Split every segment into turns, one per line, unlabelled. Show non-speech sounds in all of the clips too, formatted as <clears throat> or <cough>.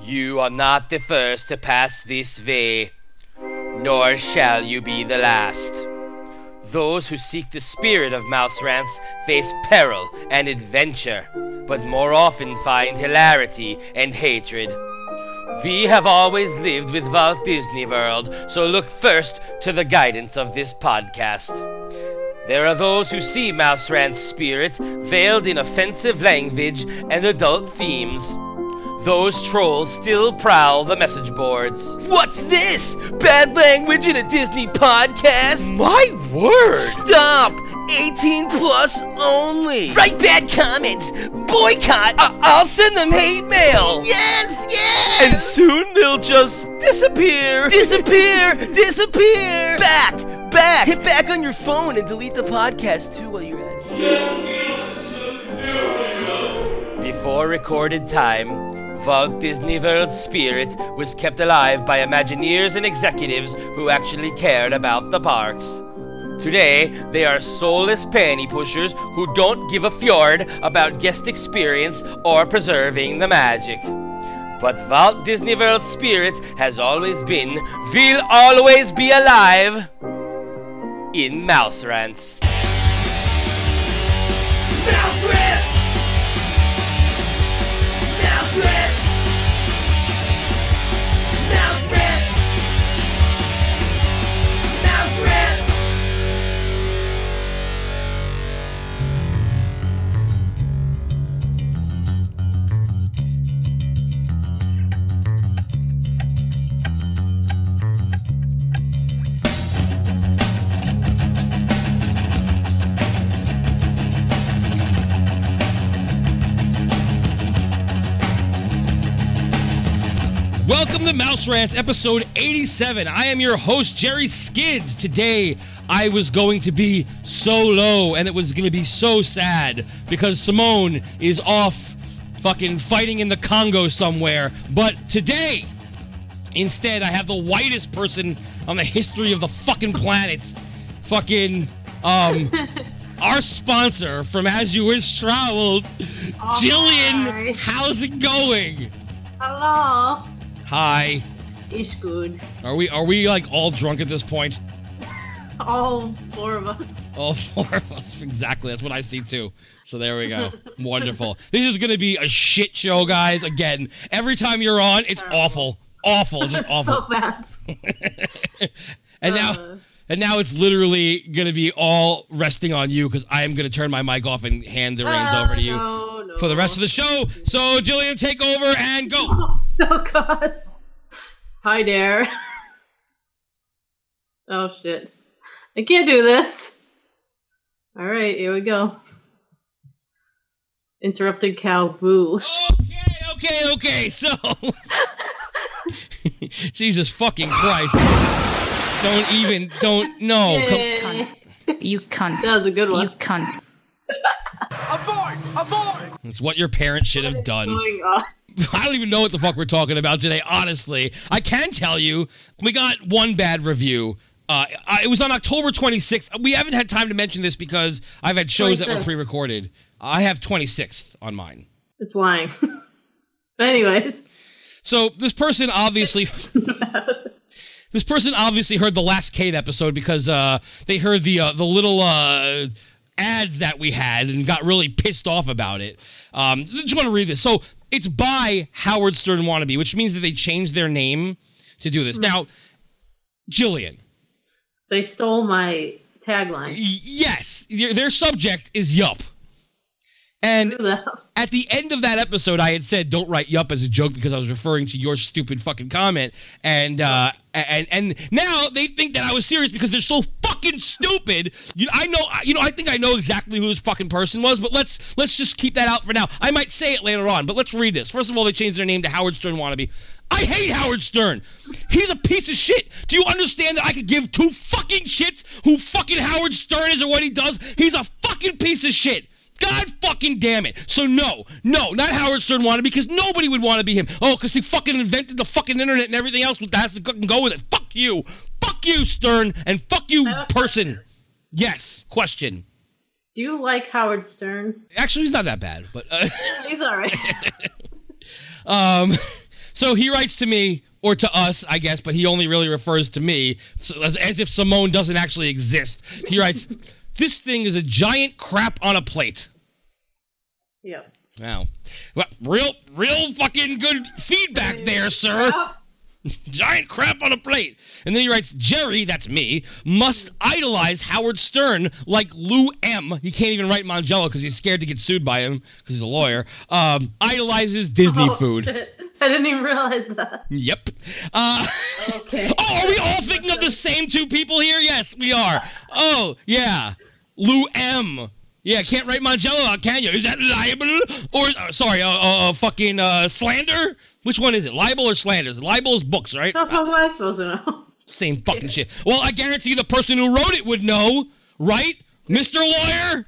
You are not the first to pass this way, nor shall you be the last. Those who seek the spirit of Mouse Rance face peril and adventure, but more often find hilarity and hatred. We have always lived with Walt Disney World, so look first to the guidance of this podcast. There are those who see Mouse Rant's spirit veiled in offensive language and adult themes. Those trolls still prowl the message boards. What's this? Bad language in a Disney podcast?
My word!
Stop! 18 plus only. Write bad comments. Boycott. I- I'll send them hate mail.
Yes,
And
yes!
soon they'll just disappear. Disappear. Disappear. Back. Back. Hit back on your phone and delete the podcast too while you're at it. Before recorded time, Walt Disney World's spirit was kept alive by Imagineers and executives who actually cared about the parks. Today, they are soulless panty pushers who don't give a fjord about guest experience or preserving the magic. But Walt Disney World's spirit has always been, will always be alive in Mouse Rants.
Mouse rant! Mouse rant! Mouse rant! Mouse rant!
Welcome to Mouse Rants, episode 87. I am your host, Jerry Skids. Today, I was going to be so low, and it was going to be so sad because Simone is off fucking fighting in the Congo somewhere. But today, instead, I have the whitest person on the history of the fucking planet. Fucking, um, our sponsor from As You Wish Travels,
Oh
Oh, Jillian.
hi.
How's it going?
Hello.
Hi.
It's good.
Are we are we like all drunk at this point?
All four of us.
All <laughs> four of us. Exactly. That's what I see too. So there we
<laughs>
go. Wonderful. This is gonna be a shit show, guys. Again. Every time you're on, it's awful. Awful.
<laughs>
Just
So
awful.
bad.
And now and now it's literally gonna be all resting on you because I am gonna turn my mic off and hand the reins over to you
Ah, No, no.
for the rest of the show. So Jillian, take over and go.
<laughs> Oh god. Hi there. Oh shit. I can't do this. All right, here we go. Interrupted cow boo. <laughs>
Okay, okay, okay. So, <laughs> Jesus fucking Christ! Don't even, don't no. Come,
Yay.
You cunt.
That was a good
You
one.
cunt.
it's what your parents should have
<laughs>
done.
Going on.
I don't even know what the fuck we're talking about today, honestly. I can tell you, we got one bad review. Uh, I, it was on October 26th. We haven't had time to mention this because I've had shows that were
25th.
pre-recorded. I have 26th on mine.
It's lying. <laughs> but anyways.
So this person obviously This person obviously heard the last Kate episode because uh, they heard the uh, the little uh, ads that we had and got really pissed off about it. Um, I just want to read this. So it's by Howard Stern wannabe, which means that they changed their name to do this. Now, Jillian,
They stole my tagline.
y- yes, their their subject is Yup, and at the end of that episode, I had said, "Don't write yup as a joke" because I was referring to your stupid fucking comment, and uh, and and now they think that I was serious because they're so fucking stupid. You, I know, you know, I think I know exactly who this fucking person was, but let's let's just keep that out for now. I might say it later on, but let's read this. First of all, they changed their name to Howard Stern wannabe. I hate Howard Stern. He's a piece of shit. Do you understand that I could give two fucking shits who fucking Howard Stern is or what he does? He's a fucking piece of shit. God fucking damn it. So no, no, not Howard Stern wanted because nobody would want to be him. Oh, because he fucking invented the fucking internet and everything else that has to fucking go with it. Fuck you. Fuck you, Stern, and fuck you, person. Yes, question.
Do you like Howard Stern?
Actually, he's not that bad, but uh,
He's alright.
um, <laughs> So he writes to me or to us, I guess, but he only really refers to me so as, as if Simone doesn't actually exist. He writes, "This thing is a giant crap on a plate."
Yep.
Wow, well, real, real fucking good feedback there, sir. <laughs> Giant crap on a plate. And then he writes, Jerry, that's me, must idolize Howard Stern like Lou M. He can't even write Mongello because he's scared to get sued by him because he's a lawyer. Um, idolizes Disney
Oh,
food.
shit. <laughs> I didn't even realize that.
Yep. Uh,
Okay.
<laughs> oh, are we all thinking of the same two people here? Yes, we are. Oh, yeah. Lou M. Yeah, can't write Mongello out, can you? Is that libel or uh, sorry, uh, uh, uh, fucking uh, slander? Which one is it? Libel or slander? Libel is books, right?
How the fuck am I supposed to know? <laughs>
Same fucking shit. Well, I guarantee the person who wrote it would know, right? Mr. Lawyer?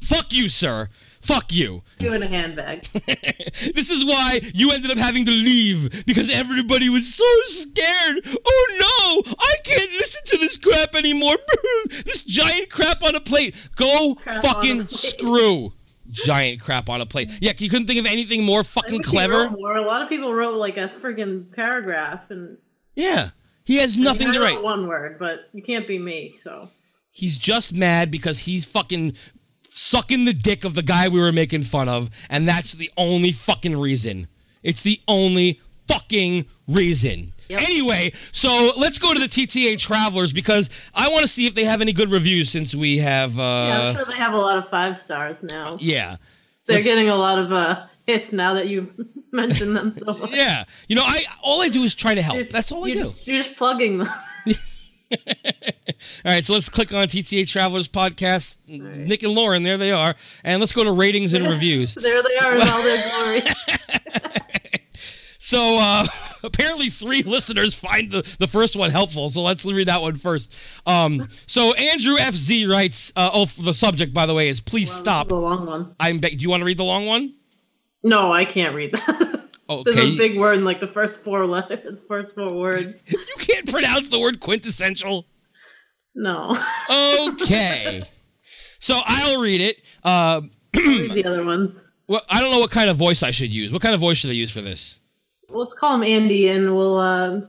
Fuck you, sir. Fuck you.
You in
<laughs>
a handbag.
This is why you ended up having to leave because everybody was so scared. Oh no, I can't listen to this crap anymore. <laughs> this giant crap on a plate. Go
Crap on a
fucking
plate.
screw. Giant crap on a plate. Yeah, you couldn't think of anything more fucking clever.
Or a lot of people wrote like a freaking paragraph, and
Yeah. He has nothing
I
to
wrote
write.
One word, but you can't be me. So
He's just mad because he's fucking sucking the dick of the guy we were making fun of, and that's the only fucking reason. It's the only fucking reason.
Yep.
Anyway, so let's go to the TTA Travelers because I want to see if they have any good reviews since we have.
yeah,
Uh,
I'm sure they have a lot of five stars now.
yeah.
They're
let's-
getting a lot of uh, hits now that you <laughs> mentioned them so much.
Yeah. You know, I all I do is try to help. That's all I
You're
do.
just- you're just plugging them. <laughs>
All right, so let's click on TTA Travelers podcast. Nick and Lauren, there they are. And let's go to ratings
<laughs>
and reviews.
there they are in
<laughs>
all their glory.
So uh, <laughs> apparently, three <laughs> listeners find the, the first one helpful. So let's read that one first. Um, so Andrew FZ writes, uh, oh, the subject, by the way, is please
The
stop.
long one.
I'm. Be- Do you want to read the long one?
No, I can't read that. <laughs>
Oh,
There's
okay.
a big word in like the first four letters, <laughs> first four words.
you can't pronounce the word quintessential.
No, <laughs>
Okay. so I'll read it. Uh,
read the other ones.
well, I don't know what kind of voice I should use. What kind of voice should I use for this?
Let's call him Andy, and we'll uh,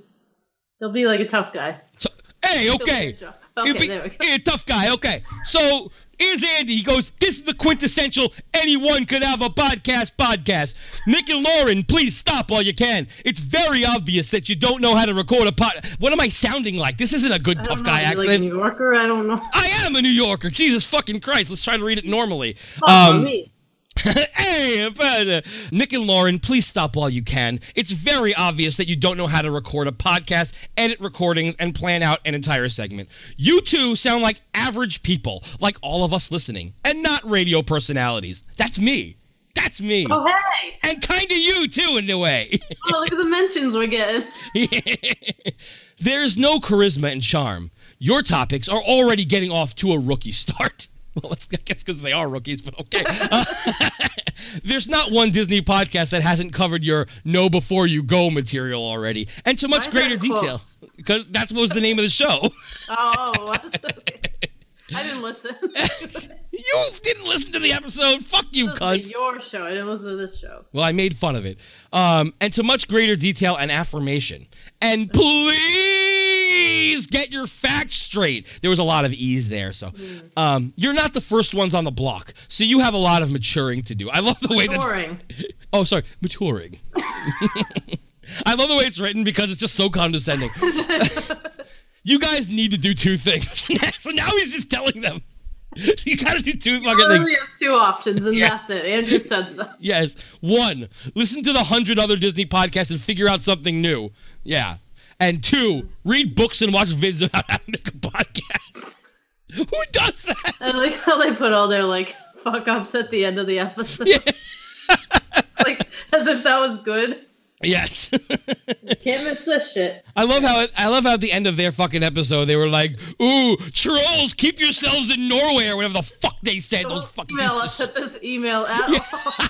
he'll be like a tough guy.
So,
<laughs>
hey,
He'll do
okay.
a job.
He'll
Okay,
be-
there we go.
yeah, tough guy. Okay. So here's Andy. He goes, This is the quintessential anyone could have a podcast podcast. Nick and Lauren, please stop while you can. It's very obvious that you don't know how to record a pod. What am I sounding like? This isn't a good
I don't
tough
know,
guy
you
accent.
Like New Yorker, I don't know. <laughs>
I am a New Yorker. Jesus fucking Christ. Let's try to read it normally. Um,
Follow me.
hey, but, uh, Nick and Lauren, please stop while you can. It's very obvious that you don't know how to record a podcast, edit recordings, and plan out an entire segment. You two sound like average people, like all of us listening, and not radio personalities. That's me. That's me.
Oh hey!
And kind of you, too, in a way. <laughs>
Oh, look at the mentions we're getting.
There's no charisma and charm. Your topics are already getting off to a rookie start. <laughs> Well, that's, I guess because they are rookies, but okay. <laughs> Uh, there's not one Disney podcast that hasn't covered your "Know Before You Go" material already, and to much
Mine's
greater
not
detail
close.
because that's what was the name of the show. <laughs>
Oh, <laughs> okay. I didn't listen. <laughs>
<laughs>
This
you didn't listen to the episode. Fuck you, cunts.
is like your show. I didn't listen to this show.
Well, I made fun of it. Um, and to much greater detail and affirmation. And please get your facts straight. There was a lot of ease there. So um, you're not the first ones on the block. So you have a lot of maturing to do. I love the way that.
Boring.
Oh, sorry. Maturing. <laughs> I love the way it's written because it's just so condescending. you guys need to do two things. <laughs> so now he's just telling them. <laughs> You gotta do two fucking things.
Literally have two options, and
Yeah.
that's it. Andrew
<laughs>
said so.
Yes. One, listen to the hundred other Disney podcasts and figure out something new. Yeah. And two, read books and watch vids about <laughs> how to make a podcast. <laughs> Who does that?
I like how they put all their like fuck ups at the end of the episode. <laughs> it's like as if that was good.
Yes. <laughs>
Can't miss this shit.
I love how it, I love how at the end of their fucking episode they were like, "Ooh, trolls, keep yourselves in Norway or whatever the fuck they said." Those
Don't
fucking
email
pieces of
us at this email
<laughs>
at all.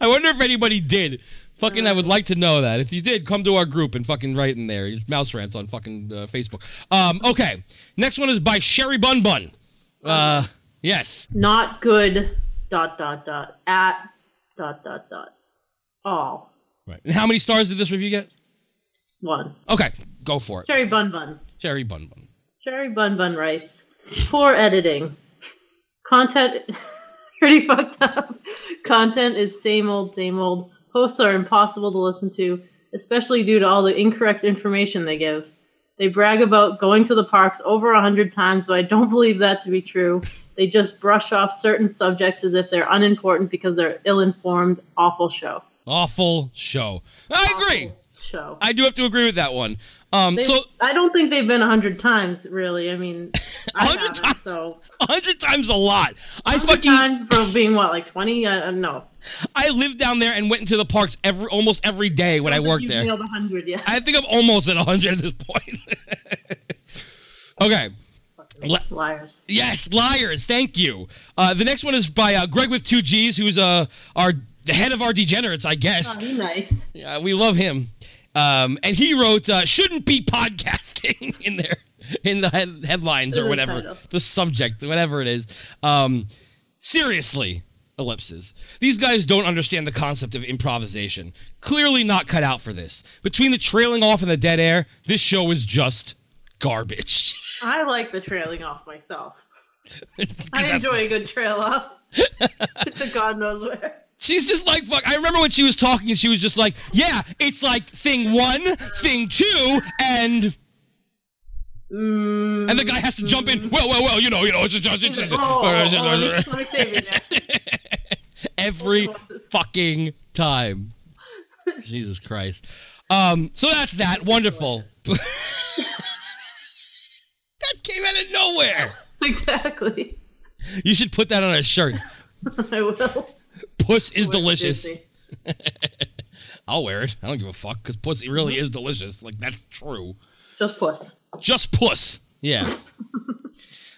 I wonder if anybody did. Fucking,
Uh.
I would like to know that. If you did, come to our group and fucking write in there. Mouse rants on fucking uh, Facebook. Um, okay, next one is by Sherry Bun Bun. Uh, yes,
Not good. Dot dot dot at dot dot dot all.
Right. And how many stars did this review get?
One.
Okay, go for it.
Cherry Bun Bun.
Cherry Bun Bun.
Cherry Bun Bun writes, poor editing. Content <laughs> pretty fucked up. Content is same old, same old. Hosts are impossible to listen to, especially due to all the incorrect information they give. They brag about going to the parks over a hundred times, but I don't believe that to be true. They just brush off certain subjects as if they're unimportant because they're ill-informed. Awful show.
Awful show. I agree.
Show.
I do have to agree with that one. Um,
They-
so
I don't think they've been a hundred times, really.
<laughs>
I mean, a
100
hundred
times?
times. So
hundred times a lot. I
hundred
fucking
times for being what, like twenty? I don't know.
I lived down there and went into the parks every almost every day when I worked
You've
there.
nailed a hundred, yeah.
I think I'm almost at 100 at this point. <laughs> okay. Le-
Liars.
yes, liars. Thank you. Uh, the next one is by uh, Greg with two G's, who's uh, our the head of our degenerates, I guess.
Be nice.
Uh, we love him. Um, and he wrote, uh, shouldn't be podcasting <laughs> in there, in the head- headlines or
The
whatever,
title.
the subject, whatever it is. Um, seriously, ellipses. These guys don't understand the concept of improvisation. Clearly not cut out for this. Between the trailing off and the dead air, this show is just garbage. <laughs>
I like the trailing off myself.
'Cause
I
that's-
enjoy a good trail off. to God knows where.
She's just like fuck. I remember when she was talking and she was just like, "Yeah, it's like thing one, thing two, and." And the guy has to jump in. Well, well, well. You know, you know. It's just, <laughs> it's just-
Oh, Mm. oh, oh, let, me, <laughs> let me save you
<laughs>
there.
every fucking
<laughs>
time. Jesus Christ. Um. So that's that. Wonderful. <laughs> that came out of nowhere.
exactly. <laughs>
You should put that on a shirt.
I will.
Puss is delicious.
Disney.
I'll wear it. I don't give a fuck because pussy really is delicious. Like that's true.
Just puss.
just puss.
<laughs>
Yeah.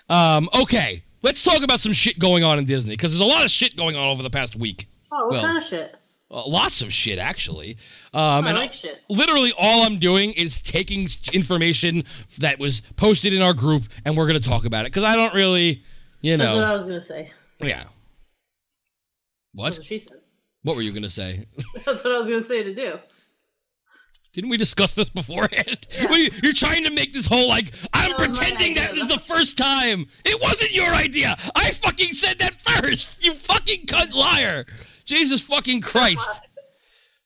um, okay, let's talk about some shit going on in Disney because there's a lot of shit going on over the past week.
Oh, what
Well,
kind of shit?
Uh, lots of shit, actually. Um,
I
and
like shit.
Literally, all I'm doing is taking s- information that was posted in our group, and we're gonna talk about it because I don't really, you
That's what I
know,
was gonna say.
yeah.
That's
What?
what she said. <laughs>
What were you gonna say?
That's what I was gonna say to do.
Didn't we discuss this beforehand? <laughs> What are you, you're trying to make this whole like I'm
That was my
pretending that
idea.
is the first time. It wasn't your idea. I fucking said that first. You fucking cunt liar. Jesus fucking Christ.
<laughs>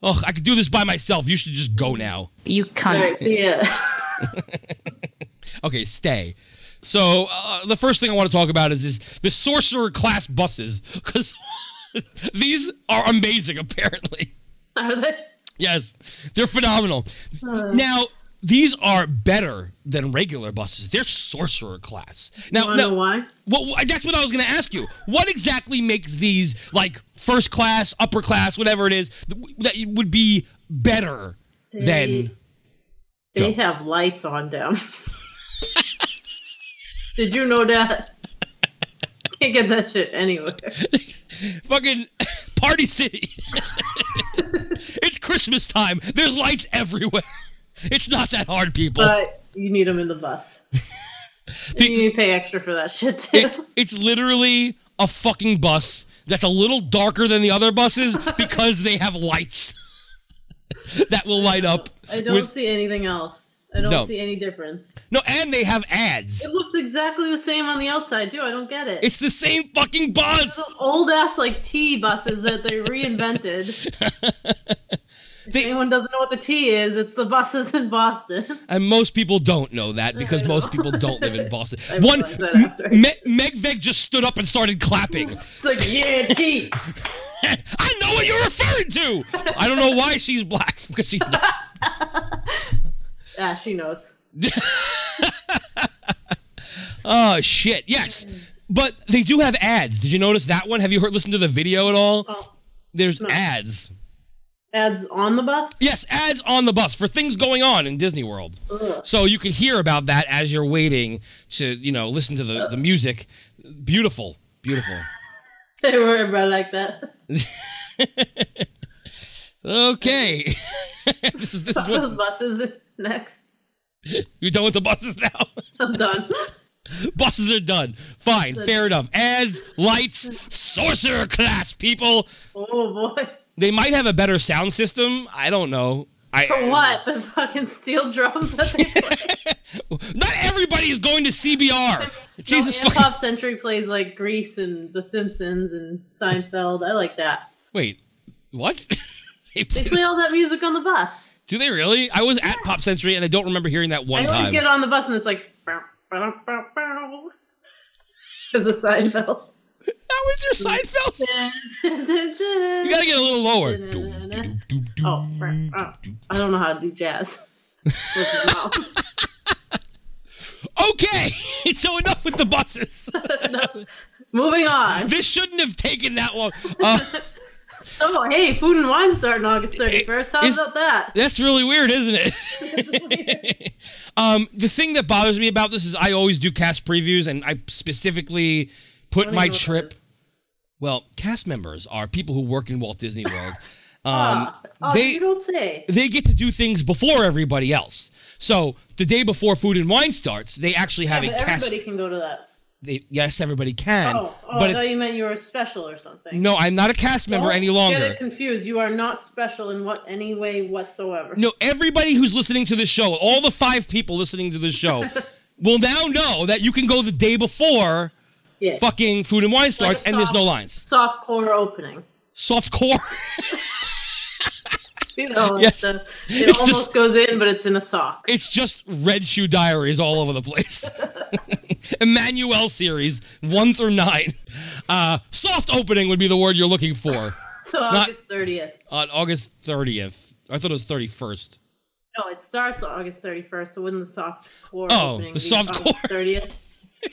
Oh, I could do this by myself. You should just go now.
You
All
cunt.
right, see ya. <laughs>
Okay, stay. So uh, the first thing I want to talk about is is the sorcerer class buses because <laughs> these are amazing apparently.
Are they?
Yes, they're phenomenal. Now, these are better than regular buses. They're sorcerer class. Now,
Wanna know
no,
why?
well, that's what I was going to ask you. What exactly makes these like first class, upper class, whatever it is, th- that it would be better
They-
than?
They
Go.
have lights on them. <laughs> Did you know that? <laughs> Can't get that shit anywhere.
fucking <laughs> Party City. <laughs> it's Christmas time. There's lights everywhere. <laughs> It's not that hard, people.
But you need them in the bus.
The-
you need to pay extra for that shit too.
It's it's literally a fucking bus that's a little darker than the other
<laughs>
buses because they have lights <laughs> that will light up.
<laughs> I don't
with-
see anything else. I don't
No.
see any difference.
no, and they have ads.
It looks exactly the same on the outside too. I don't get it.
It's the same fucking bus.
old ass like T buses that they
<laughs>
reinvented. if
They-
anyone doesn't know what the T is, it's the buses in Boston. <laughs>
And most people don't know that because
I
most
know.
people don't live in Boston.
<laughs> I
One
realized that after.
Me- Meg Veg just stood up and started
<laughs>
clapping. <laughs>
It's like yeah, T.
I know what you're referring to. I don't know why she's black <laughs> because she's not.
Ah, she knows.
Oh shit.
<laughs>
Yes. But they do have ads. Did you notice that one? Have you heard listened to the video at all?
Oh,
There's ads.
ads on the bus.
Yes, ads on the bus for things going on in Disney World. So you can hear about that as you're waiting to, you know, listen to the, the music. Beautiful. Beautiful.
<laughs> They were about like
<laughs>
that.
Okay. <laughs> this is this is
Those
what
<laughs> buses next.
you're done with the buses now. <laughs>
I'm done. <laughs>
buses are done. Fine, fair enough. Ads, lights, sorcerer class people.
Oh boy.
They might have a better sound system. I don't know. I,
For what? The fucking steel drums that
<laughs>
they play.
Not everybody is going to CBR. Jesus
no,
fucking.
Pop Century plays like Grease and The Simpsons and Seinfeld. I like that.
Wait, what? <laughs> They
They
play-
play all that music on the bus.
Do they really? I was at Pop Century and I don't remember hearing that one
I always
time.
get on the bus and it's like <laughs> because the Seinfeld. <laughs>
that was your Seinfeld. You gotta get a little lower. Doom, doom, doom, doom,
oh,
doom,
oh,
doom.
I don't know how to do jazz. <laughs> This is all. Oh.
Okay, <laughs> so enough with the
<laughs>
buses. <laughs>
Moving on.
this shouldn't have taken that long. Uh,
Oh, hey, Food and Wine starting August 31st. How
Is-
about that?
that's really weird, isn't it? <laughs> um, the thing that bothers me about this is I always do cast previews, and I specifically put my trip. Well, cast members are people who work in Walt Disney
<laughs>
World. Um,
Oh,
they
you don't say.
they get to do things before everybody else. So the day before Food and Wine starts, they actually have
But
a cast.
everybody can go to that.
they- yes, everybody can,
Oh, oh
but
I thought
it's
you meant you were special or something.
no. I'm not a cast member
Don't
any
Get
longer.
it confused. You are not special in what any way whatsoever.
No, everybody who's listening to this show, all the five people listening to this show,
<laughs>
will now know that you can go the day before
yeah.
fucking Food and Wine starts,
Like a
and there's no
soft-
lines.
Soft core opening.
Soft core. <laughs>
You know,
Yes. <laughs>
it's the, it
It's
almost
just-
goes in, but it's in a sock.
it's just Red Shoe Diaries all over the place. <laughs> Emmanuel series one through nine. Uh, soft opening would be the word you're looking for.
So August 30th.
on August 30th. I thought it was 31st.
No, it starts on August 31st. So wouldn't the soft core
Oh,
opening
the
be
soft
August
core.
30th?
<laughs>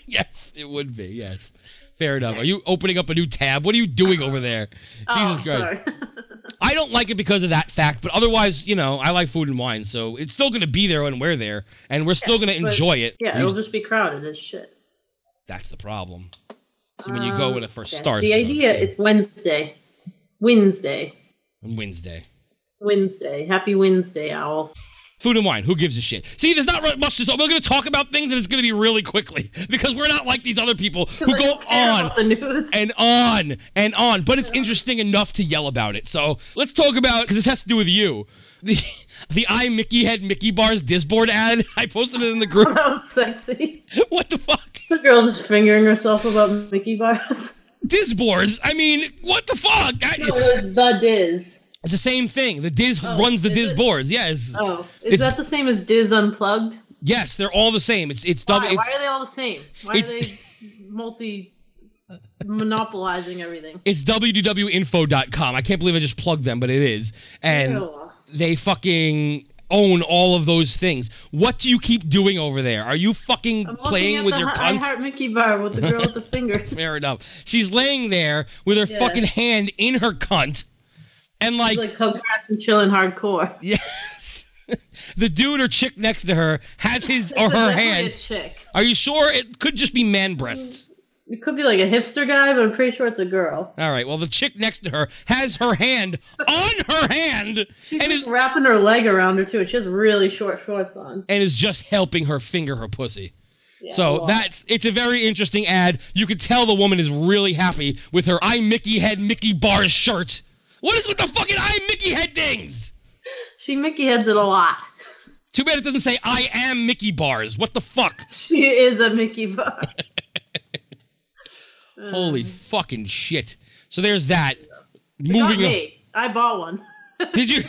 Yes, it would be. Yes. Fair enough. Are you opening up a new tab? What are you doing over there? <laughs> Jesus
oh,
Christ.
Sorry. <laughs>
I don't like it because of that fact, but otherwise, you know, I like food and wine, so it's still going to be there when we're there, and we're still going to
but-
enjoy it.
yeah,
You-
it'll just be crowded as shit.
that's the problem. So when you go when it first starts,
Um, The
so-
idea, it's Wednesday. Wednesday.
on Wednesday.
Wednesday. Happy Wednesday, Owl.
Food and wine. Who gives a shit? See, there's not really much to talk. We're going to talk about things, and it's going to be really quickly <laughs> because we're not like these other people who
I
go
don't care
on
about The news.
and on and on, but it's interesting enough to yell about it. So let's talk about because this has to do with you. The <laughs> the I Mickey had Mickey bars Disboard ad. <laughs> I posted it in the
<laughs>
group.
<laughs> that was sexy.
what the fuck?
The girl just fingering herself about Mickey bars. <laughs>
Disboards. I mean, what the fuck? I-
No, it was the Diz.
it's the same thing. The Diz runs the
is
Diz
it?
boards. Yes,
Oh, is
It's-
that the same as Diz Unplugged?
yes, they're all the same. It's it's double.
Why?
It's,
Why are they all the same? Why are they multi monopolizing everything?
it's www.info.com. I can't believe I just plugged them, but it is. And
Ew.
they fucking own all of those things. What do you keep doing over there? Are you fucking
I'm looking
playing
at
with
the
your
Hi- I
cunts?
Heart Mickey bar with the girl with
<laughs>
the fingers.
Fair enough. She's laying there with her
Yeah.
fucking hand in her cunt, and like,
Like hug ass and
<laughs>
chilling hardcore.
yes, the dude or chick next to her has
<laughs>
his or her
Definitely
hand.
A chick.
Are you sure it could just be man breasts?
It could be like a hipster guy, but I'm pretty sure it's a girl.
All right. Well, the chick next to her has her
<laughs>
hand on her hand
She's
and
just
is
wrapping her leg around her too, and she has really short shorts on.
and is just helping her finger her pussy. so
well.
that's it's a very interesting ad. You could tell the woman is really happy with her I Mickey head Mickey bars shirt. What is with the fucking I Mickey head things?
She Mickey heads it a lot. <laughs>
Too bad it doesn't say I am Mickey bars. What the fuck?
She is a Mickey bar. Mm.
Holy fucking shit. So there's that. <laughs>
Not
Moving on.
me. I bought one. <laughs>
Did you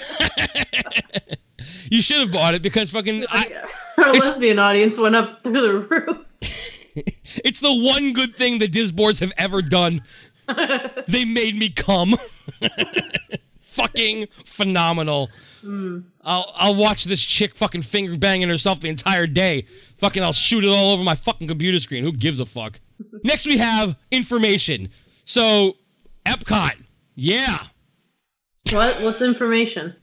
<laughs> You should have bought it because
<laughs>
fucking I,
Her lesbian audience went up through the roof.
It's the one good thing the Disboards have ever done.
<laughs>
they made me come. <laughs> fucking phenomenal.
Mm.
I'll I'll watch this chick fucking finger banging herself the entire day. Fucking I'll shoot it all over my fucking computer screen. Who gives a
<laughs>
fuck? Next we have information. So Epcot. Yeah.
What? What's information?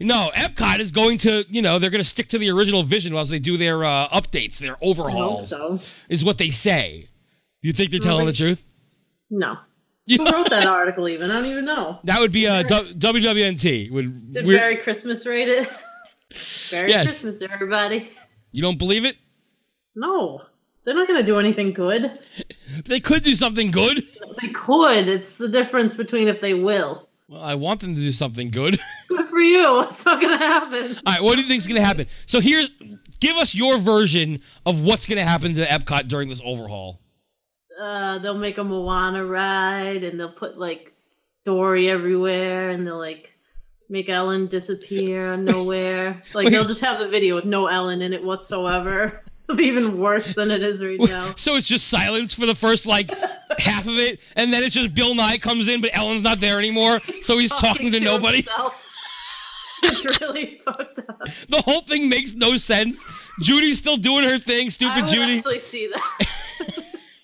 No, Epcot is going to, you know, they're going to stick to the original vision while they do their uh, updates, their
I hope
overhauls,
so.
is what they say. Do you think they're telling the truth? <laughs>
No.
You
Who wrote that article even? I don't even know.
That would be a WWNT. Would
Did
we're-
Merry Christmas
<laughs>
rate it? Merry
Yes.
Christmas, everybody.
you don't believe it?
No. They're not going to do anything good.
They could do something good.
They could. It's the difference between if they will.
Well, I want them to do something good. <laughs>
Good for you. <laughs> It's not gonna happen.
All right, what do you think's going to happen? So here's, give us your version of what's going to happen to Epcot during this overhaul.
Uh, they'll make a Moana ride, and they'll put like Dory everywhere, and they'll like make
<laughs>
Ellen disappear nowhere. Like they'll just have the video with no Ellen in it whatsoever. <laughs> It'll be even worse than it is right now.
<laughs> So it's just silence for the first
<laughs>
like half of it, and then it's just Bill Nye comes in, but Ellen's not there anymore, so
<laughs>
he's talking to nobody.
himself. <laughs> it's really fucked up.
The whole thing makes no sense. Judy's still doing her thing,
I
stupid
would
Judy.
actually see that.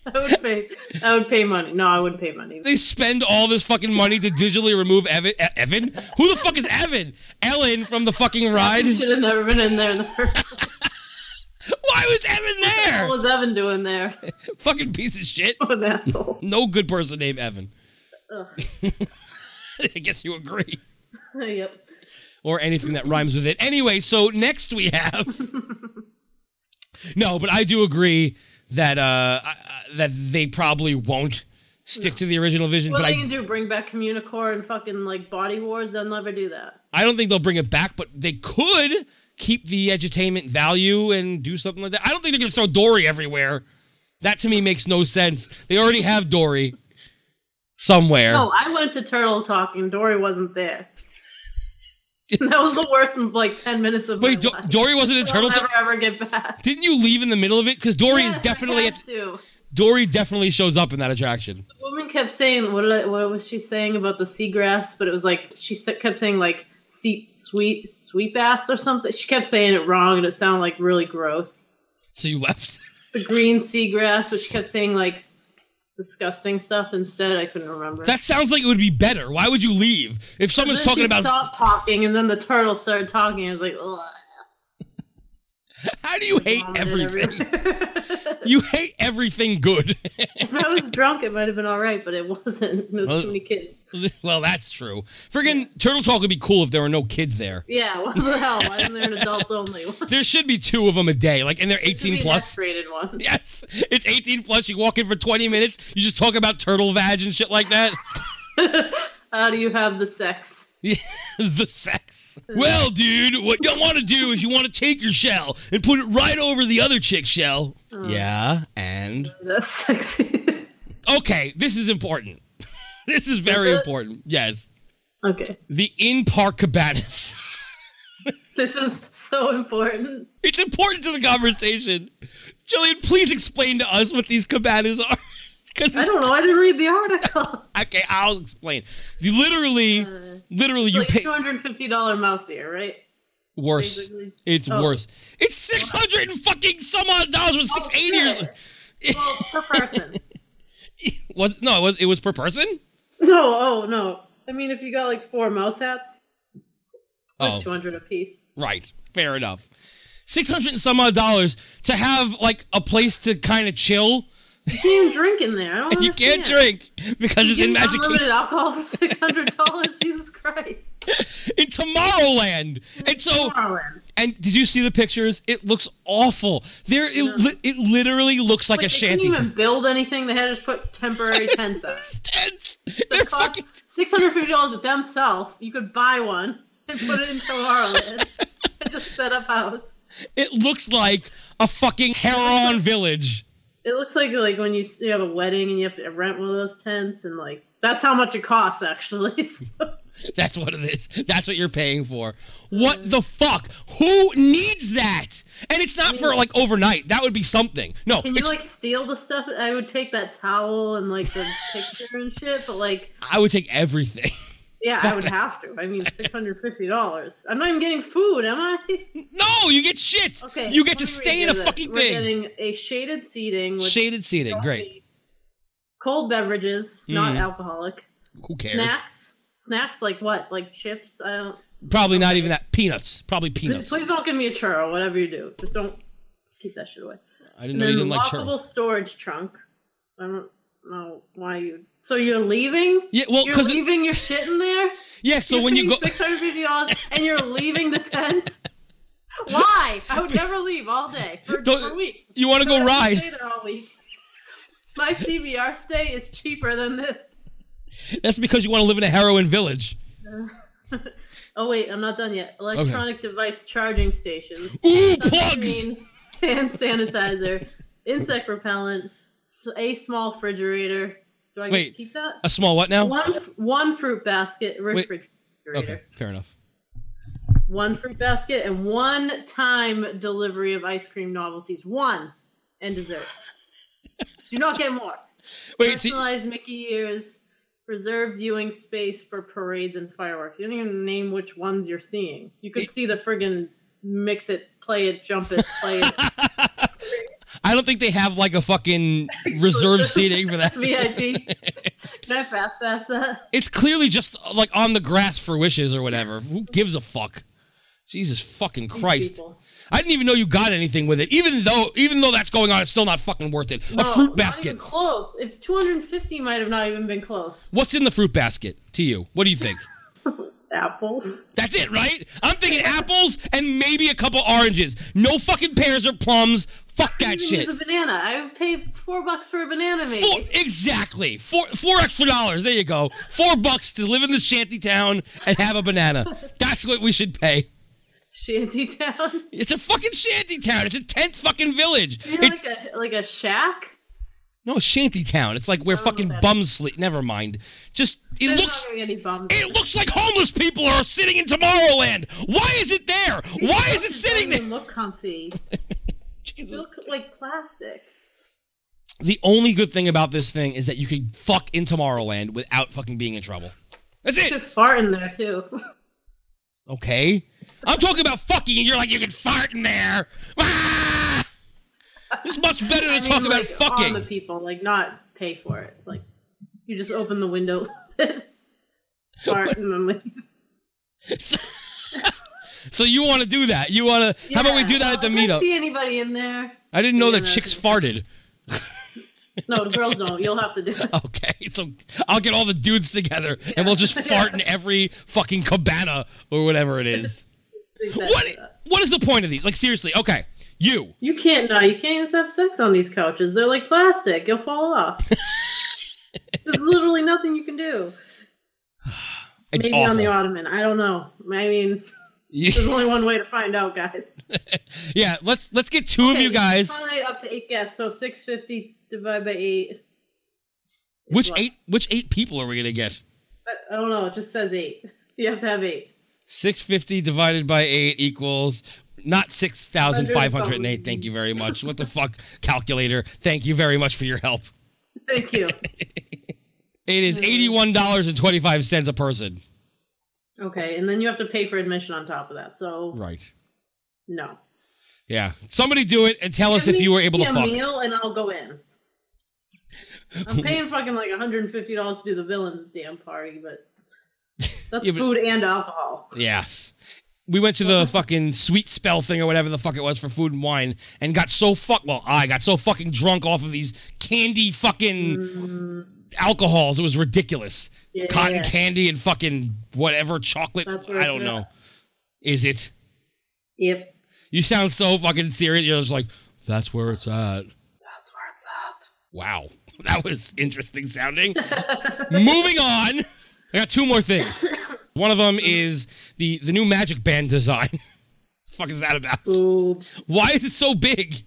<laughs> I would pay. I would pay money. No, I wouldn't pay
<laughs>
money.
they spend all this fucking money to digitally remove Evan. E- Evan? Who the fuck is Evan? Ellen from the fucking ride?
Should have never been in there. In the first. place.
Why was Evan there?
what was Evan doing there? <laughs>
Fucking piece of shit.
What
<laughs>
an asshole.
No good person named Evan. <laughs>
Ugh.
I guess you agree.
yep.
or anything that rhymes with it. Anyway, so next we have. <laughs> no, but I do agree that uh, I- I- that they probably won't stick to the original vision.
What
but
they
I,
can do? Bring back Communicore and fucking like Body Wars? They'll never do that.
I don't think they'll bring it back. But they could keep the edutainment value and do something like that. I don't think they're gonna throw Dory everywhere. That to me makes no sense. They already have Dory somewhere.
Oh, I went to Turtle Talk and Dory wasn't there. <laughs> And that was the worst like ten minutes of my
Wait, Do-
life.
Dory wasn't in
I'll
Turtles.
never ever get back.
Didn't you leave in the middle of it? Because Dory
Yes, <laughs>
is
I
definitely
had
at,
to.
Dory definitely shows up in that attraction.
woman kept saying what did I, what was she saying about the seagrass but it was like she sa- kept saying like seep sweet sweep ass or something she kept saying it wrong and it sounded like really gross
So you left. <laughs>
the green seagrass but she kept saying like disgusting stuff instead i couldn't remember
That sounds like it would be better. Why would you leave if
And
someone's
then
talking
she
about?
stopped talking and then the turtle started talking i was like Ugh,
<laughs> How do you hate
vomited <laughs>
everything?
everywhere.
You hate everything good.
<laughs>
<laughs>
if i was drunk it might have been all right but it wasn't there was
Well-
too many kids
well, that's true. Friggin' Turtle Talk would be cool if there were no kids there.
yeah what the hell why isn't there an adult only one
There should be two of them a day, like, and they're
Should
18
be an
plus.
X-rated one
Yes, it's 18 plus. You walk in for 20 minutes. You just talk about turtle vag and shit like that. <laughs>
How do you have the sex?
the sex. Well, dude, what you want to do is you want to take your shell and put it right over the other chick's shell.
Oh.
Yeah, and
That's sexy.
okay, this is important. <laughs> this is very
Is it?
important. Yes.
<laughs> okay.
the in park cabanas. <laughs>
This is so important.
it's important to the conversation. Jillian, please explain to us what these cabanas are. Because
I
it's
don't know. I didn't read the article.
okay, I'll explain. You literally,
Uh,
literally, you
like
pay
$250 mouse ear, right?
worse.
basically-
It's
oh.
worse. It's six hundred and fucking some odd dollars with
Oh,
six eighty <laughs>
shit. Well, per person.
years. Was no, it was it was per person.
No, oh, no. I mean, if you got like four mouse hats, like
Oh,
200 a piece.
right, fair enough. Six hundred and some odd dollars to have like a place to kind of chill.
You can't drink in there. I don't
You can't
understand.
drink because it's
Oh, You
in
can
Magic Kingdom.
unlimited alcohol for $600. <laughs> Jesus Christ.
in Tomorrowland. And so,
Tomorrowland.
and did you see the pictures? It looks awful. There, it, li- it literally looks like,
Like,
a
they
shanty
couldn't
town.
even build anything. They had to just
<laughs>
put temporary tents up.
It's tense.
the
They're
cost
fucking.
six hundred fifty dollars with themselves. You could buy one and put it
<laughs>
in Tomorrowland <laughs> and just set up house.
It looks like a fucking Heron village.
It looks like like when you you have a wedding and you have to rent one of those tents and like that's how much it costs actually. <laughs> So,
That's what it is. That's what you're paying for. What the fuck? Who needs that? And it's not for like overnight. That would be something. No,
can you
it's-
like steal the stuff? I would take that towel and like the picture and shit, but like
I would take everything. <laughs>
yeah, I would have to. I mean, six hundred fifty dollars. I'm not even getting food, am I? <laughs>
no, you get shit.
Okay,
you get
let
to
me
stay in
redo
a
this.
fucking
We're
thing.
Getting a shaded seating with
Shaded seating. Great.
cold beverages, not alcoholic.
Mm. Who cares?
Snacks? Snacks like what? Like chips? I don't.
Probably not even that. Peanuts. Probably peanuts.
Please don't give me a churro. Whatever you do, just don't keep that shit away.
I didn't
And
know you
then
didn't like
lockable
churros.
storage trunk. I don't know why you. So you're leaving?
Yeah, well,
you're
'cause it-
leaving your shit in there.
Yeah, so when you go,
six hundred fifty dollars, and you're leaving the tent. Why? I would never leave all day for,
Don't-
for weeks.
you want to go
I'd
ride.
Stay there all week. My CVR stay is cheaper than this.
<laughs> That's because you want to live in a heroin village.
Oh wait, I'm not done yet. Electronic device charging stations.
Ooh, plugs!
Sunscreen, Hand sanitizer, insect repellent, s- a small refrigerator. Do I
Wait.
get
Uh, um,
to keep that?
A small what now?
One one fruit basket refrigerator.
Okay, fair enough.
One fruit basket and one time delivery of ice cream novelties. One and
<laughs>
dessert. Do not get more.
Wait, see,
Personalized Mickey ears. Reserve viewing space for parades and fireworks. You don't even name which ones you're seeing. You could see the friggin' mix it, play it, jump it, play it.
I don't think they have like a fucking
<laughs>
reserved seating for <laughs> that. <laughs>
VIP. Can I fast pass that?
It's clearly just like on the grass for wishes or whatever. Who gives a fuck? Jesus fucking Christ.
people.
I didn't even know you got anything with it. Even though even though that's going on, it's still not fucking worth it. a
No,
fruit
Oh, Not even
basket.
close. If 250 might have not even been close.
What's in the fruit basket to you? What do you
<laughs>
think?
Apples.
That's it, right? I'm thinking apples and maybe a couple oranges. No fucking pears or plums. Fuck that
Even
shit.
use a banana. I would pay four bucks for a banana, maybe.
Four, exactly. Four four extra dollars. There you go. Four bucks to live in this shanty town and have a banana. That's what we should pay.
Shanty town. <laughs>
It's a fucking shanty town. It's a tent fucking village.
You know,
It's,
like a like a shack.
no shanty town. It's like where fucking bums sleep. Never mind. Just it
There's
looks
not gonna be any bums.
it looks like homeless people are sitting in Tomorrowland. Why is it there? Why is it
Doesn't
sitting
even
there?
Look comfy.
<laughs> Jesus.
Look like plastic.
The only good thing about this thing is that you can fuck in Tomorrowland without fucking being in trouble. That's
You
it.
could fart in there too. <laughs>
Okay. I'm talking about fucking, and you're like you can fart in there. Ah! It's much better than
I mean,
talking
like,
about fucking. <laughs>
on the people, like not pay for it. Like you just open the window, <laughs> fart, and then leave.
so you want to do that? You want to? how about we
Yeah.
do that at the
If I
meetup?
see anybody in there?
I didn't know
Yeah,
that
that's-
chicks farted. <laughs>
No, the girls don't. You'll have to do it.
Okay, so I'll get all the dudes together and we'll just fart in every fucking cabana or whatever it is. <laughs> What? What is the point of these? Like seriously? Okay, you.
You can't now. You can't even have sex on these couches. They're like plastic. You'll
<laughs>
fall off. There's literally nothing you can do.
It's
Maybe
awful.
on the ottoman. I don't know. I mean, there's only one way to find out, guys.
<laughs> yeah, let's let's get two of
Okay,
you guys.
Probably up to eight guests. So six fifty divided by eight.
Which
what?
eight? Which eight people are we gonna get?
I, I don't know. It just says eight. You have to have eight.
650 divided by 8 equals not 6,508. Thank you very much. What the fuck, calculator? Thank you very much for your help. <laughs>
Thank you.
It is $81.25 a person.
okay, and then you have to pay for admission on top of that. So
Right.
no.
Yeah. Somebody do it and tell us
Give
if
me
you were able to
a
fuck.
meal and I'll go in. I'm paying fucking like 150 dollars to do the villains damn party, but
<laughs>
that's
Yeah, but-
food and alcohol.
Yes. We went to
<laughs>
the fucking sweet spell thing or whatever the fuck it was for food and wine and got so fuck well, I got so fucking drunk off of these candy fucking alcohols. It was ridiculous.
Mm. Yeah.
Cotton candy and fucking whatever chocolate.
That's
I don't
right.
know. Is it?
Yep,
You sound so fucking serious. You're just like, that's where it's at.
that's where it's at.
Wow. <laughs> That was interesting sounding. Moving on. I got two more things. One of them is the the new Magic Band design. <laughs> fuck is that about?
Boobs.
Why is it so big?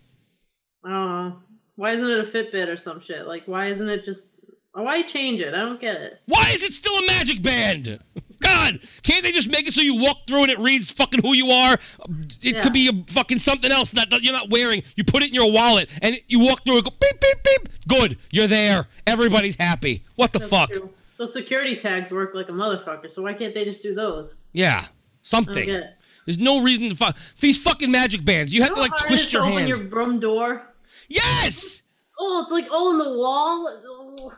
Uh, why isn't it a Fitbit or some shit? Like, why isn't it just? Why change it? I don't get it.
Why is it still a Magic Band? God, can't they just make it so you walk through and it reads fucking who you are? It
Yeah.
could be a fucking something else that that you're not wearing. You put it in your wallet and you walk through and go beep beep beep. Good, you're there. Everybody's happy. What the fuck?
Those security tags work like a motherfucker, so why can't they just do those?
Yeah, something.
I don't get it.
There's no reason to fuck these fucking magic bands. You have to
How
like
hard it is
twist
to
your
open
hand.
your room door.
Yes,
Oh, it's like all in the wall. Oh, Ugh.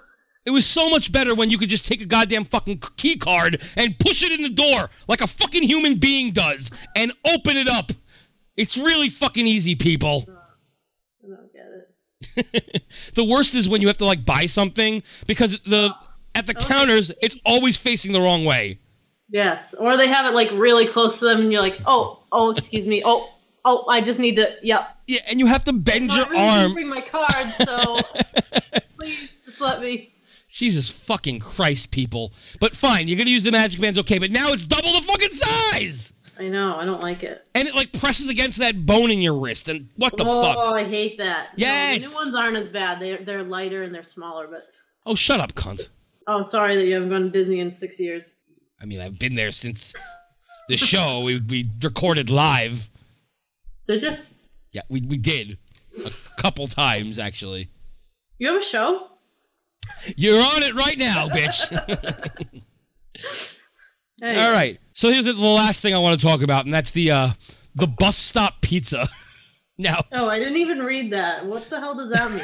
it was so much better when you could just take a goddamn fucking key card and push it in the door like a fucking human being does and open it up. It's really fucking easy, people.
I don't get it.
The worst is when you have to like buy something because the at the
Oh,
counters it's always facing the wrong way.
Yes, or they have it like really close to them, and you're like, oh, oh, excuse me, oh, oh, I just need to, yep.
Yeah, and you have to bend
No, I
your
really
<laughs>
didn't
arm.
bring my card, so please just let me.
Jesus fucking Christ, people. But fine, you're gonna use the magic bands, okay, but now it's double the fucking size!
I know. I don't like it.
And it like presses against that bone in your wrist, and what the
oh,
fuck?
I hate that. No,
Yes!
the new ones aren't as bad. They they're lighter and they're smaller. But
Oh, shut up, cunt.
oh, sorry that you haven't gone to Disney in six years.
I mean, I've been there since the show. we, we recorded live.
Did you?
Yeah, we, we did. A couple times, actually.
You have a show?
You're on it right now, bitch.
Hey.
All right. So here's the, the last thing I want to talk about, and that's the uh, the bus stop pizza. <laughs> now,
Oh, I didn't even read that. What the hell does that
<laughs>
mean?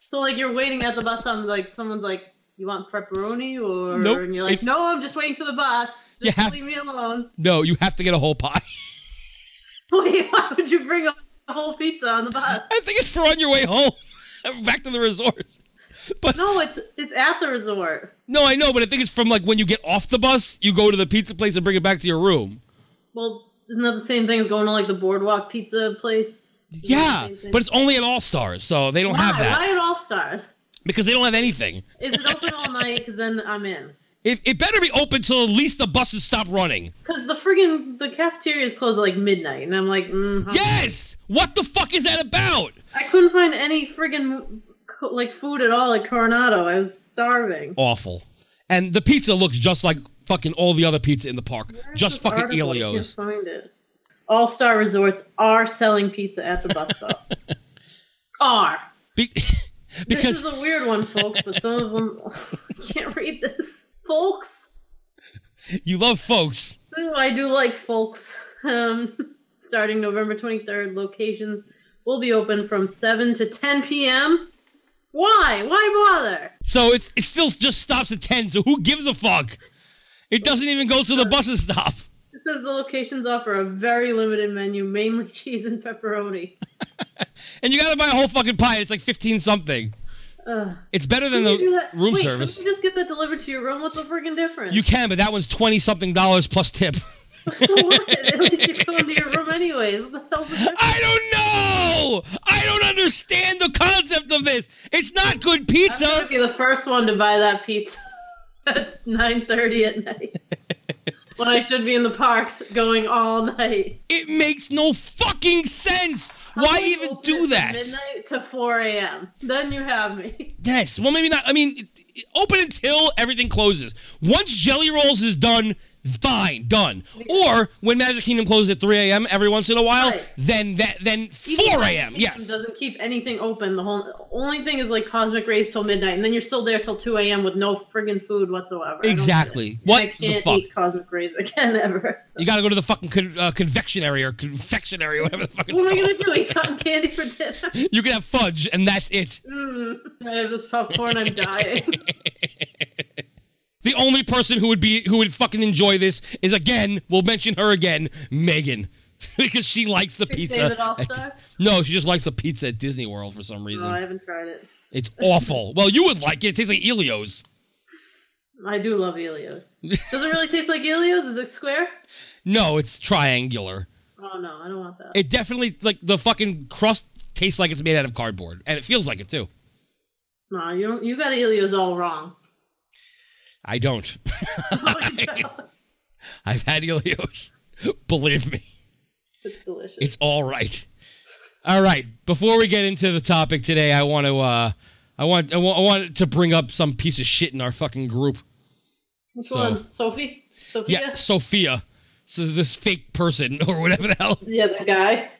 so like you're waiting at the bus stop, and, like someone's like, "You want pepperoni?" Or
Nope,
and you're like,
it's-
"No, I'm just waiting for the bus.
You
Just
have-
leave me alone." <laughs>
no, you have to get a whole pie.
Wait, why would you bring a whole pizza on the bus?
I think it's for on your way home, <laughs> back to the resort. But no.
No, it's it's at the resort.
I know, but I think it's from like when you get off the bus, you go to the pizza place and bring it back to your room.
Well, isn't that the same thing as going to like the boardwalk pizza place? Isn't that the
Yeah,
same thing?
but it's only at All Stars, so they don't
why?
have that
Why at All Stars?
because they don't have anything.
Is it open all night? Because then I'm in.
It, it better be open till at least the buses stop running.
Because the friggin' the cafeteria is closed at like midnight, and I'm like, mm, huh.
Yes! What the fuck is that about?
I couldn't find any friggin' co- like food at all at Coronado. I was starving.
awful. And the pizza looks just like fucking all the other pizza in the park.
This
just fucking
article, I can't
Elio's.
find it. All Star Resorts are selling pizza at the
<laughs>
bus stop. are.
Be- <laughs>
This
because
is a weird one, folks, but some of them
<laughs>
I <laughs> can't read this. Folks.
you love folks.
Ooh, I do like folks. Um, <laughs> starting November 23rd, locations will be open from 7 to 10 p.m. Why? Why bother?
So it's, it still just stops at 10, so who gives a fuck? It doesn't even go to the buses stop.
It says the locations offer a very limited menu, mainly <laughs> cheese and pepperoni.
And you gotta buy a whole fucking pie. It's like 15 something.
Ugh.
It's better than
Can you do
the
that-
room
Wait,
service.
Couldn't you just get that delivered to your room? What's the freaking difference? <laughs>
You can, but that one's 20 something dollars plus tip.
so what? At least you're going to your room anyways. What the hell's
<laughs>
the difference?
I don't know! I don't understand the concept of this. It's not good
I'm gonna
pizza.
be the first one to buy that pizza <laughs> at 9:30
<laughs>
at night. when I should be in the parks going all night.
It makes no fucking sense. Why
I'm
even
open
do
from
that?
Midnight to 4 a.m. Then you have me.
Yes. Well, maybe not. I mean, it- it- open until everything closes. Once Jelly Rolls is done, fine, done. Or when Magic Kingdom closes at 3 a.m. every once in a while,
Right.
then that then 4 a.m. Yes.
Doesn't keep anything open. The whole only thing is like cosmic rays till midnight, and then you're still there till 2 a.m. with no friggin' food whatsoever. I don't
Exactly.
get it.
What
I
the
can't
fuck?
eat cosmic rays <laughs> again ever. So.
You got to go to the fucking con- uh, confectionery or confectionery, whatever the fuck it's
<laughs> <laughs> what am I
called. <laughs>
gonna do? Eat cotton candy for dinner? <laughs>
You can have fudge, and that's it.
I have this popcorn.
<laughs>
I'm dying.
The only person who would be who would fucking enjoy this is again, we'll mention her again, Megan, <laughs> because she likes the
She's
pizza.
David All
at-
Stars?
no, she just likes the pizza at Disney World for some reason.
No, I haven't tried it.
It's awful. well, you would like it. It tastes like Elio's.
I do love
<laughs>
Elio's. Does it really taste like Elio's? Is it square?
No, it's triangular.
Oh no, I don't want that.
It definitely like the fucking crust tastes like it's made out of cardboard, and it feels like it too.
no, you don't. You got Elio's all wrong.
I don't. <laughs> I've had Elio's. <laughs> Believe me.
It's delicious.
It's all right. All right. Before we get into the topic today, I want to uh I want I want, I want to bring up some piece of shit in our fucking group.
Which
so-
one? Sophie? Sophia?
Yeah, Sophia. So this fake person <laughs> or whatever the hell
Yeah, that guy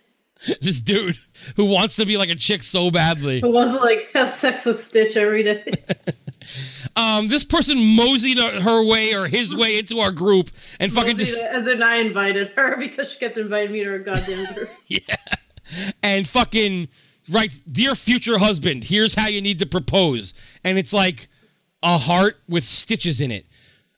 this dude who wants to be like a chick so badly.
who wants to like have sex with Stitch every day. <laughs>
Um this person moseyed her way or his
<laughs>
way into our group and fucking just
As in, I invited her <laughs> because she kept inviting me to
<laughs>
her goddamn group.
and fucking writes, Dear future husband, here's how you need to propose. And it's like a heart with stitches in it.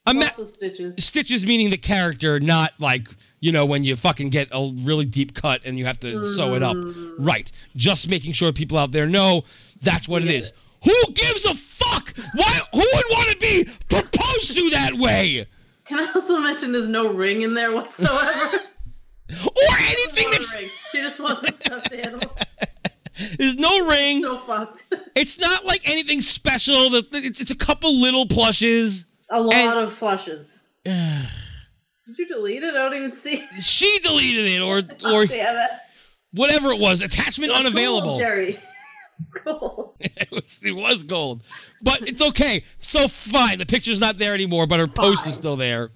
Ima-
Lots of stitches.
stitches meaning the character, not like, you know, when you fucking get a really deep cut and you have to sew it up.
Mm.
Right. Just making sure people out there know that's what it is. Who gives a fuck? Why who would want to be proposed to that way?
Can I also mention there's no ring in
<laughs>
there whatsoever?
Or anything
Not a
that's <laughs>
ring. She just wants a stuffed animal.
There's no ring.
So fucked.
It's not like anything special. The- It's, it's a couple little plushes.
A lot
And- <sighs>
of flushes. Did you delete it? I don't even see.
She deleted it, or or
<laughs> Damn it.
whatever it was. Attachment
Cool,
unavailable.
Jerry. <laughs> Cool.
<laughs> it, was, it was gold, but it's okay. So fine. The picture's not there anymore, but her post is
Fine.
still there.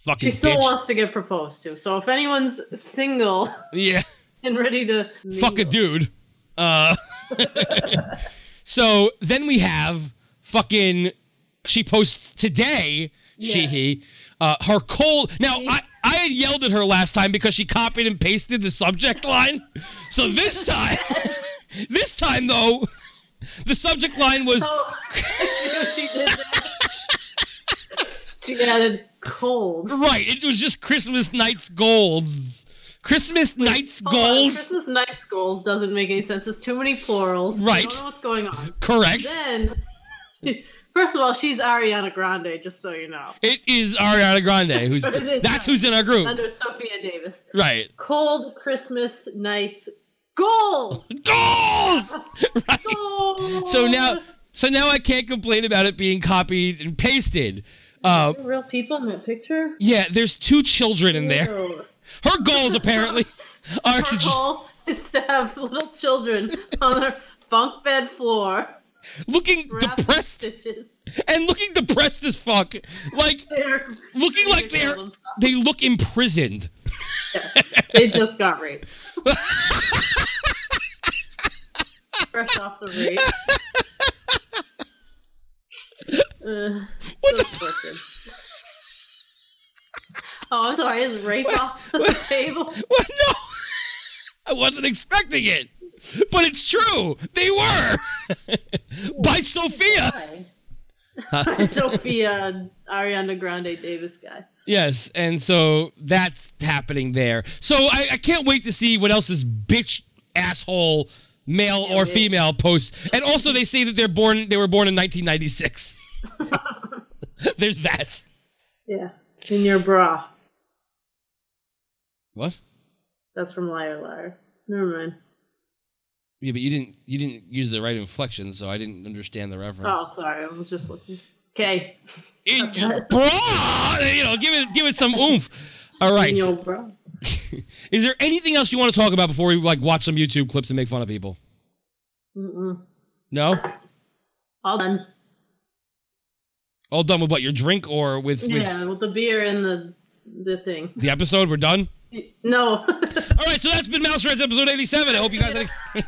Fucking
She still
bitch.
wants to get proposed to. So if anyone's single <laughs>
yeah.
and ready to
fuck a
<laughs> mingle-
dude. Uh, <laughs> so then we have fucking. She posts today. She
Yeah.
he. Uh, her cold. Now I I had yelled at her last time because she copied and pasted the subject line. So this time, <laughs> this time though, the subject line was
Oh, she did
<laughs>
that. She added cold.
right. It was just Christmas night's goals. Christmas night's
Hold on,
goals.
Christmas night's goals doesn't make any sense. There's too many plurals. We
Right.
don't know what's
<laughs>
going on.
Correct.
Then, <laughs> first of all, she's Ariana Grande, just so you know,
It is Ariana Grande
<laughs>
who's
It is
that's
not.
who's in our group.
under Sophia Davis.
Right.
Cold Christmas night's goals. <laughs> Oh.
goals. right.
Goals.
<laughs> So now, so now I can't complain about it being copied and pasted. Uh,
real people in that picture.
yeah, there's two children in there. <laughs>
Ew.
Her goals
<laughs>
apparently are to
Her
just
goal <laughs> is to have little children on her bunk bed floor,
looking
wrapped in
depressed
stitches. <laughs>
and looking depressed as fuck. Like
They're
looking like they're they look imprisoned.
they just got raped. Fresh off the rape. Uh,
What the
so twisted. Oh, I'm sorry. Is rape off the table?
<laughs> What? No, I wasn't expecting it, but it's true. They were <laughs> by Sophia.
<laughs> Sophia Ariana Grande Davis guy.
Yes, and so that's happening there. So I, I can't wait to see what else this bitch asshole male or female posts. And also they say that they're born they were born in
<laughs>
1996. So, <laughs> there's that.
Yeah, in your bra.
What?
That's from Liar Liar. Never mind.
Yeah, but you didn't you didn't use the right inflection, so I didn't understand the reference.
Oh, sorry. I was just looking. Okay.
<laughs> In your
<laughs>
bra, you know, give it give it some oomph. All right.
In your bra.
Is there anything else you want to talk about before we like watch some YouTube clips and make fun of people?
Mm-mm.
No?
All done.
All done with what your drink or with, with
Yeah, with the beer and the the thing.
the episode. We're done.
No. <laughs>
All right, so that's been Mouse Rats episode 87. I hope you guys had a-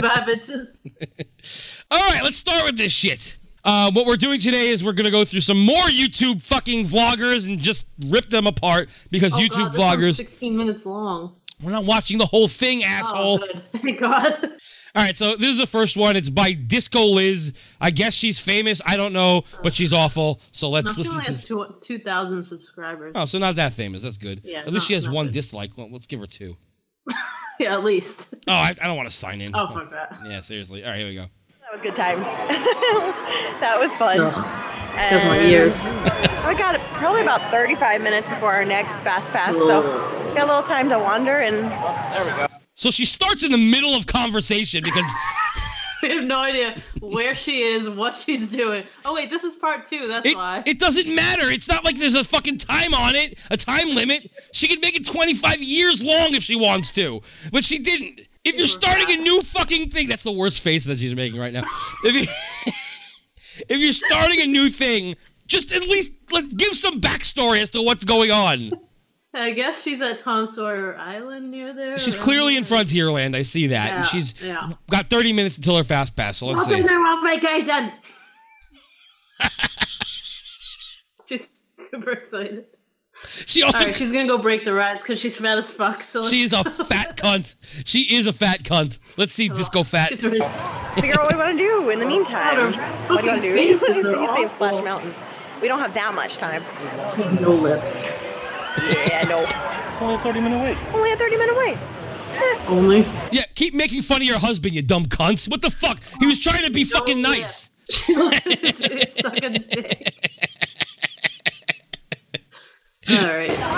Bye, bitches.
All right, let's start with this shit. Uh, what we're doing today is we're going to go through some more YouTube fucking vloggers and just rip them apart because
Oh,
YouTube
God, this one's
vloggers,
16 minutes long.
we're not watching the whole thing,
Oh,
asshole.
good. <laughs> Thank God.
All right, so this is the first one. It's by Disco Liz. I guess she's famous. I don't know, but she's awful. So let's
She
listen
only
to
has two- 2,000 subscribers.
Oh, so not that famous. That's good.
Yeah,
At least
not-
she has
not
one
good.
dislike. Well, let's give her two.
Yeah, at least.
Oh, I, I don't want to sign in.
Oh, fuck that.
Yeah, seriously. All right, here we go.
That was good times. <laughs> that was fun.
That's my
And
ears.
We got probably about 35 minutes before our next fast pass, so got a little time to wander and
So she starts in the middle of conversation
<laughs>
because
<laughs> We have no idea where she is, what she's doing. Oh, wait, this is part two. That's why.
it, it doesn't matter. It's not like there's a fucking time on it, a time limit. She could make it 25 years long if she wants to, but she didn't. If you're starting a new fucking thing, that's the worst face that she's making right now. If you <laughs> if you're starting a new thing, just at least let's give some backstory as to what's going on.
I guess she's at Tom Sawyer Island near there.
She's
right?
clearly in Frontierland. I see that,
Yeah,
and she's
yeah.
got 30 minutes until her fast pass. So
<laughs>
let's see.
Welcome to Rock Vacation! <laughs> she's super excited.
She also
All right, she's gonna go break the rats because she's fat as fuck. So let's-
She is a fat cunt. She is a fat cunt. Let's see disco fat.
<laughs>
<laughs>
She's ready.
figure out what we want to
<laughs>
do in the meantime.
Her
What do you want to do? You
fucking
see
faces are
<laughs> these things
awful.
Splash Mountain. We don't have that much time.
No lips.
Yeah, no. It's only a 30 minute wait. Only a 30 minute wait.
Only.
Yeah, keep making fun of your husband, you dumb cunts. What the fuck? He was trying to be fucking
do
nice.
Suck a dick. All right.
We'll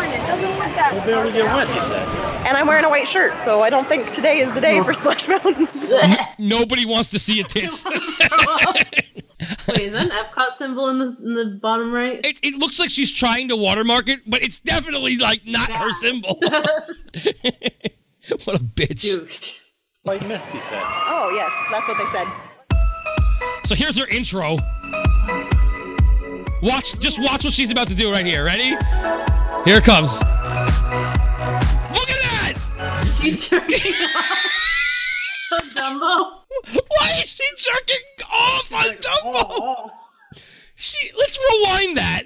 be able to get wet, he said.
And I'm wearing a white shirt, so I don't think today is the day for Splash
<laughs>
Mountain.
Nobody wants to see a tits.
Wait, is that an Epcot symbol in the, in the bottom right?
It, it looks like she's trying to watermark it, but it's definitely like not her symbol. <laughs> what a bitch.
Douche.
Like Misty said.
oh, yes, that's what they said.
So here's her intro. Watch, just watch what she's about to do right here. Ready? Here it comes. Look at that!
She's <laughs> jerking off. Dumbo.
Why is she jerking off on Dumbo? She, let's rewind that.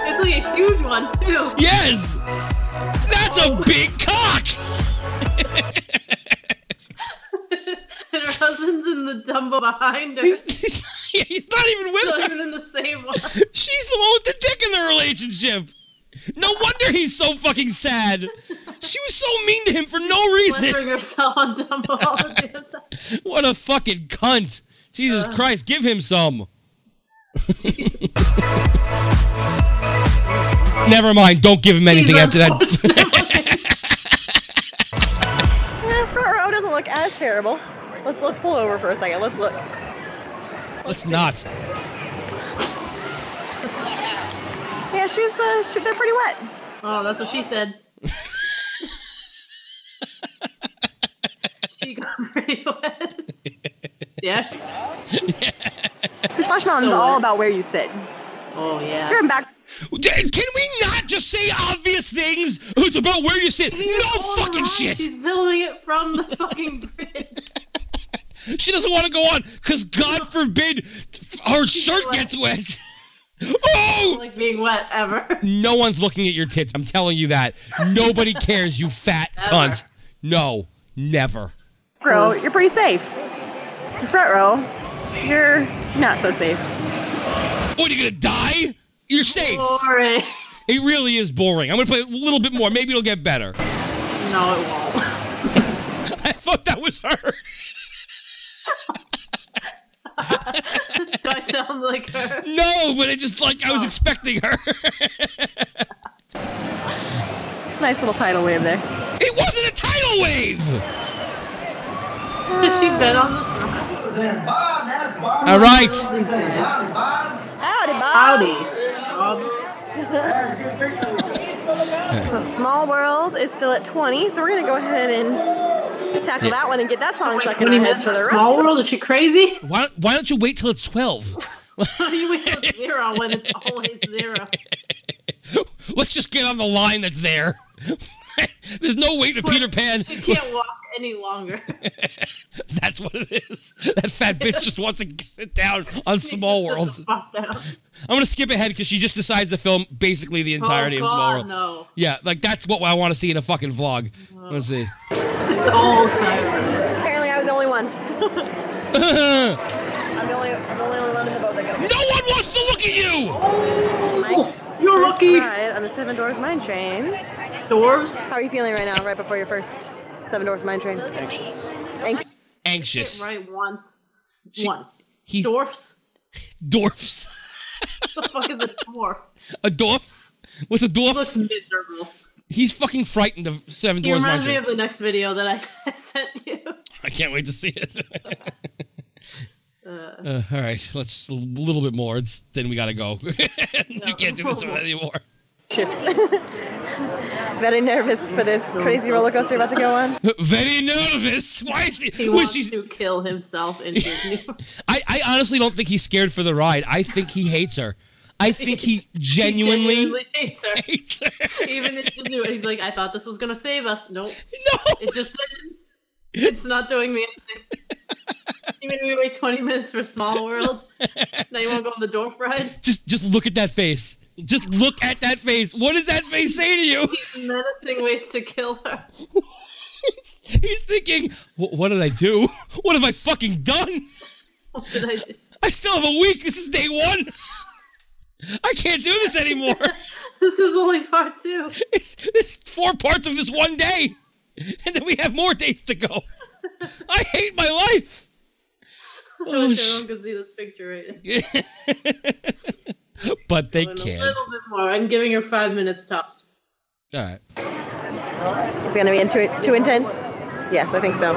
It's like a huge one too.
yes, that's a big cock. <laughs>
and her husband's in the Dumbo behind her.
He's,
<laughs> She's
he's- he's not even
not
with her.
even in the same
<laughs>
one.
She's the one with the dick in the relationship. No wonder he's so fucking sad. She was so mean to him for no reason.
Blistering herself on Dumbo all the damn time.
What a fucking cunt! Jesus Christ, give him some. Never mind. Don't give him anything after that.
Eh, front row doesn't look as terrible. Let's let's pull over for a second. Let's look.
<laughs> Let's not.
Yeah, she's uh, she, they're pretty <laughs> wet.
Oh, that's what she said. she got <laughs> pretty wet. Yeah.
See, Splash Mountain's
So
all
wet.
about where you sit.
Oh yeah.
You're in back.
Can we not just say obvious things? It's about where you sit. No
All
fucking
right,
shit.
She's billowing it from the fucking bridge.
She doesn't want to go on because God forbid her shirt
wet.
gets wet. Oh!
like being wet
<laughs>
ever.
No one's looking at your tits. I'm telling you that.
<laughs>
Nobody cares, you fat cunt. No, never.
Front row, you're pretty safe. The front row, you're not so safe.
What are you gonna die? You're safe.
Boring.
It really is boring. I'm gonna play a little bit more. Maybe it'll get better. <laughs>
No, it won't.
I thought that was her. <laughs>
<laughs> Do I sound like <laughs> her?
No, but it just like
Ah.
I was expecting her. <laughs>
Nice little tidal wave there.
it wasn't a tidal wave.
Has she been on this ride?
All right.
These guys.
Howdy, Bob.
Howdy.
So Small World is still at 20, so we're gonna go ahead and tackle that one and get that song stuck in our
Twenty minutes
heads
for
for the rest.
Small World? Is she <laughs> crazy?
Why don't, why don't you wait till it's twelve? <laughs>
How do you wake up zero when <laughs> it's always zero?
Let's just get on the line that's there. <laughs> There's no way to Peter
<laughs>
Pan.
You can't walk any longer.
<laughs> That's what it is. That fat bitch just wants to sit down on <laughs> Small World.
<laughs> Fuck that.
I'm gonna skip ahead because she just decides to film basically the entirety
oh,
of Small
God,
World.
No.
Yeah, like that's what I want to see in a fucking vlog. Let's see. <laughs>
The whole time.
Apparently, I was the only one.
no one
I'm the only, I'm the only one in the boat that got
wants to look at you.
Mike's
You're
first
lucky.
ride on the Seven Doors Mine Train.
Dwarves?
How are you feeling right now, right before your first Seven Doors Mine Train?
Anxious.
Anxious.
Anxious.
Right once.
She-
once.
He's
Dwarfs?
dwarfs.
What the fuck is a dwarf?
A dwarf. What's a dwarf?
<laughs> Looks miserable.
He's fucking frightened of Seven
He
Doors Mine
reminds me
Train.
of the next video that I, I <laughs> sent you.
I can't wait to see it.
Uh,
Uh, all right, let's just a little bit more. It's, then we gotta go. <laughs> you can't do this one anymore.
<laughs> Very nervous for this crazy roller coaster you're about to go on.
Very nervous. Why is she?
he
was
wants
she-
to kill himself
<laughs>
in <laughs> his new
I, I honestly don't think he's scared for the ride. I think he hates her. I think
<laughs>
he genuinely,
genuinely hates her.
hates her.
Even if <laughs> he knew it, he's like, I thought this was gonna save us.
<laughs>
Nope.
no.
It just didn't. It's not doing me anything. You made me wait 20 minutes for Small World. Now you want to go on the dwarf ride?
Just just look at that face. Just look at that face. What does that face say to
<laughs>
you? <laughs>
Menacing ways to kill her.
He's thinking, "Wh- what did I do? <laughs> What have I fucking done?
What did I do?
I still have a week. This is day one. I can't do this anymore.
<laughs> This is only part two.
It's, it's four parts of this one day, and then we have more days to go. I hate my life.
<laughs> I wish
sh-
everyone could see this picture right now.
but they
A
can't.
little bit more. I'm giving her five minutes tops.
All right.
It's gonna be into it too intense. Yes, I think so.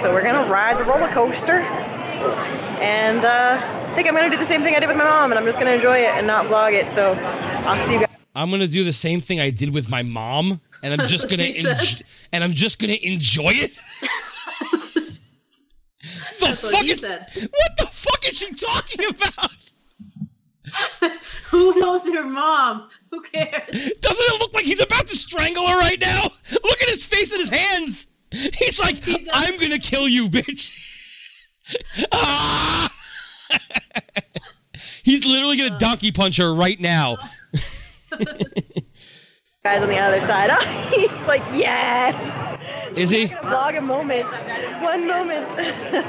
So we're gonna ride the roller coaster, and uh, I think I'm gonna do the same thing I did with my mom, and I'm just gonna enjoy it and not vlog it. So I'll see you guys.
I'm gonna do the same thing I did with my mom, and I'm
<laughs>
just gonna
She said.
enj- and I'm just gonna enjoy
<laughs>
it. the
what
fuck
you
is
said.
what the fuck is she talking about?
Who knows her mom? Who cares?
Doesn't it look like he's about to strangle her right now? Look at his face and his hands. He's like, I'm gonna kill you, bitch. <laughs> ah! <laughs> he's literally gonna donkey punch her right now.
guys on the other side. <laughs> He's like, yes.
Is he?
Gonna vlog a moment, one moment. we're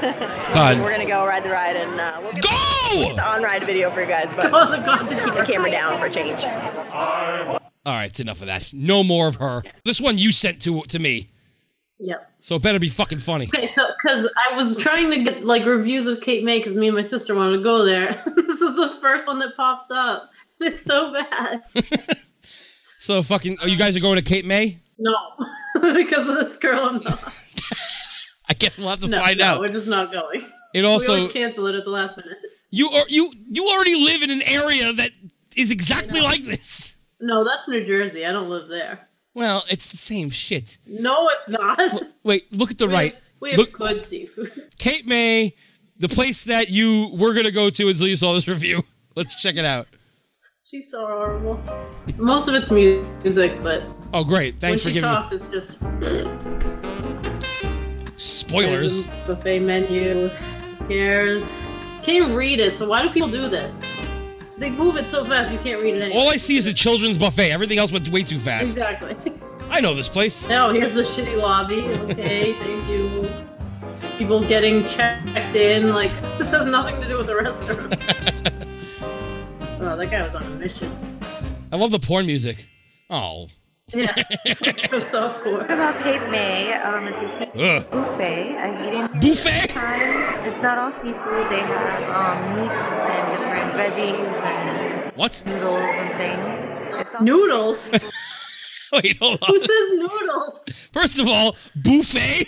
God,
gonna go ride the ride, and uh, we'll get
go!
the on ride video for you guys, but
<laughs> Oh, the goddamn
keep the camera down for a change.
All right, it's enough of that. No more of her. This one you sent to to me,
Yep.
so it better be fucking funny.
Okay, so because I was trying to get like reviews of Kate May because me and my sister wanted to go there. <laughs> this is the first one that pops up. It's so bad.
So fucking, oh, you guys are going to Cape May?
No, <laughs> because of this girl, I'm not.
I guess we'll have to
No,
find
no,
out.
we're just not going.
It
we
also
always cancel it at the last minute.
you are you you already live in an area that is exactly like this.
No, that's New Jersey. I don't live there.
Well, it's the same shit.
No, it's not. <laughs>
Wait, look at the right.
We have
look,
good seafood.
Cape May, the place that you were gonna go to until you saw this <laughs> review. Let's check it out.
She's so horrible. Most of it's mu- music, but
Oh, great! Thanks
when
for
she
giving me
talks, it's just
spoilers.
Here's a buffet menu. Here's can't read it. So why do people do this? They move it so fast you can't read it anymore.
All I see is a children's buffet. Everything else went way too fast.
<laughs> exactly.
I know this place.
Now Oh, here's the shitty lobby.
<laughs>
Okay, thank you. People getting checked in. Like <laughs> this has nothing to do with
<laughs>
the restaurant. oh, that guy was on
<laughs>
a mission.
I love the porn music. Oh,
Yeah, <laughs> so so poor.
about Cape May, um, it's a
Ugh.
buffet. I eat in
buffet.
time. It's not all seafood. They have um, meats and different veggies and
What? <laughs>
noodles and things. It's all
Noodles.
Wait, hold
Who
on.
says noodles?
First of all, buffet.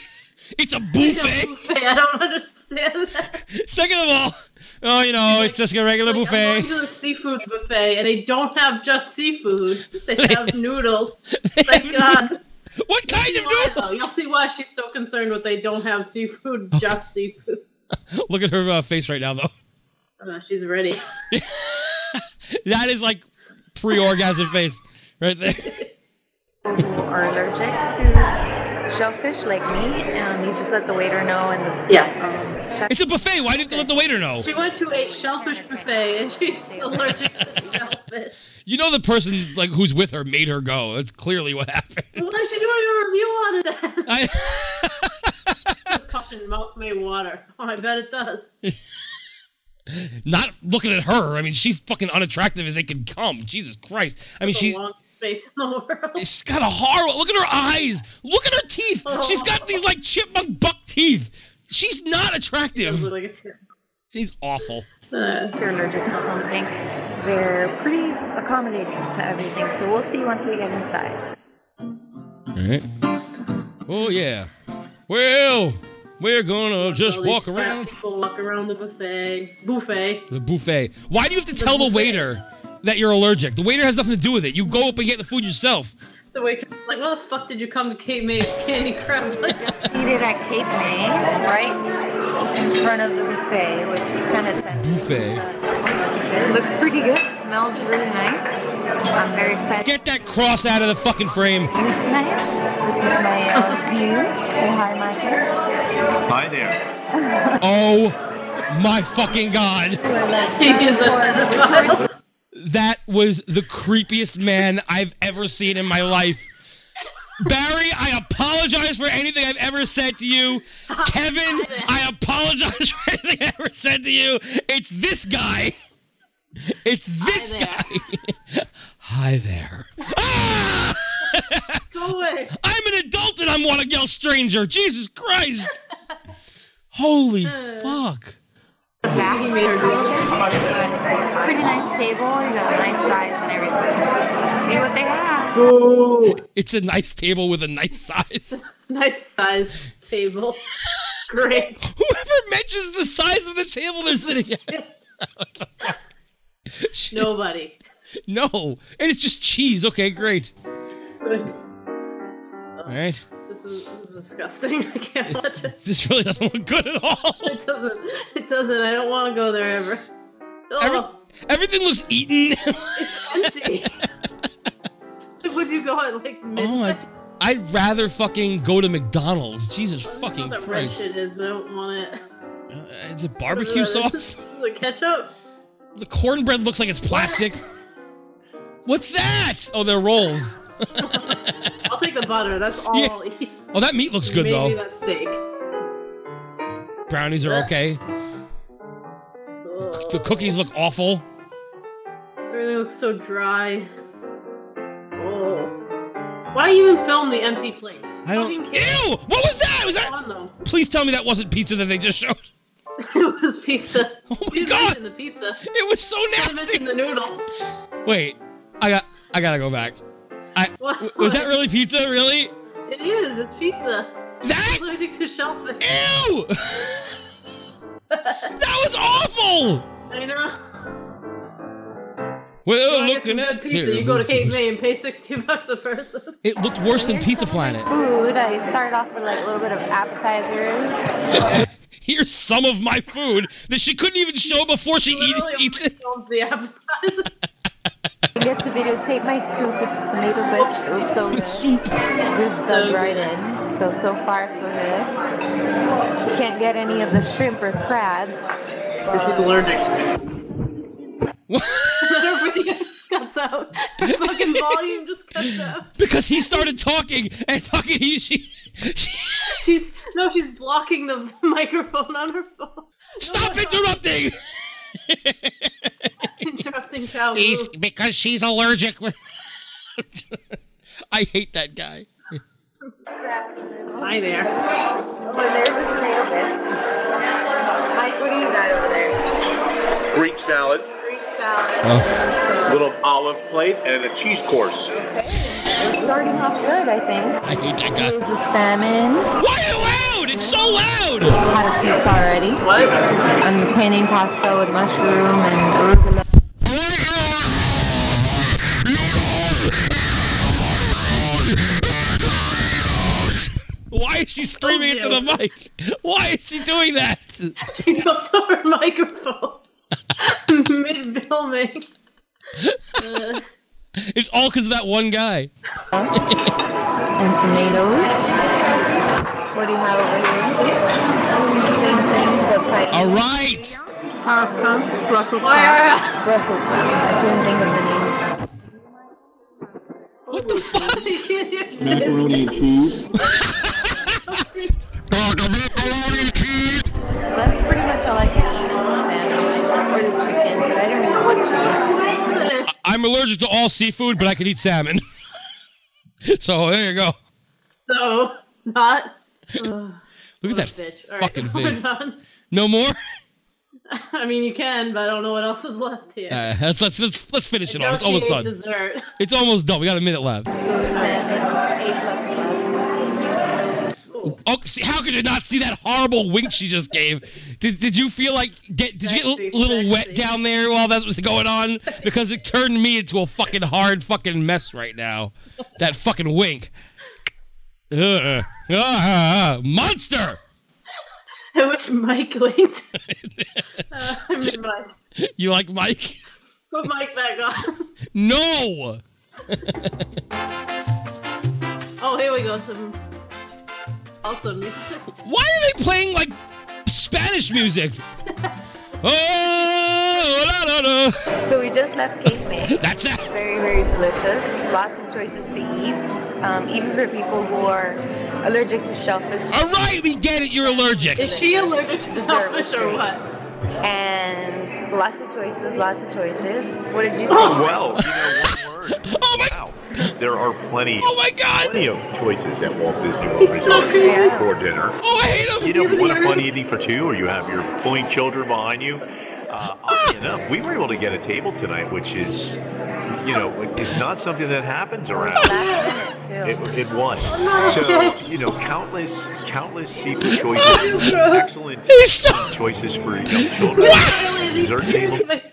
It's a buffet.
Buffet. I don't understand that.
Second of all, oh, you know, it's just a regular
Like, I'm
buffet.
going to the seafood buffet, and they don't have just seafood.
<laughs>
They have noodles. uh, Thank <laughs> God.
What kind of
Why, though? You'll
noodles?
see why she's so concerned with they don't have seafood, just seafood.
<laughs> Look at her uh, face right now, though.
Uh, she's ready.
That is like pre-orgasm face right there.
people who are allergic to shellfish like me, and you just let the waiter know and the
Yeah.
um,
It's a buffet. Why didn't they let the waiter know?
She went to a shellfish buffet, and she's <laughs> allergic to shellfish.
You know the person like who's with her made her go. That's clearly what happened. <laughs>
Why is she doing a review on <laughs> it then?
I,
Fucking mouth may water. Oh, I bet it does.
not looking at her. I mean, she's fucking unattractive as they can come. Jesus Christ. I mean,
The
she
longest face in the world.
she's got a horrible. Look at her eyes. Look at her teeth. She's got these like chipmunk buck teeth. She's not attractive.
<laughs> Like,
She's awful.
uh,
if you're allergic to something, they're pretty accommodating to everything. So we'll see once we get inside.
All right. Oh yeah. Well, we're gonna just
all these
walk
fat
around.
People walk around the buffet. Buffet.
The buffet. Why do you have to tell the waiter that you're allergic? The waiter has nothing to do with it. You go up and get the food yourself.
The waitress was like, why the fuck did you come to Cape May Candy Crab? <laughs> Like,
Seated at Cape May, right in front of the buffet, which is kind of tempting.
Buffet.
It looks pretty good. Smells really nice. I'm very excited.
Get that cross out of the fucking frame.
you tonight. This is my uh, view. Say hi, Michael.
Hi there.
Oh my fucking god.
he is a pedophile.
That was the creepiest man I've ever seen in my life. Barry, I apologize for anything I've ever said to you. Kevin, I apologize <laughs> for anything I ever said to you. It's this guy. It's this
there.
guy. <laughs> Hi there. Ah!
Go away.
I'm an adult and I'm want
<laughs>
to yell stranger. Jesus Christ. Holy fuck.
back
He made her do this.
Pretty nice table, you got a nice size and everything. See what they have.
It's a nice table with a nice size. <laughs>
Nice size table. Great.
Whoever mentions the size of the table they're sitting at. <laughs>
<laughs> Nobody.
No. And it's just cheese. Okay, great. All right.
This is, this is disgusting. <laughs> I can't watch it.
This really doesn't look good at
<laughs>
all.
It doesn't. It doesn't. I don't want to go there
<laughs>
ever.
Every-
Oh,
everything looks eaten. <laughs>
empty. Would you go at like midnight?
oh my. I'd rather fucking go to McDonald's. Jesus
I don't
fucking
know what that red
Christ.
shit is, but I don't want it.
Uh, Is it <laughs>
<laughs>
barbecue sauce?
The ketchup.
The cornbread looks like it's plastic. What's that? Oh, they're rolls.
I'll take the butter. That's all.
<laughs>
<laughs>
Yeah.
I'll eat.
Oh, that meat looks good though.
Maybe that steak.
Brownies are okay.
Ugh.
The cookies look awful.
Everything looks so dry. Ugh. Why even film the empty plates?
I don't.
Fucking kidding.
Ew! What was that? Was that?
on though. <laughs>
Please tell me that wasn't pizza that they just showed. <laughs>
it was pizza.
Oh my
You didn't
God.
mention
<laughs>
the pizza. You
It was so
mentioned
nasty.
the noodles.
Wait, I got. I gotta go back. I w- was that really pizza? Really?
It is. It's pizza.
That?
Allergic to shellfish.
Ew! <laughs> that was awful.
I know.
Well,
Wanna get
looking
some good
at
pizza. You go to Cape May and pay sixty bucks a person. <laughs>
It looked worse than Pizza Planet.
Food. I started off with like a little bit of appetizers.
Here's some of my food that she couldn't even show before she eat,
Literally
eats it.
only filmed the appetizer. <laughs>
I get to videotape my soup with the tomato bits. It was so
With
good.
soup.
Just dug right in. So so far so good. Can't get any of the shrimp or crab.
She's allergic.
<laughs> because
Everything
<laughs>
cuts out. The fucking volume just cuts out.
he started talking and fucking he she, she
She's no, she's blocking the <laughs> microphone on her phone.
stop
no,
interrupting.
interrupting Cal.
He's-
Move.
because she's allergic. <laughs> I hate that guy.
Hi there. <laughs>
there's a tomato bit. Mike, what do you got over there?
Greek salad,
Greek salad.
little olive plate, and a cheese course.
Starting off good, I think.
I hate that guy.
There's the salmon.
Why loud? It's so loud.
Had a piece already.
What?
I'm painting pasta with mushroom and arugula.
Why is she screaming into the mic? Why is she doing that?
She bumped over her microphone <laughs> mid filming. Uh,
It's all because of that one guy.
and tomatoes. What do you have over here? Same thing, but
All
like
right.
pasta, Brussels
why are
Brussels sprouts. I couldn't think of the name.
What the
<laughs>
fuck?
I can't hear shit.
Macaroni and
<laughs>
cheese.
That's pretty much all I can eat is the salmon or the chicken, but I don't even want cheese.
I'm allergic to all seafood, but I can eat salmon. <laughs> so there you go.
So not Ugh,
Look at that.
bitch. All right, <laughs>
Fucking
we're
face.
done.
No more. <laughs>
I mean, you can, but I don't know what else is left here.
Uh, let's, let's let's let's finish it
Don't
off. It's almost
you hate
done.
Dessert. <laughs>
It's almost done. We got a minute left.
So the salmon, A plus plus.
Oh, see, how could you not see that horrible wink she just gave? Did, did you feel like get, did you get a
Sexy,
little wet
sexy.
down there while that was going on? Because it turned me into a fucking hard fucking mess right now. That fucking wink. Ugh. Ah, monster.
I wish Mike
<laughs>
winked. uh, I mean, Mike.
You like Mike?
Put Mike back on. <laughs>
No.
Oh, here we go. Some awesome music.
Why are they playing like Spanish
<laughs>
music? Oh, la, la, la.
So we just left Cape May.
that's that.
very, very delicious. Lots of choices to eat, um, even for people who are allergic to shellfish.
All right, we get it. You're allergic.
Is she allergic to shellfish or what?
and lots of choices, lots of choices. What did you think?
Well, you know,
<laughs> Oh,
one word.
Oh my!
Wow.
There are plenty,
Oh my god!
plenty of choices at Walt Disney
<laughs>
World Resort
Yeah.
for dinner.
Oh, I hate
You
him!
know, you want a fun evening for two, or you have your pulling children behind you. Uh,
Ah.
oddly enough, we were able to get a table tonight, which is, you know, is not something that happens around. It,
<laughs>
it
<laughs>
won. So you know, countless, countless seafood
<laughs>
choices, excellent
He's so-
choices for young children. Dessert table.
<laughs> My soul.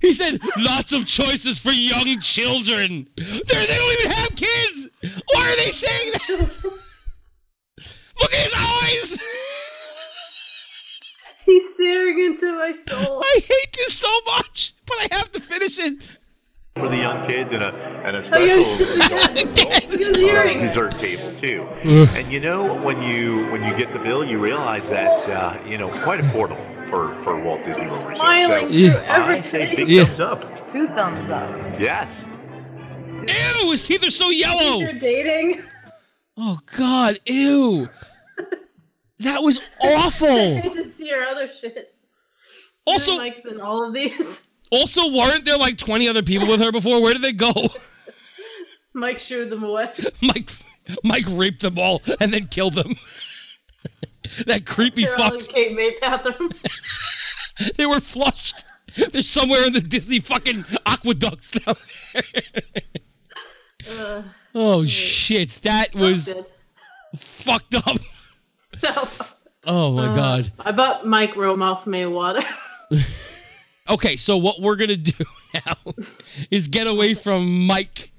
He said lots of choices for young children. They're, they they do not even have kids. Why are they saying that? Look at his eyes. <laughs>
He's staring into my
<laughs>
soul.
I hate this so much, but I have to finish it.
for the young kids and a and a
Oh, yeah.
<laughs>
special
Look at his
Oh,
earring.
dessert table too.
Mm.
and you know when you when you get the bill, you realize that uh, you know quite affordable for for Walt Disney World. Resort.
Smiling
So,
through
I say big
everything.
Yeah.
thumbs up.
Two thumbs up.
Yes.
Ew, his teeth are so
<laughs> You're
yellow.
<laughs>
dating.
Oh God, ew. That was
I
awful.
need to see your other shit.
Also,
Mike's in all of these. <laughs>
also, weren't there like twenty other people with her before? Where did they go? <laughs>
Mike shooed them away.
Mike, Mike raped them all and then killed them. <laughs> that creepy
They're all
fuck.
in Kate May
<laughs>
bathrooms.
They were flushed. They're somewhere in the Disney fucking aqueducts now. oh shit! That was
<laughs> Good.
fucked up.
That was-
Oh my god.
I bet Mike wrote mouth May water.
Okay, so what we're gonna do <laughs> now is get away from Mike.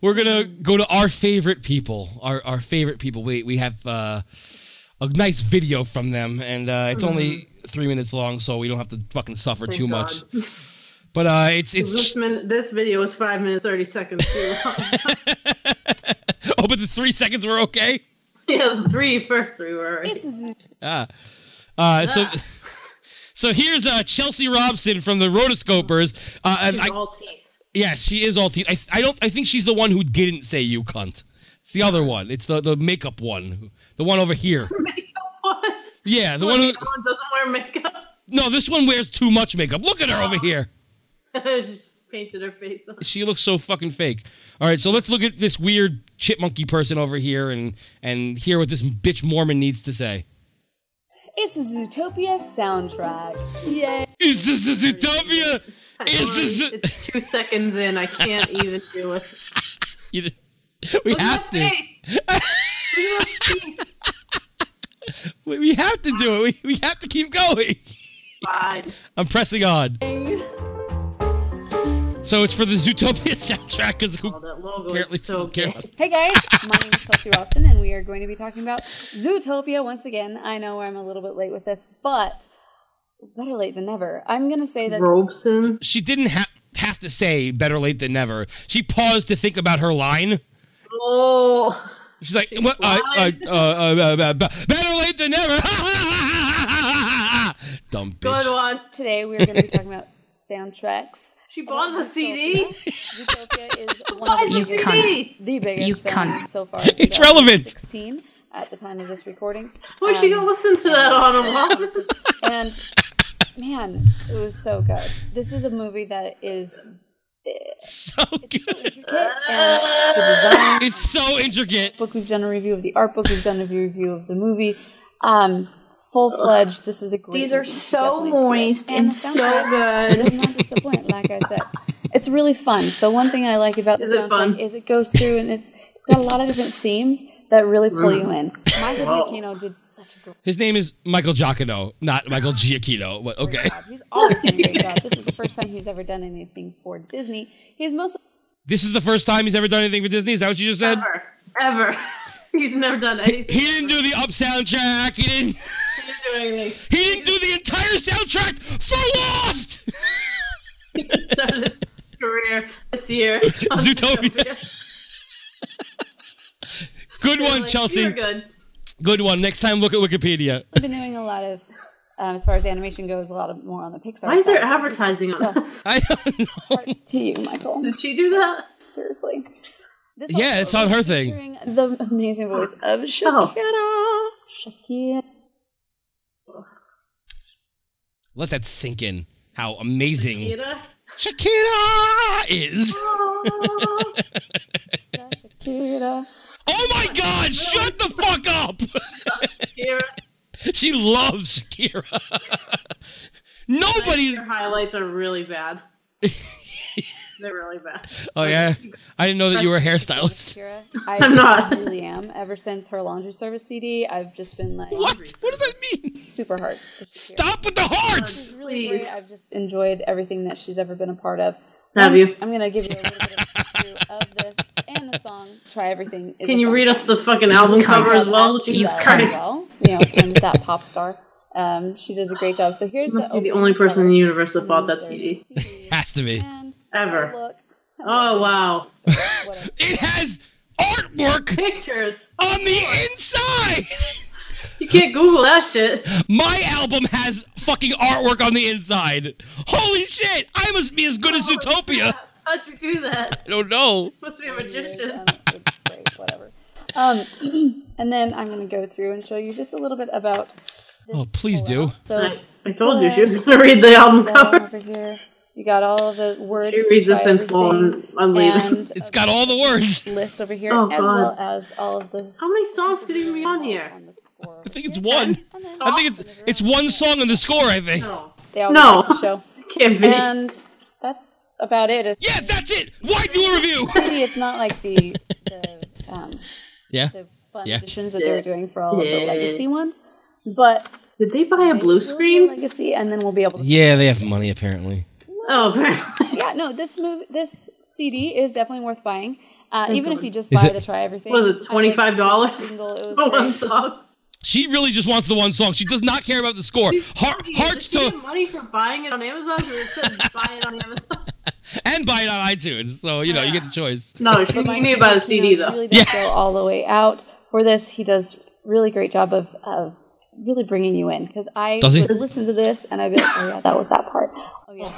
We're gonna go to our favorite people. Our our favorite people. We we have uh, a nice video from them, and uh, it's only three minutes long, so we don't have to fucking suffer too
Mm-hmm. God.
much. But uh, it's it's
<laughs>
<laughs>
this, <laughs> min- this video was five minutes thirty seconds too
<laughs>
long. <laughs>
oh, but the three seconds were okay.
yeah, the three first three were. alright.
Uh,
Ah.
so, so here's uh, Chelsea Robson from the Rotoscopers. Uh, and
These are
I,
all teeth.
yeah, she is all teeth. I, I don't. I think she's the one who didn't say you cunt. It's the other one. It's the the makeup one. The one over here.
<laughs> Makeup one.
Yeah, the
When
one who.
Ellen doesn't wear makeup. <laughs>
No, this one wears too much makeup. Look at her over here.
she painted her face on.
She looks so fucking fake. All right, so let's look at this weird chipmunky person over here and and hear what this bitch Mormon needs to say.
It's the Zootopia soundtrack.
Is this a Zootopia? Is
Sorry,
this?
It's two seconds in.
<laughs>
I can't even do it.
You-
<laughs>
We
Look
have
at
to.
my
<laughs>
face. Look at my teeth.
We, we have to do it. We, we have to keep going.
Fine.
I'm pressing on. So it's for the Zootopia <laughs> soundtrack because who
Oh, that logo
apparently
is so
care
gay.
about-
Hey guys, my name is Chelsea Robson, and we are going to be talking about Zootopia once again. I know I'm a little bit late with this, but better late than never. I'm going to say that
Robeson.
She didn't ha- have to say better late than never. She paused to think about her line.
Oh,
She's like, what, uh, uh, uh, uh, uh, uh, better late than never. <laughs> Dumb bitch.
good one.
today we are going to be talking about soundtracks.
She bought the CD.
Zootopia is one of
It's a
the,
You
CD.
cunt.
the biggest
You
films
cunt.
so far.
It's relevant.
16 at the time of this recording.
Where's she gonna listen to that on a wall?
<laughs>
and man, it was so good. This is a movie that is
So good.
intricate and the design
It's so intricate.
book. We've done a review of the art book. We've done a review of the movie. Um, full fledged. This is a great.
These are
movie.
so
Definitely see it.
moist and
the
so
soundtrack
good.
does Not disappoint, like I said. It's really fun. So one thing I like about the
Is it
soundtrack
fun?
is it goes through and it's it's got a lot of different themes that really pull you in.
Mm.
Michael Giacchino did such a great
His name is Michael Giacchino, not Michael Giacchino. But okay.
job. He's always done a great job. This is the first time he's ever done anything for Disney. He's mostly
<laughs> This is the first time he's ever done anything for Disney. Is that what you just said?
Ever, ever. He's never done
He
anything.
didn't do the up soundtrack. He didn't. He didn't do the entire soundtrack for Lost.
Started his career this year. on
<laughs> Zootopia.
<laughs>
Good
They're
one,
like, "You're
Chelsea.
good.
Good one. Next time, look at Wikipedia. <laughs>
been doing a lot of, um, as far as animation goes, a lot of more on the Pixar.
Why is there
side.
advertising on this?
I don't know.
Parts to you, Michael?
Did she do that?
Seriously. This
Yeah,
also
it's on her thing.
featuring The amazing voice of
Oh.
Shakira. Shakira.
Let that sink in. How amazing
Ada?
Shakira is.
Shakira.
Oh my God! Shut the fuck up. <laughs>
Here,
she loves Shakira. <laughs> Nobody.
<laughs> your highlights are really <laughs> bad. They're really bad.
Oh yeah, I didn't know that you were a hairstylist.
Shakira. I
I'm not.
really am. Ever since her laundry service CD, I've just been like
What? What does that mean?
super hearts. to Shakira.
Stop with the hearts.
Really
Please.
great. I've just enjoyed everything that she's ever been a part of.
Have you?
I'm gonna give you a little bit of, review of this and the song. Try everything. is
Can
a
you
fun
read
song.
us the fucking album cover as well?
She
Jesus
does
Christ.
Well, you know, and with that pop star. Um, she does a great job. So here's
You must
the
be the
opening
only person in
cover.
the universe that bought that
There's
CD.
the CD.
Has to be.
And
Ever.
look.
Oh, wow.
Whatever.
It has artwork
Pictures.
on the inside.
You can't Google that shit.
My album has fucking artwork on the inside. Holy shit! I must be as good as Utopia.
How'd you do that?
I don't know.
Must be a magician.
Um, it's great, whatever. Um, <clears throat> and then I'm gonna go through and show you just a little bit about. This
Oh, please
whole
do.
album. So
I, I told you she was going to read the album
down
cover.
over here, you got all of the words.
She
to
reads this
try
in full and
everything,
I'm leaving.
and
It's
a
got all the
<laughs>
words.
list over here,
Oh,
as
God.
well as all of the.
<laughs> How many songs could even be on here?
the score.
I think it's one.
And then
I think it's it's one song on the score. I think.
No.
they all
No.
like the
<laughs>
show.
Can't be.
And that's about it. It's,
Yeah, that's it. Why do a
<laughs>
review?
maybe it's not like the the um,
Yeah.
the fun
Yeah.
editions that they were doing for all of
Yeah.
the legacy ones, but
Did they buy a
maybe
blue
we'll do
screen?
legacy, and then we'll be able to.
Yeah, they have money apparently.
Oh, <laughs> apparently.
Yeah, no, this move, this CD is definitely worth buying. Uh, even if you just
Is
buy
it-
to try everything.
Was it Oh,
I liked the
$25
single, it was
for <laughs> one
great.
song?
She really just wants the one song. She does not care about the score. Heart, hearts
Does she
to
get money for buying it on Amazon? Or
<laughs>
it said buy it on Amazon?
and buy it on iTunes. So you know you get the choice.
No, she, you
Mike
need to buy the
Tarantino
CD though.
Really does go all the way out for this. He does really great job of, of really bringing you in because I
Does he?
would listen to this and I'd be like, oh yeah, that was that part. Oh yeah.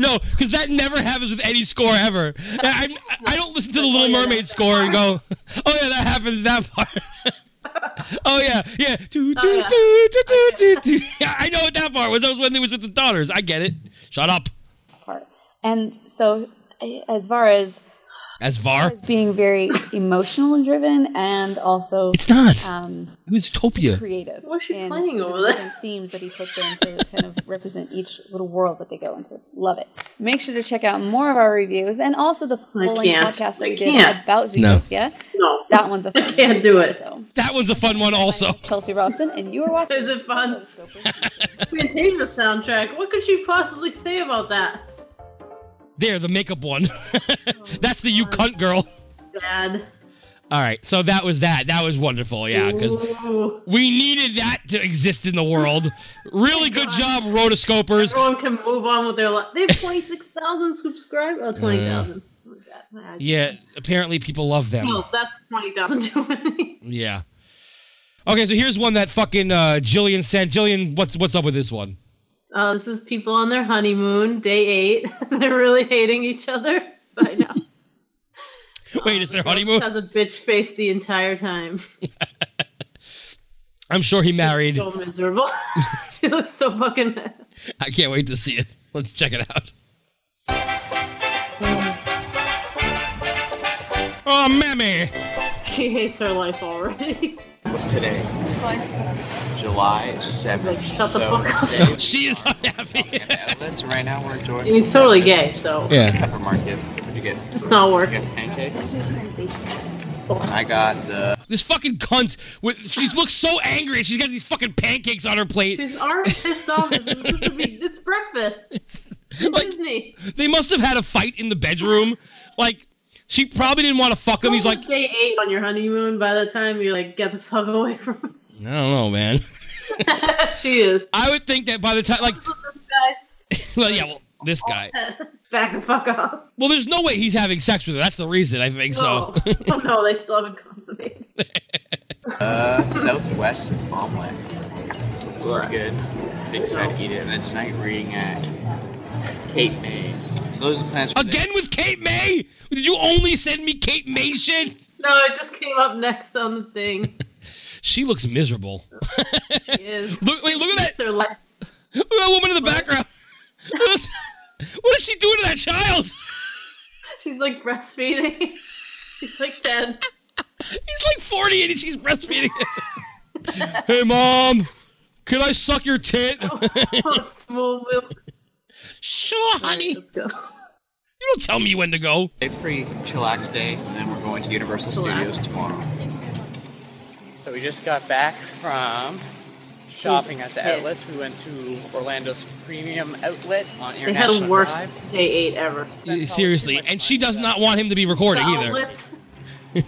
No, because that never happens with any score ever. I, I, I don't listen to the Little Mermaid score and go, oh yeah, that happened that part. <laughs> oh yeah, yeah. Do, do,
yeah.
do, do, do, do, do. yeah. I know what that part was. That was when it was with the daughters. I get it. Shut up.
part. And so, I- as far as
As VAR.
being very emotionally driven and also
It's not.
um,
It was Utopia.
creative.
What's she
in
playing
the
over there?
different Themes that he puts in to
<laughs>
kind of represent each little world that they go into. Love it. Make sure to check out more of our reviews and also the full
can't.
podcast that
I
we did
can't.
about
No.
Zootopia.
No,
That one's a
I
fun
can't do it.
So,
That one's a fun one also.
Chelsea Robson, and you are watching.
Is it fun?
Rotoscopers.
Fantasia soundtrack. What could she possibly say about that?
There, the makeup one. <laughs> Oh, That's the you cunt girl.
Bad.
All right, so that was that. That was wonderful. Yeah, because
Ooh.
we needed that to exist in the world. Really good job, rotoscopers.
Everyone can move on with their life. They have 26,000 subscribers. Oh, 20,000. Something like that. My eyes-
Yeah, apparently people love them.
No, that's 20,000 too many.
Yeah. Okay, so here's one that fucking uh, Jillian sent. Jillian, what's what's up with this one? <laughs>
Uh, this is people on their honeymoon, day eight. <laughs> They're really hating each other by now.
Wait, is their honeymoon?
Has a bitch face the entire time.
I'm sure he married.
So miserable. <laughs> she looks so fucking.
I can't wait to see it. Let's check it out. Oh, mammy!
<laughs> She hates her life <laughs> already.
What's today? July 7th.
Like, shut the fuck up.
today
She is
we
unhappy.
have outlets. Right now we're enjoying
And he's
some
totally gay,
breakfast.
so
yeah.
Pepper market. What'd you get?
it's not
You
working.
got pancakes? I got the
This fucking cunt. With, she looks so angry. She's got these fucking pancakes on her plate.
She's already pissed off. It's supposed to be it's breakfast.
<laughs> Like,
Disney.
they must have had a fight in the bedroom. Like, she probably didn't want to fuck him. He's like,
It's day eight on your honeymoon. By the time you're like, get the fuck away from.
I don't know, man.
her. <laughs> she is.
I would think that by the time, like,
This guy,
well, yeah, well, this guy.
back the fuck off.
Well, there's no way he's having sex with her. That's the reason I think so.
Oh. oh no, they still haven't
<laughs>
consummated.
uh, Southwest omelet. It's really good. Big excited to eat it. And then tonight we're eating at Cape May. So those are the plans for today.
Again with Kate May? Did you only send me Kate May shit?
No, it just came up next on the thing.
She looks miserable.
She is.
Look, wait, look at
It's her life.
that. Look at that woman in the background. that child?
She's like breastfeeding. <laughs> She's like
<laughs>
10.
He's like 40 and she's breastfeeding. hey, mom, can I suck your tit?
small milk.
Sure, honey. You don't tell me when to go.
A pretty chillax day, and then we're going to Universal Studios tomorrow. So we just got back from shopping at the
pissed.
outlets. We went to Orlando's premium outlet on
They had
International
the worst
Drive.
day eight ever.
Uh, Seriously, and she does not want him to be recording either.
Outlets.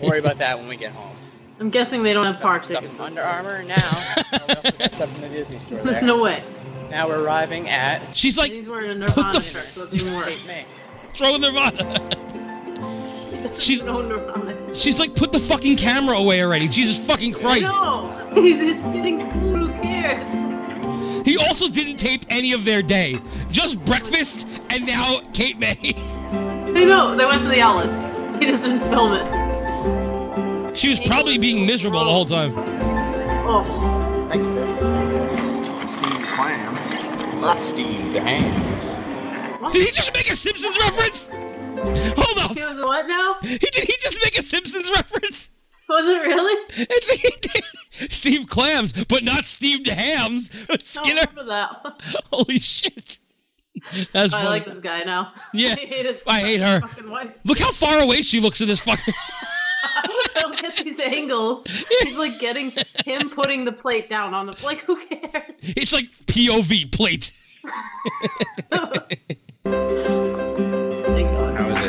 Worry about that when we get home.
I'm guessing they don't have park tickets.
Under Armour now. Stuff from the Disney store
<laughs> There's
there.
no way.
Now we're arriving at.
She's like,
He's wearing a Nirvana shirt, so it didn't
<laughs>
work. <laughs>
throw Nirvana. <laughs> She's
No Nirvana.
she's like, put the fucking camera away already. Jesus fucking Christ.
No! <laughs> He's just getting who cares?
He also didn't tape any of their day. Just breakfast and now Kate May. <laughs>
I know, they went to the outlets. He doesn't film it.
She was probably being miserable the whole time.
Oh,
Thank you. Steamed clams. Not steamed hams.
Did he just make a Simpsons reference? Hold
he
up.
was what now? <laughs> Was
He did he just make a Simpsons reference? <laughs>
it really?
I think he did. Steve clams, but not steamed
<laughs>
hams. Skinner.
I don't remember that. <laughs> one.
Holy shit. <laughs> That's
I
funny.
like this guy now. <laughs>
Yeah,
I hate, his
I hate her.
<laughs> Fucking wife.
Look how far away she looks in this fucking. <laughs>
I don't get these angles. He's like getting him putting the plate down on the like. Who cares?
It's like POV plate.
Thank God.
How is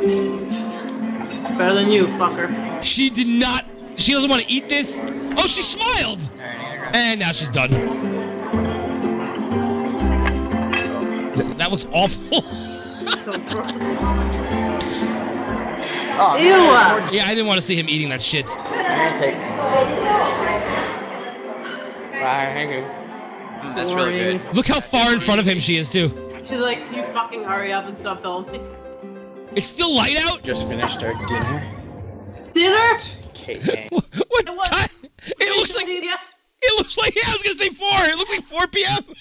it?
Better than you, fucker.
She did not. She doesn't want to eat this. Oh, she smiled. And now she's done. That looks awful. <laughs>
So gross.
Oh,
Ew. uh,
yeah, I didn't want to see him eating that shit.
I'm gonna take. Bye, thank you.
Hmm,
Mm, that's really
Boring.
good.
Look how far in front of him she is too.
She's like, you fucking hurry up and stop filming.
It's still light out. <laughs>
Just finished our dinner.
Dinner? <laughs>
Cake hang.
What
was-
time? It looks like
Yeah.
it looks like. Yeah, I was gonna say four. It looks like four p.m.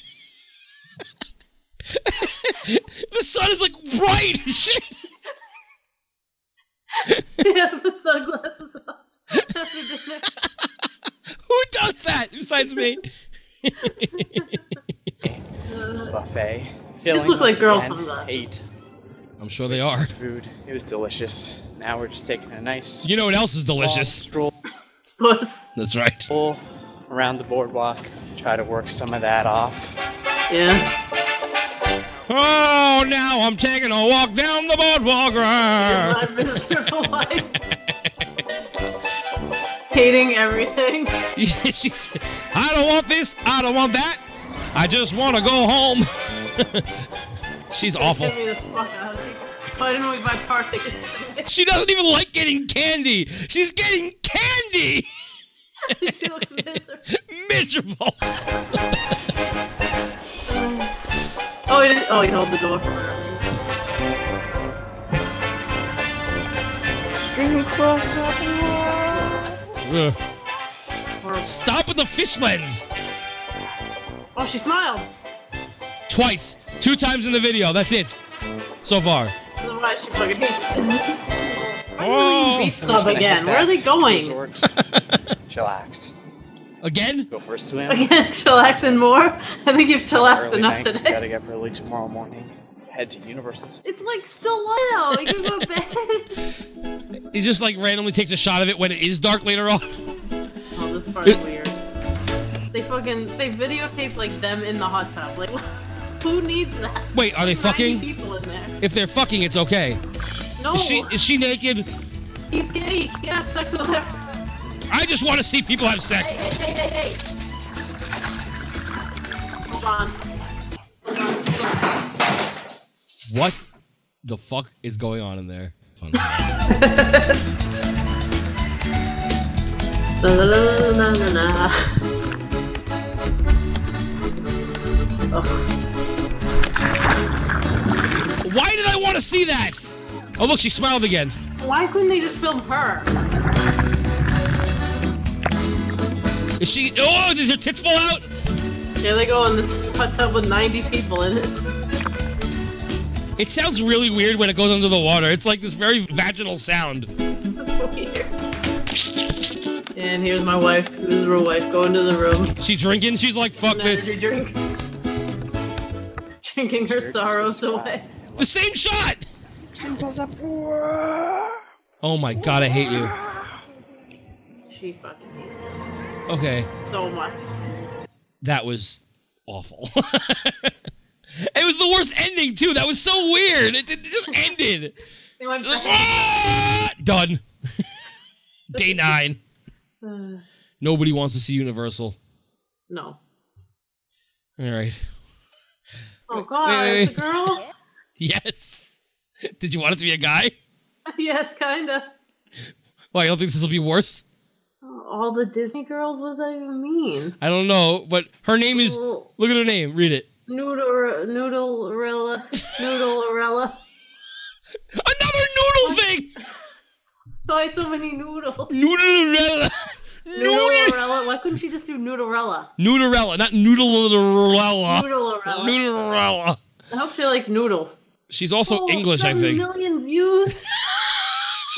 <laughs> the sun is like bright. as Shit.
<laughs> yeah, the sunglasses on. After dinner.
Who does that besides me?
buffet. Filling
look like
once
girls
again.
sometimes.
Hate
<laughs> I'm sure they are.
food. It was delicious. Now we're just taking a nice
You know what else is
long
delicious?
Puss.
Oh, That's right.
stroll around the boardwalk. Try to work some of that off.
Yeah.
Oh, now I'm taking a walk down the boardwalk. Rah. <laughs>
<laughs> My miserable life. Hating everything.
She's- I don't want this. I don't want that. I just want to go home. <laughs> She's awful.
Get me the fuck out of here. Why didn't we buy park tickets? <laughs>
She doesn't even like getting candy. She's getting candy. <laughs>
she looks miserable.
Miserable.
Oh, he didn't. Oh, he held the door for her.
Ugh. Stop with the fish lens.
Oh, she smiled.
Twice. Two times in the video. That's it. So far.
Otherwise, she fucking hates this.
Oh.
Beach club again. Where are they going? <laughs>
Resort. Chillax.
Again?
Go for a swim.
Again, <laughs> chillax and more. I think you've chillaxed
Early
enough
night. Gotta
today.
get up early tomorrow morning. Head to Universal.
<laughs>
Studios.
It's like still light out. You can go to
<laughs>
bed.
He just like randomly takes a shot of it when it is dark later on. <laughs>
oh, this part's weird. They fucking they videotape like them in the hot tub. Like, <laughs> who needs that?
Wait, are they
90
fucking?
people in there.
If they're fucking, it's okay.
No,
Is she is she naked?
he's gay. He can have sex with her.
I just want to see people have sex.
Hey, hey, hey, hey. Hold on. Hold on. Hold on.
What the fuck is going on in there? <laughs>
La la la la la la. Oh,
Why did I want to see that? Oh look, she smiled again.
why couldn't they just film her?
Is she? Oh, does her tits fall out?
<laughs> Here they go in this hot tub with 90 people in it.
It sounds really weird when it goes under the water. It's like this very vaginal sound.
And here's my wife, this is real wife, going to the room,
She's drinking. She's like, fuck this.
energy drink, <laughs> drinking her sorrows away.
The same shot. Oh my god, I hate you.
She fucking hates
Okay,
it so much.
that was awful. <laughs> it was the worst ending too. That was so weird. It, it just ended. <laughs>
They went
Ah! Done. <laughs> Day nine.
Uh,
Nobody wants to see Universal.
no.
All right.
Oh god,
wait,
it's a girl? <laughs>
Yes. Did you want it to be a guy?
yes, kinda.
Why? You don't think this will be worse?
All the Disney girls, what does that even mean?
I don't know, but her name is.
Oh.
Look at her name. Read it.
Noodle,
<laughs>
noodlerella, noodlerella.
Another noodle thing.
Why so many noodles?
Noodlerella. <laughs> Noodle.
Noodlerella. Why couldn't she just do noodlerella?
Noodlerella, not noodlerella.
Noodlerella.
Noodlerella.
I hope she likes noodles.
She's also
Oh,
English, I
seven
think. <laughs>
million views.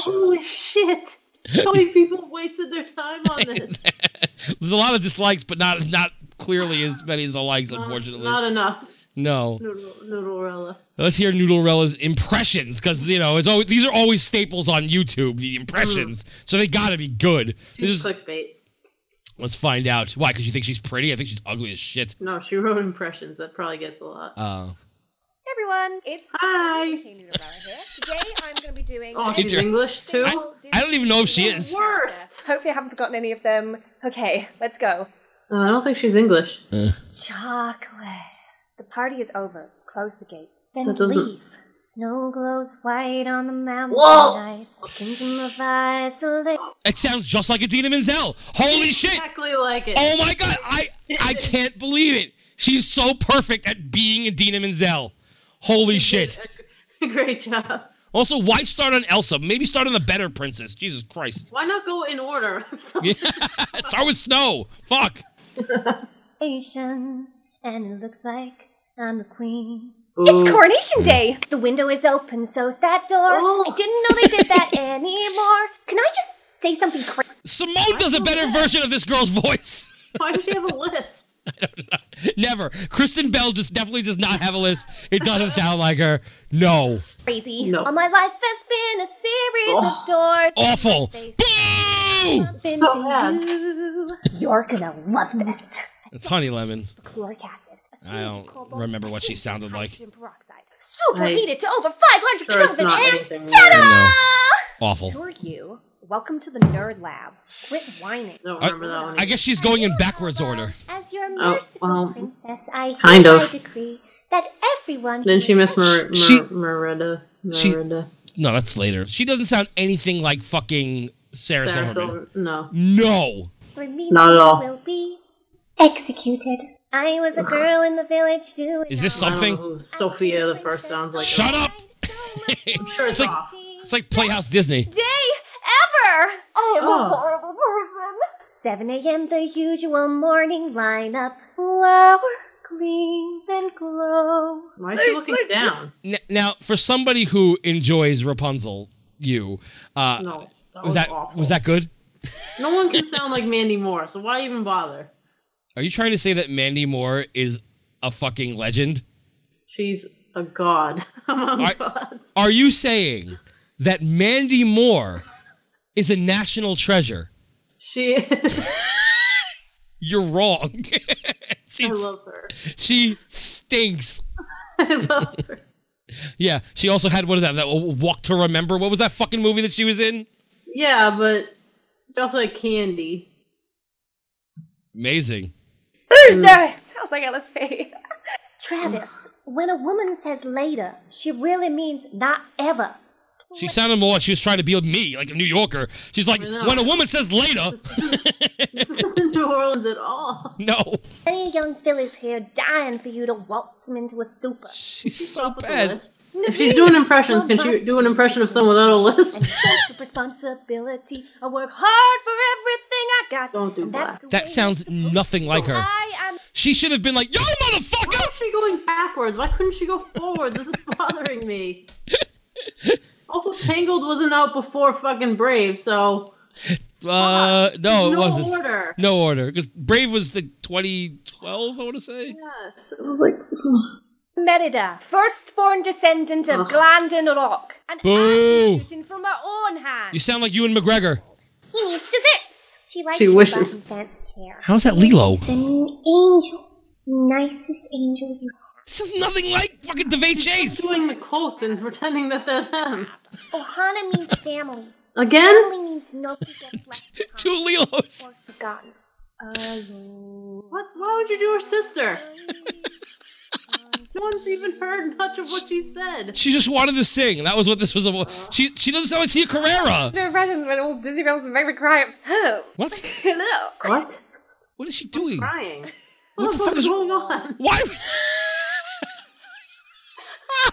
Holy shit! How many people wasted their time
<laughs>
on this?
There's a lot of dislikes, but not not clearly as many as the likes, unfortunately.
Not enough.
no.
Noodle, noodlerella.
Let's hear Noodlerella's impressions, because you know it's always these are always staples on YouTube. The impressions, so they gotta be good. This
Mm.
is,
She's clickbait.
let's find out why. Because you think she's pretty? I think she's ugly as shit.
No, she wrote impressions. That probably gets a lot.
Uh,
everyone, it's
Hi.
Kay Noodlerella here. Today I'm going to be doing.
Oh,
a
she's
Inter-
English too.
single
I don't
Disney
even know if she
character.
is.
Worst.
Hopefully, I haven't forgotten any of them. Okay, let's go.
No, I don't think she's English.
Chocolate. The party is over. Close the gate. Then
That doesn't-
leave. Snow glows white on the mountain
Whoa.
tonight. Kingdom of isolation.
it sounds just like Adina Menzel. Holy shit!
Exactly like it.
Oh my god, I I can't believe it. She's so perfect at being Adina Menzel. Holy shit.
Great job.
Also, why start on Elsa? Maybe start on the better princess. Jesus Christ.
Why not go in order? I'm sorry.
Yeah. <laughs> start with Snow. Fuck.
Asian, and it looks like I'm the queen.
Ooh.
It's coronation day.
Mm.
The window is open, so's that
<gasps>
door.
Oh.
I didn't know they did that anymore. Can I just say something crazy?
Simone does a better version of this girl's voice. <laughs>
Why do you have a list?
Never. Kristen Bell just definitely does not have a lisp. It doesn't sound like her. No.
Crazy.
No.
All my life has been a series of
Awful.
doors.
Boo!
Up into
So bad.
you. You're gonna love this.
It's Honey Lemon.
Chloric acid. a
I don't
solution cobalt,
remember what she sounded like.
hydrogen peroxide, Superheated to over
Sure, it's
500
not
Kelvin
anything
and
weird.
ta-da! Who
Awful.
are you? Welcome to the Nerd Lab. Quit whining.
Don't
I-
remember that one.
I guess she's going in backwards order.
As your
Oh,
merciful
well,
princess, I
kind
hereby
of.
decree that everyone.
Then she
here-
missed Mar- Mar-
She-
Miranda.
she-
Miranda.
No, that's later. She doesn't sound anything like fucking Sarah,
Sarah
Silverman.
Silver. No.
No.
for me
Not at all.
Will be executed. I was a girl in the village doing.
Is this
all
I don't
something?
know who Sophia the first sounds like.
Shut up!
right, so much
Sure,
<laughs> it's
it's
like
off.
it's like Playhouse Disney.
day ever. I am
Oh.
a horrible person. 7 a.m. The usual morning lineup. Flower, gleam, and glow.
Why is she looking down?
N- now, for somebody who enjoys Rapunzel, you uh,
No. That was,
was that
awful.
was that good?
No one can sound like Mandy Moore, so why even bother?
Are you trying to say that Mandy Moore is a fucking legend?
She's a god. <laughs> Among
I-
gods.
Are you saying that Mandy Moore is a national treasure?
She is.
You're wrong. <laughs> she, <laughs>
I love her.
she stinks.
I love her.
Yeah, she also had what is that? That Walk to Remember. What was that fucking movie that she was in?
Yeah, but she also had candy. <laughs>
Amazing.
Thursday! Sounds like Alice Faye.
Travis, when a woman says later, she really means not ever.
She sounded more like she was trying to be me, like a New Yorker. She's like,
I know.
when a woman says
<laughs>
later, <laughs>
This isn't New Orleans at all.
no.
Any young fillies here dying for you to waltz them into a stupor.
<laughs> She's
Keep
so
up with the
bad.
lisp. If she's doing impressions, can she do an impression of someone without
<laughs>
a lisp?
Sense of responsibility. I work hard for everything I got.
Don't do
that.
That sounds nothing like her. She should have been like, yo, motherfucker!
Why is she going backwards? Why couldn't she go forward? This is
<laughs>
bothering me. also, Tangled wasn't out before fucking Brave, so
Uh, no, it
no
wasn't.
order.
No order. Because Brave was like 2012, I want to say.
Yes. it was like
Merida, firstborn descendant of Glandon Rock, and
Boo!
shooting from her own hand.
You sound like you and McGregor.
He needs desserts. She likes
She
your
wishes.
button down hair.
How's that Lilo?
It's an angel. Nicest angel you
This is nothing like fucking DeVay Chase. <laughs>
doing the Colts and <laughs> pretending that they're them.
have. Ohana means family.
Again?
Family means nobody gets left
Two Lelos.
forgotten.
What? Why would you do her sister? <laughs> no one's even heard much of what she said.
She just wanted to sing. That was what this was about. She she doesn't sound like Tia Carrera.
No impressions, but old Disney films make me cry. Oh.
What?
Hello.
What?
What is she doing?
Crying.
What the fuck is
going on? <laughs>
Why?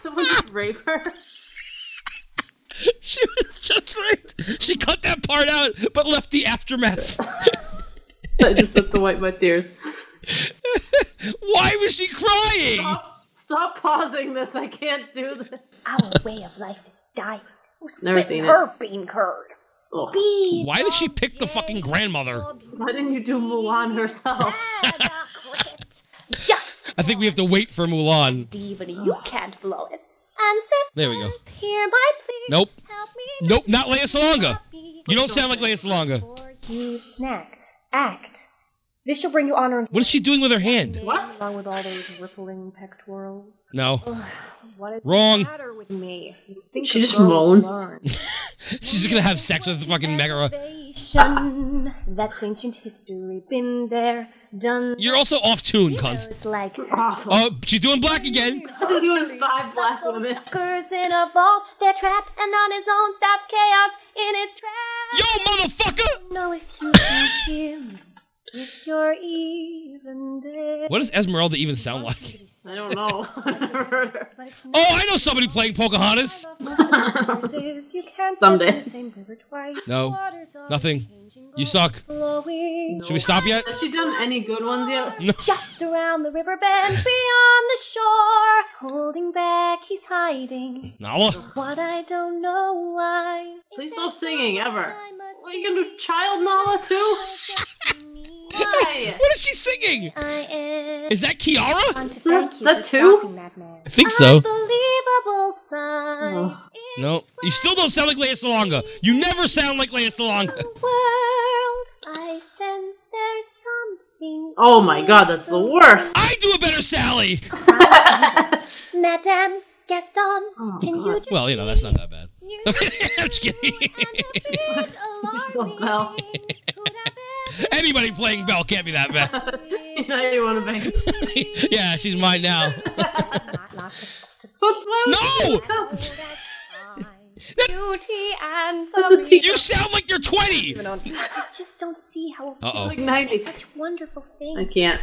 Someone just rape
<laughs>
her. <laughs>
She was just right. She cut that part out, but left the aftermath. <laughs>
I just have to wipe my tears.
Why was she crying?
Stop, stop pausing this. I can't do this.
Our way of life is dying. Oh,
Never
spit
seen it.
her bean curd.
Ugh.
Bee.
Why did she pick the fucking grandmother?
Why didn't you do Mulan herself?
I think we have to wait for Mulan.
Diva, you can't blow it. Ancestors,
There we go.
hear my plea.
Nope.
Help me
Nope, not Leia Salonga. You don't sound like Leia Salonga.
You snack. Act. This shall bring you honor and
What is she doing with her hand?
What?
Along with all those rippling pectorals. <sighs>
No. <laughs>
Ugh, what is
Wrong.
the matter with me? You think
She
a
just
girl
moaned.
learns.
She's just gonna have sex with fucking Megara.
Shun, That's ancient history. Been there, done.
You're also off tune, cunt.
It's like
Oh, she's doing black again.
<laughs> I'm doing five black women.
Suckers in a vault, they're trapped and on his own stop chaos in its trap.
Yo, motherfucker!
Know if you can hear me, if you're even there.
What does Esmeralda even sound like?
I don't know. <laughs>
Oh, I know somebody playing Pocahontas.
<laughs>
<laughs>
Says you can't
Someday.
step in the same river twice.
No,
Waters are
nothing. You suck.
flowing.
Should we stop yet?
Has she done any good ones yet?
No.
Just around the river bend, beyond the shore. Holding back, he's hiding.
Nala.
What I don't know why.
Please stop singing ever. What are you gonna do, child Nala too? Why?
What is she singing?
I am.
Is that Kiara?
Thank
Is that two?
I think so.
Unbelievable sign.
No. You still don't sound like Leia Salonga. You never sound like Leia Salonga.
World, I sense there's something.
<laughs> Oh my god, that's the <laughs> worst. Oh
I do a better Sally.
Madame Gaston, can you just
Well, you know, that's not that bad. <laughs> I'm just kidding.
<laughs> So Belle.
Anybody playing Belle can't be that bad. <laughs>
<laughs> now you wanna bang.
Yeah, she's mine now.
But why would
No! <laughs>
<laughs>
beauty and the
You sound like you're 20.
I just don't see how
Uh-oh.
beauty
Like
90.
is such wonderful thing.
I can't.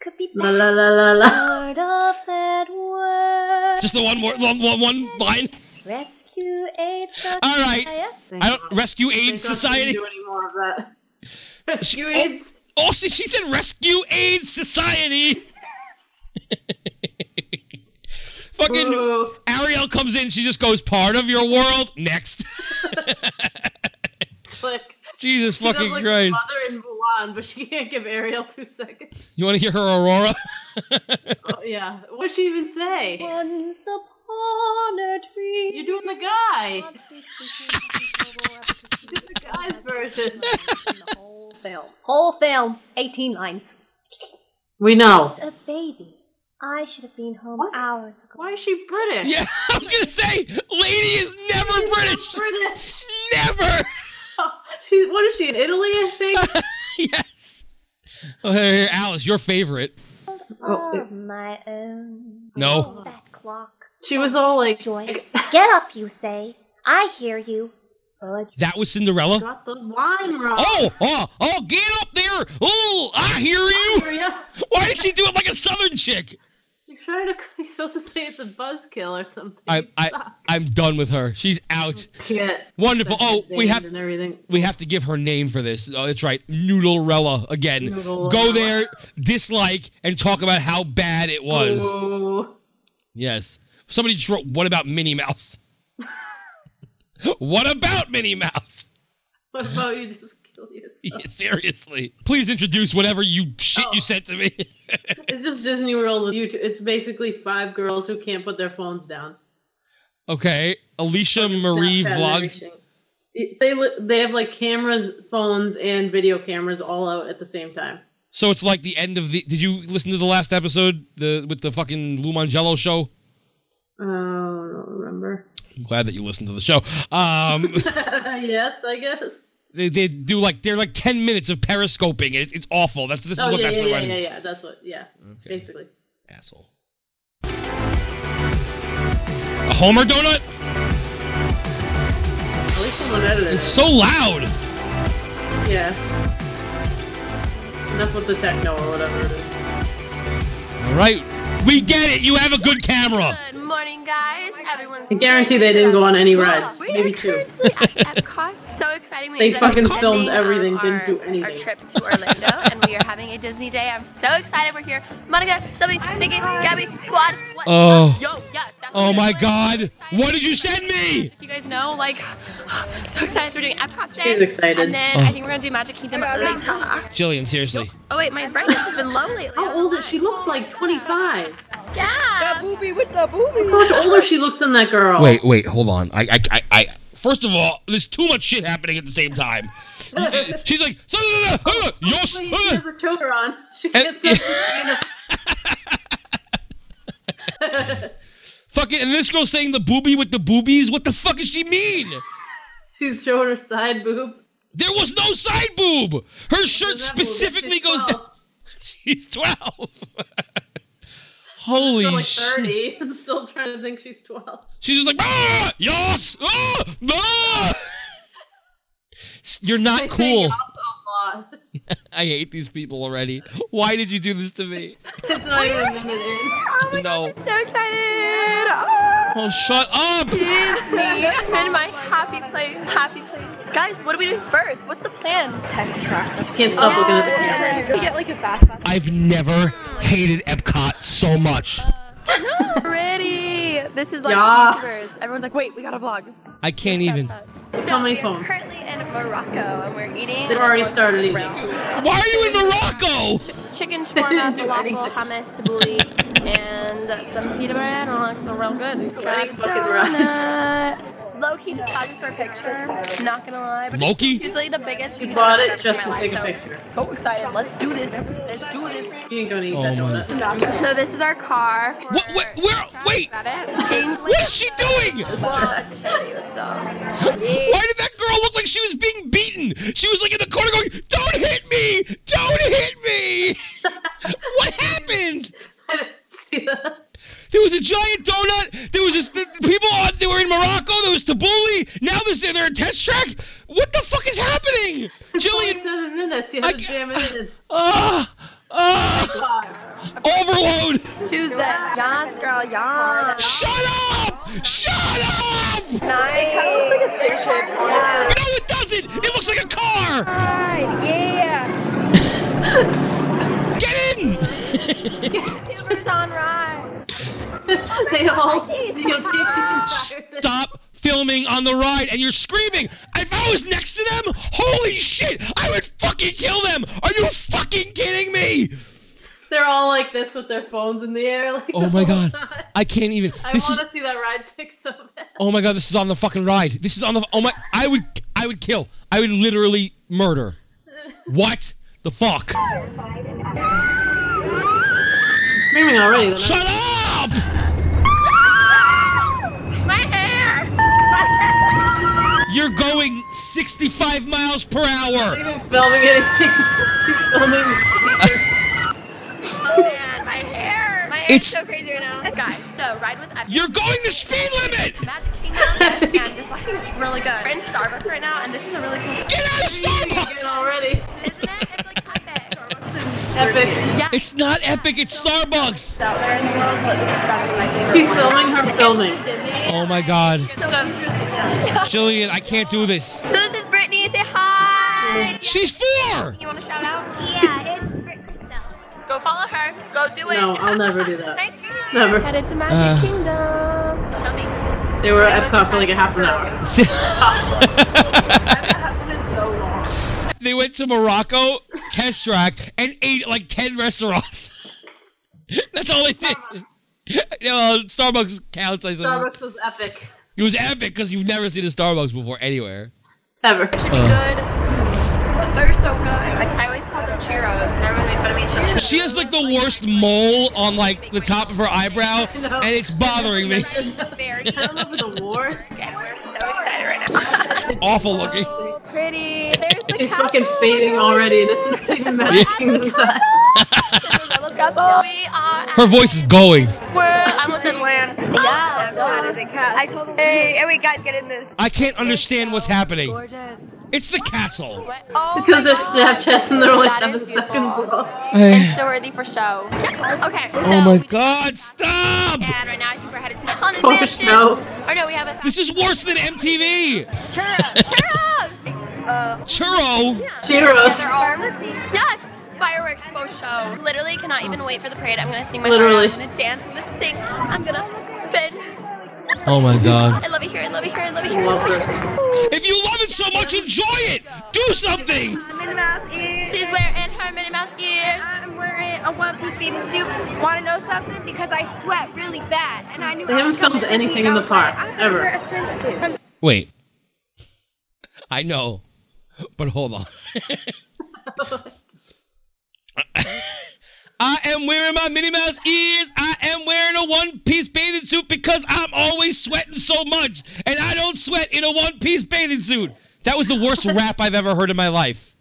Could be
La la la la la.
<laughs>
part of that world.
Just the one more, one, one, one line.
Rescue aid
All right.
society.
I don't rescue aid society.
do any more of that.
<laughs>
<laughs> Rescue AIDS.
Oh, she, she said rescue aid society. <laughs> Fucking
Boo.
Ariel comes in. She just goes part of your world. Next. <laughs>
Click.
Jesus
She does
fucking
like
Christ.
The mother in Mulan, but she can't give Ariel two seconds.
You want to hear her Aurora? <laughs>
Oh, yeah. What'd she even say?
Once upon a dream.
You're doing the guy.
the
You're doing the guy's version.
whole film. Whole film. 18 lines.
We know.
A baby. I should have been home
What?
hours ago.
Why is she British?
yeah, I was gonna say, lady is never British.
British. <laughs>
Never. <laughs>
She, what is she in Italy? I think.
yes. Oh, here, here, Alice, your favorite.
Oh,
Of my own.
No.
That clock.
she was all like,
Joy. Get up, you say. I hear you. But
That was Cinderella.
<laughs> "Got the <laughs> line wrong."
Oh, oh, oh, get up there. Oh, I hear you.
Maria,
Why did she do it like a southern chick?
you trying to. <laughs> You're supposed to say it's a buzzkill or something.
I,
<laughs>
I, I'm done with her. She's out.
Yeah.
Wonderful. Oh,
Second
we have
and everything.
we have to give her name for this. Oh, that's right, Noodlerella again.
Noodlerella.
Go there, dislike, and talk about how bad it was.
Ooh.
Yes. Somebody just wrote, "What about Minnie Mouse?" <laughs> what about Minnie Mouse? <laughs>
What about you just kill yourself?
Seriously, please introduce whatever you shit
Oh.
you sent to me. <laughs>
It's just Disney World with you. Two. It's basically five girls who can't put their phones down.
okay, Alicia Marie
Snapchat and
vlogs.
everything. It- They li- they have like cameras, phones, and video cameras all out at the same time.
So it's like the end of the. Did you listen to the last episode the with the fucking Lou Mangello show?
Oh, I don't remember.
I'm glad that you listened to the show. Um,
<laughs> yes, I guess.
they, they do like they're like ten minutes of periscoping. and It, it's awful. That's this is
oh
what
yeah,
that's
yeah, yeah,
running.
yeah, yeah. That's what. Yeah, basically.
Asshole. A Homer donut.
At least someone edited
It's so loud.
it. Yeah. Enough with the techno or whatever it is.
All right, we get it. You have a good camera.
Good morning, guys. Everyone's
I guarantee they didn't go on any rides. Maybe two.
so exciting.
They
We've been
fucking
attending,
filmed
um,
everything, didn't
our-
do
Our
anything.
trip to
<laughs>
Orlando, and we are having a Disney day. I'm so excited we're here. Monica, Sylvie, Nikki, Gabby, Squad. What?
Oh.
Yo, yes. That's
Oh
it.
my God! What did you send me?
You guys know, like, <sighs> so excited we're doing Epcot today.
She's excited.
And then
Oh.
I think we're gonna do Magic Kingdom later.
Jillian, seriously.
Oh wait, my brightness has been low <laughs> lately.
How old is she? Looks like 25.
Yeah. The boobie with the boobie.
How much older she looks than that girl? Oh,
Wait, wait, hold on. I, I, I, I. First of all, there's too much shit happening at the same time.
<laughs>
She's like, yes.
Wait, she has a choker on. <laughs> She can't stop
<laughs> Fucking, and this girl's saying the boobie with the boobies. What the fuck does she mean?
She's showing her side boob.
There was no side boob. Her shirt specifically goes down. She's twelve. <laughs> Holy
She's like
shit!
30 <laughs> and still trying to think she's 12.
She's just like, ah, yes, ah, ah. You're not cool.
a lot.
I hate these people already. Why did you do this to me?
It's not even a minute in.
no.
So excited. Oh,
Oh, shut up.
Disney. I'm in my happy place. Happy place. Guys, what are we doing first? What's the plan? Test track.
Can't stop looking at the camera.
We get like a fast pass.
I've never hated Epcot so much.
Pretty. This is like
Yas.
YouTubers. Everyone's like, wait, we got a vlog.
I can't even.
So
many
we're
phones?
currently in Morocco and we're eating.
They've already started eating.
Why are you in Morocco?
Chicken
didn't <laughs>
shawarma,
do
falafel, hummus, tabbouleh, and some pita bread, and it looks real good.
Right,
Chocolate
fucking right.
donut. Loki just tagged us for a picture. Not gonna lie. But
Loki?
It's usually the biggest.
She
pizza
bought
I've
it
ever
just to
seen in
take a
my life,
picture.
So so excited. Let's do this. Let's do this.
You ain't gonna eat
Oh
that
my-
donut.
So this is our car. For what? Where? Wait.
What is she doing? <laughs> Why did that girl look like she was being beaten? She was like in the corner going, "Don't hit me! Don't hit me!" <laughs> what happened?
I didn't <laughs> see that.
There was a giant donut. There was just the the people on. They were in Morocco. There was Tabbouleh. Now this they're, they're in test track. What the fuck is happening, Jillian?
Seven minutes. You had to jam it in.
Ah, ah, overload.
Choose that. Yas, girl, yas.
Shut up! Shut up!
Nice.
Like a spaceship.
No, it doesn't. It looks like a car.
Yeah.
Get in.
Silver sunrise.
<laughs> they all videotaped
Stop filming on the ride and you're screaming. If I was next to them, holy shit, I would fucking kill them. Are you fucking kidding me?
They're all like this with their phones in the air. Like
Oh
the
my
whole
god.
time.
I can't even.
I
This
want
is
to see that ride pic so bad.
Oh my god, this is on the fucking ride. This is on the Oh my I would I would kill. I would literally murder. What the fuck?
Screaming already. Though,
Shut up!
My hair. My hair.
You're going 65 miles per hour.
Even filming anything. <laughs> She's filming.
Oh man, my hair. My hair
It's-
is so crazy right now. Guys, so ride with Epic.
You're going the speed limit.
Magic Kingdom. and this lighting is really good. We're in Starbucks right now, and this is a really cool.
Get out of
Again
Starbucks.
already.
Isn't it? It's like Taipei.
Epic. Yeah.
It's not epic. It's Starbucks.
out there in the world, but this is probably my favorite.
She's filming her filming.
Oh my God,
So,
Jillian, I can't do this.
so this is Brittany. Say hi.
She's
<laughs>
four.
You want to shout out? Yeah, it's Brittany. Go follow her. Go do it.
No, I'll never do that.
Thank you.
Never.
Headed to Magic
Uh.
Kingdom. Show me.
They were at Epcot for like a half an hour.
They went to Morocco, test track, and ate at like ten restaurants. <laughs> That's all they did. No, Starbucks counts. I suppose.
Starbucks was epic.
It was epic because you've never seen a Starbucks before anywhere.
Ever.
Uh.
They're so good. Like I always call them Cheeros, and everyone made fun of me. Cheeros.
She has like the worst mole on like the top of her
<laughs>
eyebrow, and it's bothering me.
Very
over the war.
And we're so excited right now.
It's awful looking.
Pretty. There's the
She's
castle.
fucking fading already, and it's not even matching the time.
Cinderella castle. We are.
Her voice is going.
We're almost in land. Yeah. I told them. Hey, hey, wait, guys, get in this.
I can't understand what's happening. It's the castle.
Because their Snapchats and they're only seven seconds long.
Eh.
So worthy for show. Okay.
Oh my God! Stop!
And right now, I think we're headed to the Haunted <laughs>
Oh,
Mansion.
no.
Or no, we have a
This is worse than MTV.
Uh,
Churro.
Cheeros.
Yeah, they're all- Yes, fireworks for show. Literally cannot even wait for the parade. I'm gonna sing my
Literally.
heart out. I'm gonna dance. I'm gonna sing. I'm gonna spin.
Oh my God.
I love it here. I love it here. I love it here.
Loves If you love it so much, enjoy it. Do something.
Minnie Mouse ears. She's wearing her Minnie Mouse ears. I'm wearing a one piece bathing suit. Want to know something? Because I sweat really bad, and I knew.
They haven't filmed anything in the park ever.
Wait. I know, but hold on. <laughs> I am wearing my Minnie Mouse ears. I am wearing a one piece bathing suit because I'm always sweating so much, and I don't sweat in a one piece bathing suit. That was the <laughs> worst rap I've ever heard in my life.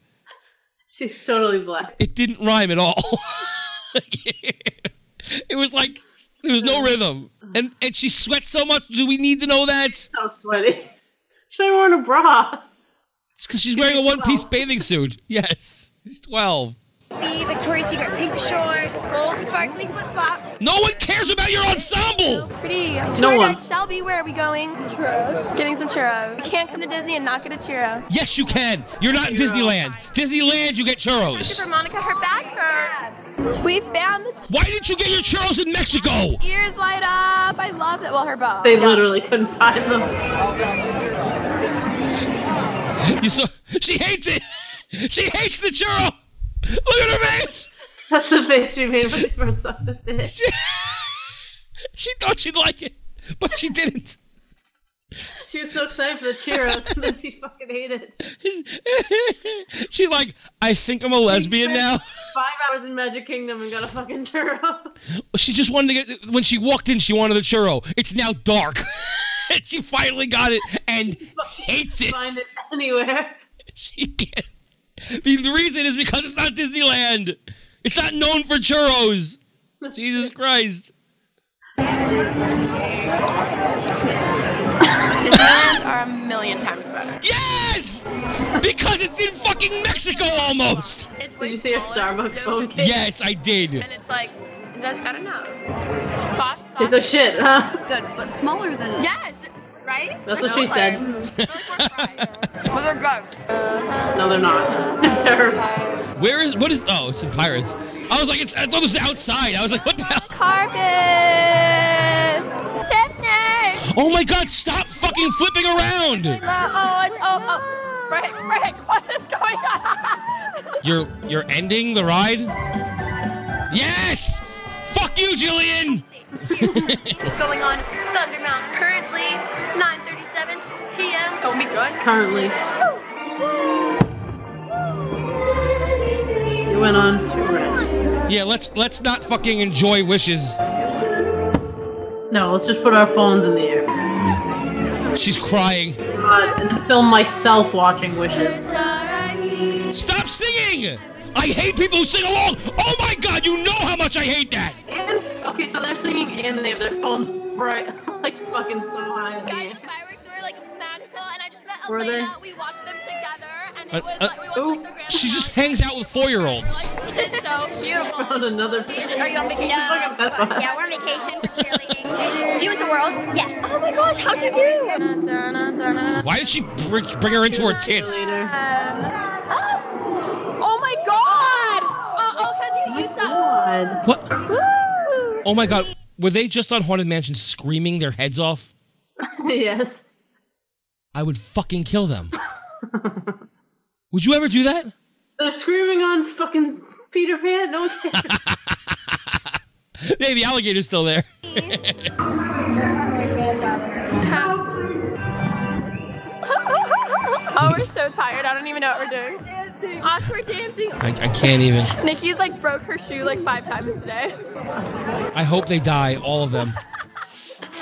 She's totally black.
It didn't rhyme at all. <laughs> it was like there was no rhythm, and and she sweats so much. Do we need to know that?
So sweaty. Should have worn a bra.
It's because she's wearing a one piece bathing suit. <laughs> Yes, she's twelve.
The Victoria's Secret pink shorts, gold sparkly flip flops.
No one cares about your ensemble.
Pretty.
No
Tour
one.
guide Shelby, where are we going? Churros. Getting some churros. You can't come to Disney and not get a churro.
Yes, you can. You're not in Disneyland. Disneyland, you get
For
churros.
Monica, her back hurts. We found the
Why didn't you get your churros in Mexico?
ears light up. I love it. Well, her <laughs> bow.
They literally couldn't find them.
You saw. <laughs> She hates it. She hates the churro. Look at her face.
That's the face she made when she first saw this
<laughs>
dish.
She thought she'd like it, but she didn't. <laughs>
She was so excited for the Cheeros, <laughs> and then she fucking ate it.
She's like, I think I'm a lesbian now.
Five hours in Magic Kingdom and got a fucking churro. <laughs>
She just wanted to get. When she walked in, she wanted the churro. It's now dark. <laughs> she finally got it and hates it.
Find it anywhere.
She can't. The reason is because it's not Disneyland. It's not known for churros. Jesus Christ.
Disneylands are a million times better.
Yes! Because it's in fucking Mexico almost.
Did you see her Starbucks phone case?
Yes, I did.
And it's like, it does, I don't know. Boss,
It's like shit, huh?
Good, but smaller than. Yes, right?
That's what she said.
Well, they're good.
No, they're not. <laughs> I'm terrified.
Where is. What is. Oh, it's the Pirates. I was like, it's, I thought it was outside. I was like, what the hell?
Carpet! Disney!
Oh my god, stop fucking flipping around!
Oh, it's, oh, oh. Frank, Frank, what is going on?
You're. You're ending the ride? Yes! Fuck you, Jillian!
It's going on Thunder Mountain currently, 9.37 p.m. Don't be good.
Currently. It went on to red.
Yeah, let's let's not fucking enjoy wishes.
No, let's just put our phones in the air.
She's crying.
God, and then film myself watching Wishes.
Stop singing! I hate people who sing along! Oh my god, you know how much I hate that!
And okay, so they're singing and they have their phones bright, <laughs> like fucking so high in the air. <laughs>
Fireworks were like magical, and I just met
Were
Elena. We watched them together, and
Uh, uh, she just hangs out with four-year-olds.
It's so beautiful.
Found another.
<laughs> Are you on vacation? No. yeah, we're on vacation. Cheerleading. you with the world? Yes. Uh, Oh my gosh, how'd you do?
Why did she bring, bring her into her tits?
Oh my god! Uh, oh, because you used that.
What? Oh my god, were they just on Haunted Mansion screaming their heads off?
<laughs> yes.
I would fucking kill them. would you ever do that?
They're screaming on fucking Peter Pan. No,
Hey, the alligator's still there.
<laughs> oh, we're so tired. I don't even know what we're doing. Dancing. Awkward dancing.
I, I can't even.
Nikki's like broke her shoe like five times today.
I hope they die, all of them.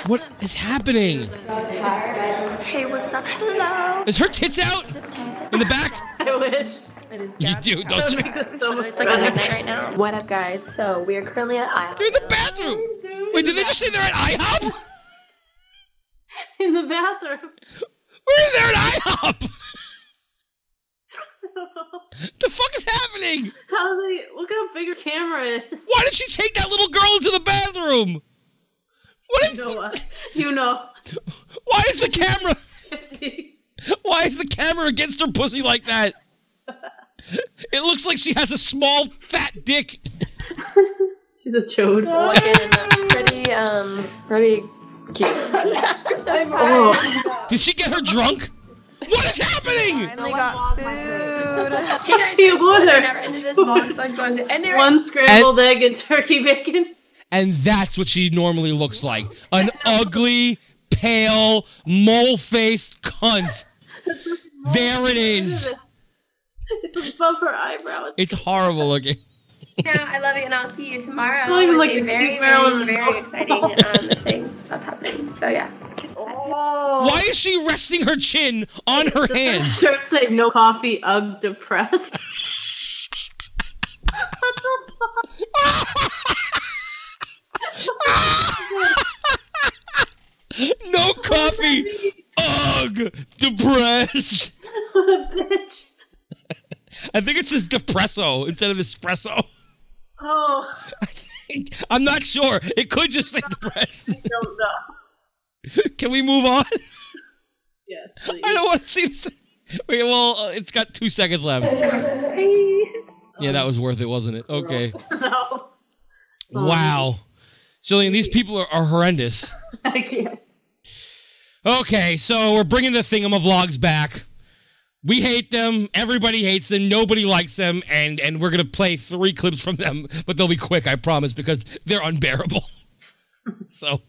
What is happening?
Hey, what's up? Hello.
Is her tits out in the back?
<laughs> I wish.
You do, don't you?
It's like a midnight right now.
What up, guys? So we are currently at IHOP.
They're in the bathroom. Wait, did they just say they're at IHOP?
<laughs> In the bathroom. <laughs>
We're there at IHOP. <laughs> the fuck is happening?
How they? Look how big her camera is. <laughs>
Why did she take that little girl into the bathroom? What is?
You know. what? You know.
Why is the camera? Why is the camera against her pussy like that? It looks like she has a small fat dick.
She's a chode.
Walking, uh, pretty, um, pretty cute.
Oh.
Did she get her drunk? What is happening?
Finally got food.
She would have.
Never ended this long, so I'm going to end it. right-
One scrambled egg and turkey bacon. <laughs>
And that's what she normally looks like. An ugly, pale, mole-faced cunt. There it is.
It's above her eyebrows.
It's horrible looking.
No, I love it, and I'll see you tomorrow.
It's not even
Which
like
is
the
very,
cute
very,
Marilyn
very exciting
Monroe.
um, thing that's happening. So yeah.
Why is she resting her chin on her hand?
Shirts say no coffee, ugh, depressed.
No coffee. Ugh, depressed.
Bitch.
I think it says depresso instead of espresso.
<laughs> Oh,
I'm not sure. It could just say depressed.
I don't know.
Can we move on?
Yes,
I don't want to see this. Wait, well, uh, it's got two seconds left. Yeah, that was worth it, wasn't it? Okay.
no.
Wow. Jillian, these people are, are horrendous.
I can't.
Okay, so we're bringing the thingamavlogs back. We hate them. Everybody hates them. Nobody likes them. And and we're gonna play three clips from them, but they'll be quick, I promise, because they're unbearable. <laughs> so,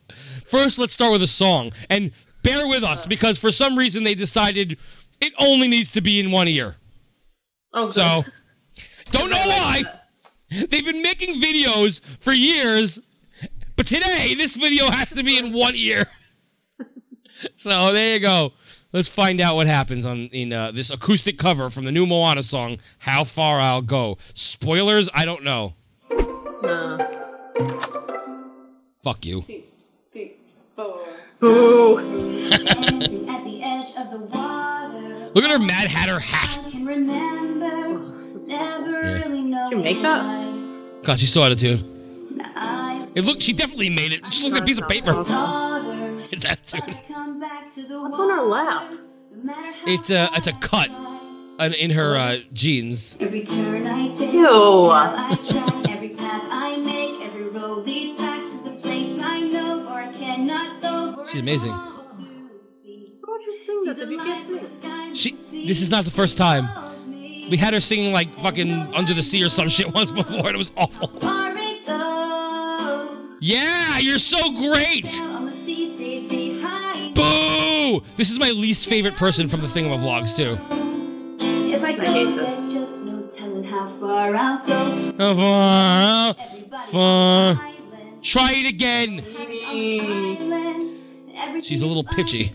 first, let's start with a song. And bear with us because for some reason they decided it only needs to be in one ear.
Oh,
So, don't know why. They've been making videos for years, but today this video has to be in one ear. <laughs> So there you go. Let's find out what happens on in uh, this acoustic cover from the new Moana song "How Far I'll Go." Spoilers? I don't know.
No.
Fuck you.
Boo.
At the edge of the water,
Look at her Mad Hatter hat.
I can remember, never really know.
Did you make that?
God, she's so out of tune. It looked. She definitely made it. She looks like a piece of paper. <laughs> It's attitude.
What's on her lap?
It's a it's a cut in, in her uh, jeans.
Every turn I take,
Ew.
I try, every path I make, every road leads back to the place I know, or I cannot go. where
She's amazing.
Why would you sing this if you can't sing?
She. This is not the first time. We had her singing like fucking Under the Sea or some shit <laughs> once before, and it was awful.
Far it goes,
Yeah, you're so great.
on the sea stays behind.
Boo! This is my least favorite person from the Thingamavlogs too.
If I
hate
go,
this.
there's just no telling how far I'll go.
Uh, far, far. Try it again. She's a little pitchy.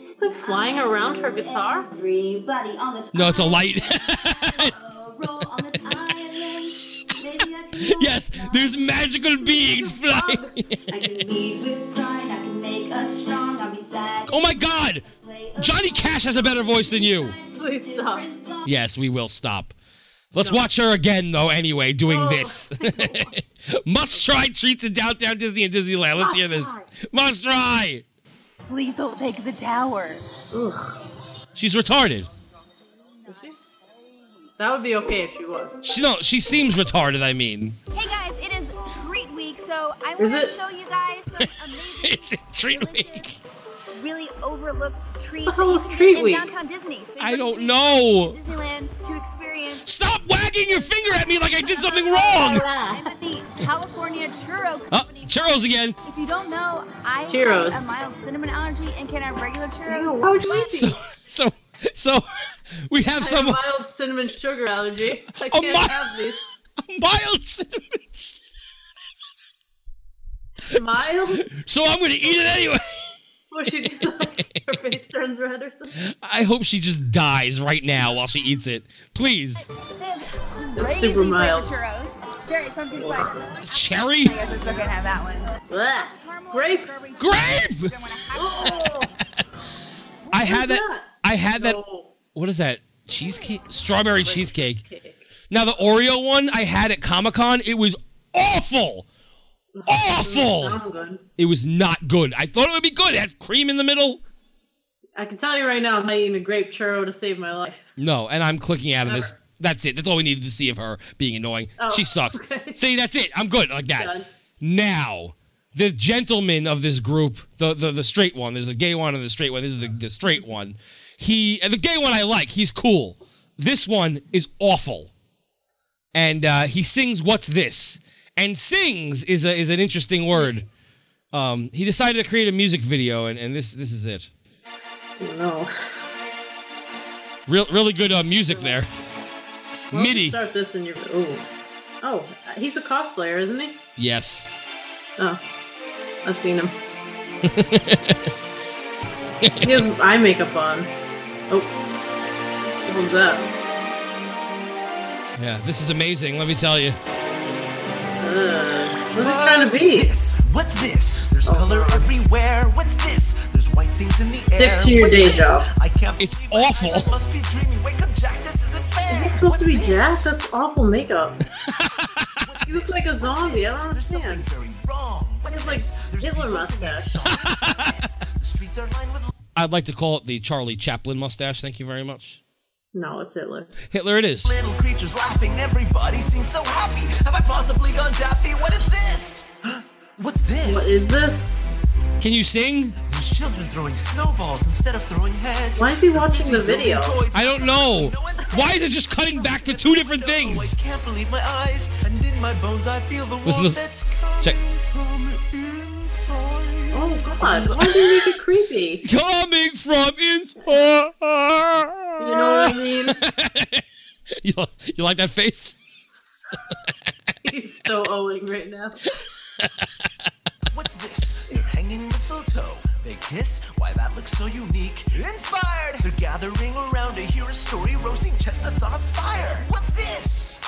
It's like flying around her guitar.
Everybody on this
No, it's a light. <laughs>
roll on this island. Maybe I can
yes, there's magical beings flying. <laughs>
I can lead with pride. I can make us strong. I'll be sad.
Oh my God! Johnny Ash has a better voice than you.
Please stop.
Yes, we will stop. Let's watch her again, though, anyway, doing this. Must try treats in downtown Disney and Disneyland. Let's hear this. Must try.
Please don't take the tower.
She's retarded.
That would be okay if she was.
She, no, she seems retarded, I mean. <laughs>
Hey guys, it is treat week, so I want
Is
to
it?
show you guys
<laughs>
some
It's a treat week.
really overlooked treats.
hell is
in-
treat
in
week?
Downtown Disney. So you
I
can
don't
visit
know.
Disneyland to experience.
Stop wagging your finger at me like I did something wrong.
I'm at the California Churro
Oh, churros again.
If you don't know, I have
Churros.
a mild cinnamon allergy and can have regular churros.
How would you eat
So, so, so <laughs> we have
I
some
have a mild cinnamon sugar allergy. I can't
mild-
have these.
<laughs> mild cinnamon.
Mild?
So I'm gonna eat it anyway.
Well, she, her face turns red or something.
I hope she just dies right now while she eats it. Please.
Crazy
super
flavor
mild.
Churros. Cherry pumpkin spice.
Cherry?
I guess I still can have that one.
Grape.
<laughs> Grape. I had that. I had that.
Oh,
What is that? Cheesecake? Strawberry cheesecake. Now the Oreo one I had at Comic Con. It was <laughs> awful. Awful.
I'm good.
It was not good. I thought it would be good. It had cream in the middle.
I can tell you right now, I'm not eating a grape churro to save my life.
No, and I'm clicking out of this. That's it. That's all we needed to see of her being annoying.
Oh,
she sucks.
okay.
See, that's it. I'm good like that.
Done.
Now, the gentleman of this group, the, the the straight one. There's a gay one and the straight one. This is the, the straight one. He and the gay one I like. He's cool. This one is awful. And uh, he sings "What's This?" and sings is a, is an interesting word. Um, he decided to create a music video, and, and this this is it.
No.
Real really good uh, music there.
Well,
MIDI.
Start this in your. Ooh. Oh, he's a cosplayer, isn't he?
Yes.
Oh, I've seen him. he has eye makeup on. Oh, what was that?
Yeah, this is amazing. Let me tell you.
Ugh. Uh, What's it trying to be? Oh,
What's this? There's color everywhere. What's this? There's white things in the
Stick
air.
to your
What's
day
this?
job.
I can't
it's
awful. I must be dreaming. Wake up, Jack. This isn't fair.
He's supposed to be Jack? That's awful makeup.
<laughs>
he looks like a zombie. I don't understand. He has like Hitler mustache.
I'd like to call it the Charlie Chaplin mustache. Thank you very much.
No, it's Hitler.
Hitler, it is.
Little creatures laughing. Everybody seems so happy. Have I possibly gone daffy? What is this? <gasps> What's this?
What is this?
Can you sing?
There's children throwing snowballs instead of throwing heads.
Why is he watching the video?
I don't know. Why is it just cutting back to two different
I
things?
can't believe my eyes, and in my bones I feel the
Listen
warmth
to
that's
check.
Oh God! Why did you make it creepy?
Coming from inside. You
know what I <laughs> mean?
you, <laughs> you like that face?
He's so owing right now.
What's this? They're hanging mistletoe. They kiss? Why that looks so unique. Inspired! They're gathering around to hear a story, roasting chestnuts on a fire. What's this?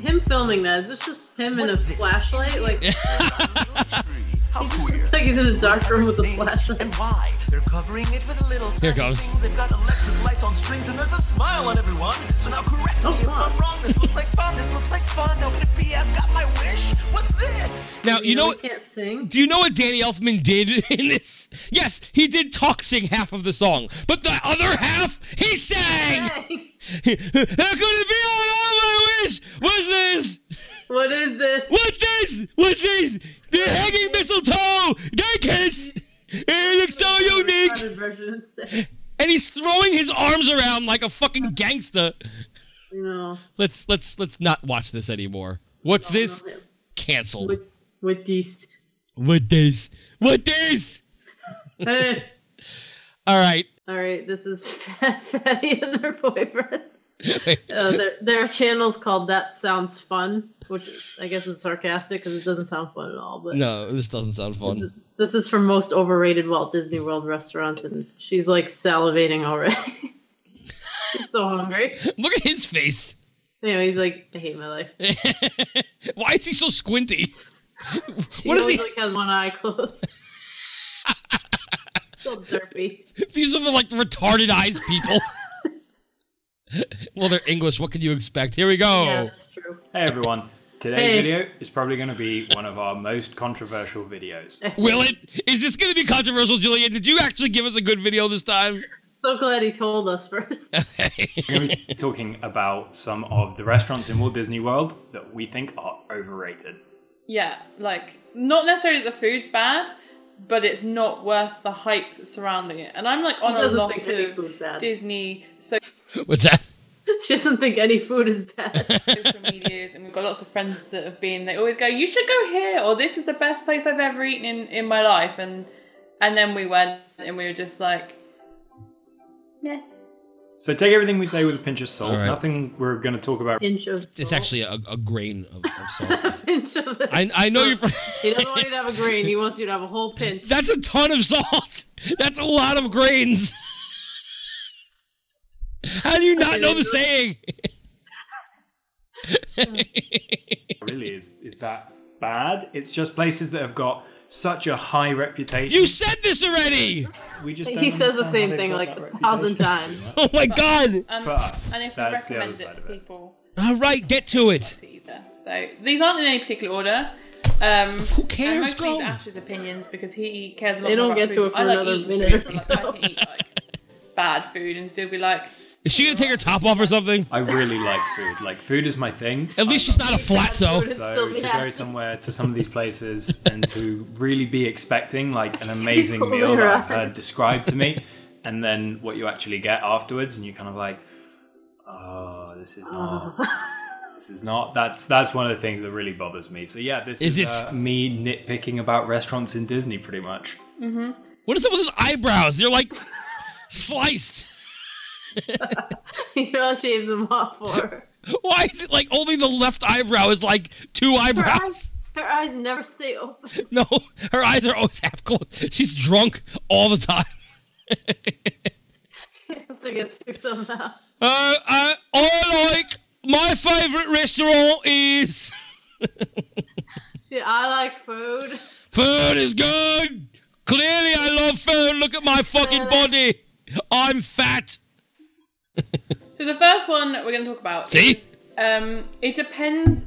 Him filming that, is this just him in a flashlight? Like, he just looks like he's in his dark room with a flashlight. And
why? They're covering it with little
Here it goes.
things. They've got electric lights on strings, and there's a smile on everyone. So now correct
Oh,
me if I'm wrong. This looks like fun. This looks like fun. Now can it be? I've got my wish. What's this?
Now you know.
Can't sing.
Do you know what Danny Elfman did <laughs> in this? Yes, he did talk sing half of the song, but the other half he sang. <laughs> How could it be all my wish? What's this?
What is this?
What's this? What's this? The hanging mistletoe. They kiss. <laughs> It looks so unique.
Retarded version instead.
And he's throwing his arms around like a fucking gangster.
You know,
Let's let's let's not watch this anymore. What's this? Cancelled.
with these.
What this? What this?
Hey.
All right. <laughs>
All right, this is <laughs> Fatty and her boyfriend. Uh, their, their channel's called That Sounds Fun, which I guess is sarcastic because it doesn't sound fun at all. But
No, this doesn't sound fun.
this is from most overrated Walt Disney World restaurants, and she's like salivating already. <laughs> she's so hungry.
Look at his face.
Anyway, he's like, I hate my life.
Why is he so squinty?
She
What is
always,
he?
Like has one eye closed. Still derpy.
These are the like retarded eyes people. well, they're English. What can you expect? Here we go.
Hey everyone. Today's
Hey.
video is probably going to be one of our most controversial videos.
Will it? Is this going to be controversial, Julian? Did you actually give us a good video this time?
So glad he told us first.
We're going to be talking about some of the restaurants in Walt Disney World that we think are overrated.
Yeah, like not necessarily the food's bad, but it's not worth the hype surrounding it. And I'm like on
Who
a
doesn't
lot
think any food's
of
bad?
Disney so
What's that?
<laughs> She doesn't think any food is bad.
social medias, and we've got lots of friends that have been. They always go, "You should go here," or "This is the best place I've ever eaten in in my life." And and then we went, and we were just like, "Meh."
So take everything we say with a pinch of salt. Nothing we're going to talk about.
It's
Oh.
actually a, a grain of, of
<laughs>
salt.
pinch of it.
I, I know you. From,
He doesn't want you to have a grain. He wants you to have a whole pinch.
that's a ton of salt. That's a lot of grains. How do you not know the saying? <laughs>
really is is that bad? It's just places that have got such a high reputation.
You said this already. <laughs>
We just
He says the same thing like a thousand times.
Oh my god!
And,
For us,
and if we
that's the other
recommend it to people,
All right, get to it.
So these aren't in any particular order. Um, Who
cares?
Go. Ash's opinions because he cares a lot
They don't
more about
get to
food.
it for
I like
another
eating
minute
food,
or
but, like, I can eat like bad food and still be like,
Is she gonna take her top off or something?
I really like food. Like food is my thing.
At least she's not a flatzo.
So to go somewhere to some of these places and to really be expecting like an amazing
Totally
meal that I've
right.
heard described to me, and then what you actually get afterwards, and you're kind of like, oh, this is not.
<laughs>
This is not. That's that's one of the things that really bothers me. So yeah, this
Is
is,
it-
uh, me nitpicking about restaurants in Disney, pretty much.
mm-hmm.
What is up with his eyebrows? They're like sliced.
You don't shave them off for. her.
Why is it like only the left eyebrow is like two eyebrows?
Her eyes never stay open.
<laughs>
<laughs>
No, her eyes are always half closed. She's drunk all the time.
She has to get through somehow.
Uh, uh, I like my favorite restaurant is
She, I like food.
food is good. Clearly, I love food. Look at my fucking body. I'm fat.
So the first one we're going to talk about.
See?
Um, it depends,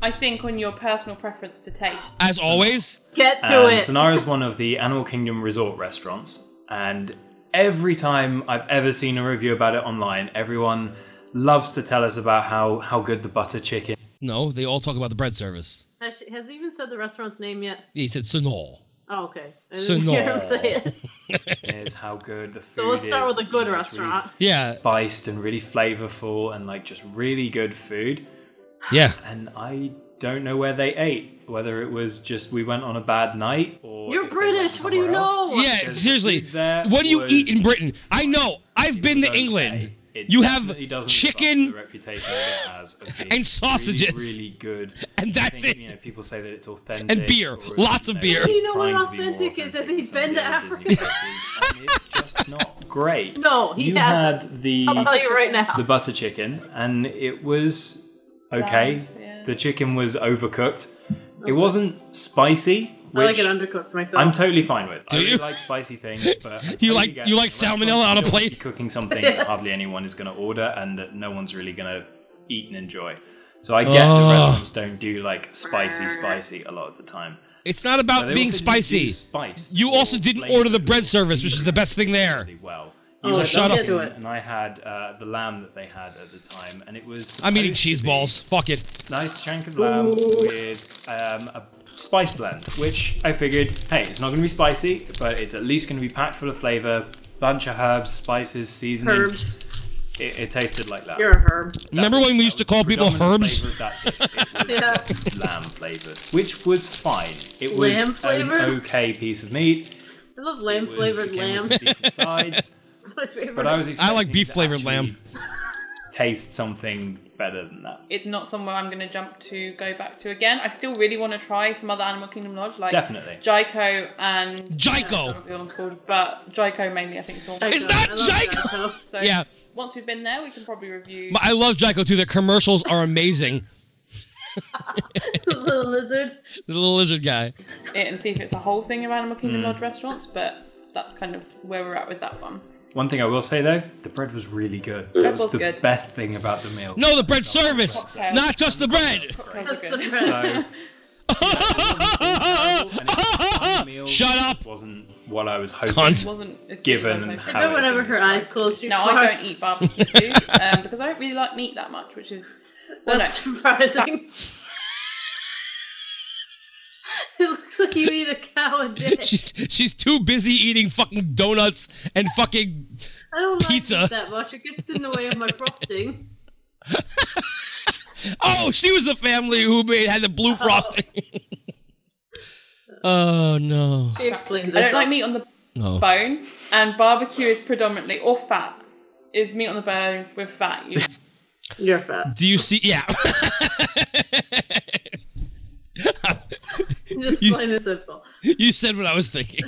I think, on your personal preference to taste.
As always.
Get
Um,
and Sonara is one of the Animal Kingdom resort restaurants, and every time I've ever seen a review about it online, everyone loves to tell us about how how good the butter chicken.
No, they all talk about the bread service.
Has, she, has he even said the restaurant's name yet?
He said Sonor.
Oh, okay. I <laughs> didn't hear him
Sonor.
say it.
is, how good the
<laughs>
food
So let's start
is,
with a good
you know, it's
restaurant.
really
Yeah.
spiced and really flavorful, and like just really good food.
Yeah.
And I don't know where they ate, whether it was just we went on a bad night or
You're British. What do you know?
Yeah, seriously. What do you eat in Britain? I know. I've been to England. You have
definitely doesn't
chicken
reputation that it has of being
and sausages.
really, really good.
And
I
that's
think,
it.
You know, people say that it's authentic
and beer.
or it's
Lots of
How
beer.
do you know what
trying to be more
authentic is? Has he been to Africa?
great.
No, he
you
hasn't.
had the
I'll tell you right now.
the butter chicken, and it was okay.
Bland, yeah.
The chicken was overcooked. It wasn't spicy.
I like it
Which
undercooked myself.
I'm totally fine with.
Do
I really
you?
like spicy
<laughs>
things, but I
You
totally
like
get
you
it.
like salmonella on a
You're
plate?
<laughs>
Cooking something
Yes.
that hardly anyone is going to order, and that no one's really going to eat and enjoy. So I get
Oh.
the restaurants don't do like spicy, spicy a lot of the time.
It's not about
But they
being
also didn't do
spicy.
spice
You also didn't order the bread service, which is the best thing there.
Well,
Oh,
You
so
had
shut up.
that chicken, And I had uh, the lamb that they had at the time, and it was
I'm eating cheese balls. Fuck it.
nice chunk of lamb with um, a spice blend, which I figured, hey, it's not going to be spicy, but it's at least going to be packed full of flavor, bunch of herbs, spices, seasoning.
Herbs.
It, it tasted like that.
You're a herb.
Remember when we used to call people herbs?
<laughs> Yeah.
lamb flavored, which was fine. It was
Lamb
an
flavored?
okay piece of meat.
I love lamb flavored lamb.
sides.
It's my favorite.
But I
<laughs>
was
I like
expecting
beef
to
flavored lamb.
taste something better than that.
It's not somewhere I'm going to jump to go back to again. I still really want to try some other Animal Kingdom Lodge, like
Definitely.
Jaico and
Jaico!
I don't know what the other one's called, but Jaico mainly. I think it's all.
It's not I love
Jaico. So
Yeah.
Once we've been there, we can probably review.
But I love Jacko too. Their commercials are amazing.
the little lizard.
The little lizard guy.
it and see if it's a whole thing of Animal Kingdom
Hmm.
Lodge restaurants, but that's kind of where we're at with that one.
One thing I will say though, the bread was really good.
Bread
That
was
the
good.
best thing about the meal.
No, the bread service,
Cocktails.
not just the bread.
Cocktails are good.
So
<laughs> Shut up.
Wasn't what I was hoping.
Cunt. <laughs>
Wasn't as good
given.
as I was hoping.
how
Remember
it
whenever her eyes closed, she
No, I don't eat barbecue food um, because I don't really like meat that much, which is well,
That's
no. <laughs>
surprising. <laughs> it looks like you eat a cow and
<laughs>
dick.
she's she's too busy eating fucking donuts and fucking
I don't like
pizza.
it that much. It gets in the way of my frosting.
Oh, she was the family who made had the blue frosting. <laughs> oh no.
I don't like meat on the
No.
bone, and barbecue is predominantly or fat is meat on the bone with fat. You,
You're fat.
<laughs>
Do you see? Yeah. <laughs>
Just
You-
plain and simple.
you said what I was thinking.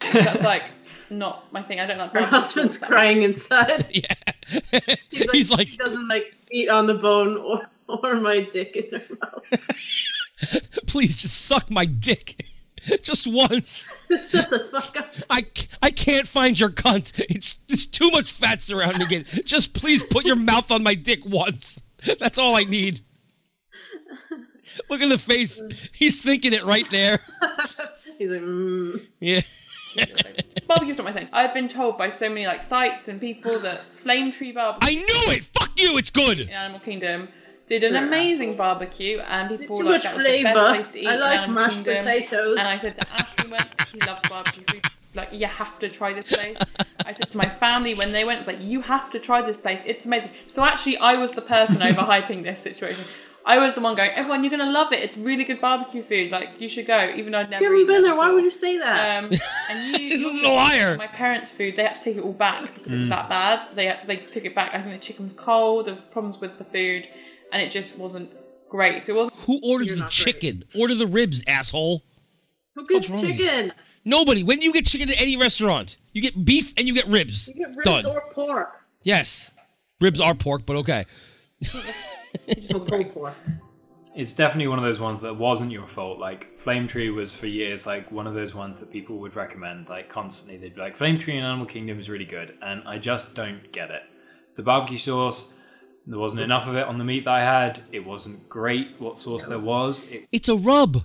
that's like not my thing. I don't like.
Her
barbecue
husband's
sauce.
crying inside.
Yeah.
He's like, she doesn't like eat on the bone or, or my dick in her mouth.
<laughs> Please just suck my dick. <laughs> Just once.
Shut the fuck up.
I, c- I can't find your cunt. <laughs> It's there's too much fat surrounding it. Just please put your mouth on my dick once. <laughs> That's all I need. Look at the face. He's thinking it right there. <laughs>
He's like, mm.
Yeah.
Barbecue's not my thing. I've been told by so many like sites and people that Flame Tree Barbecue.
I knew it. Fuck you. It's good.
In Animal Kingdom, did
<laughs>
an amazing barbecue, and people
Too
were like
much
that was the
flavour.
best place to eat.
I
in
like
Animal
mashed
Kingdom."
potatoes.
And I said to Ashley when she loves barbecue food, like you have to try this place. I said to my family when they went, it's like you have to try this place. It's amazing. So actually, I was the person overhyping this situation. I was the one going, everyone, you're gonna love it. It's really good barbecue food. Like you should go, even though I'd never.
You haven't
eaten
been
it
there. Why
before.
would you say that?
Um, and you,
This is a liar.
My parents' food, they had to take it all back because it was
Mm.
that bad. They they took it back. I think the chicken was cold. There was problems with the food, and it just wasn't great. So it wasn't.
Who orders the chicken? Order the ribs, asshole.
Who
gets chicken? Nobody. When do you get chicken at any restaurant? You get beef and you get ribs.
You get ribs
Done.
or pork.
yes. Ribs are pork, but okay.
It's definitely one of those ones that wasn't your fault. Like Flame Tree was for years like one of those ones that people would recommend like constantly. They'd be like, Flame Tree in Animal Kingdom is really good, and I just don't get it. The barbecue sauce, there wasn't enough of it on the meat that I had. It wasn't great what sauce there was. It
It's a rub.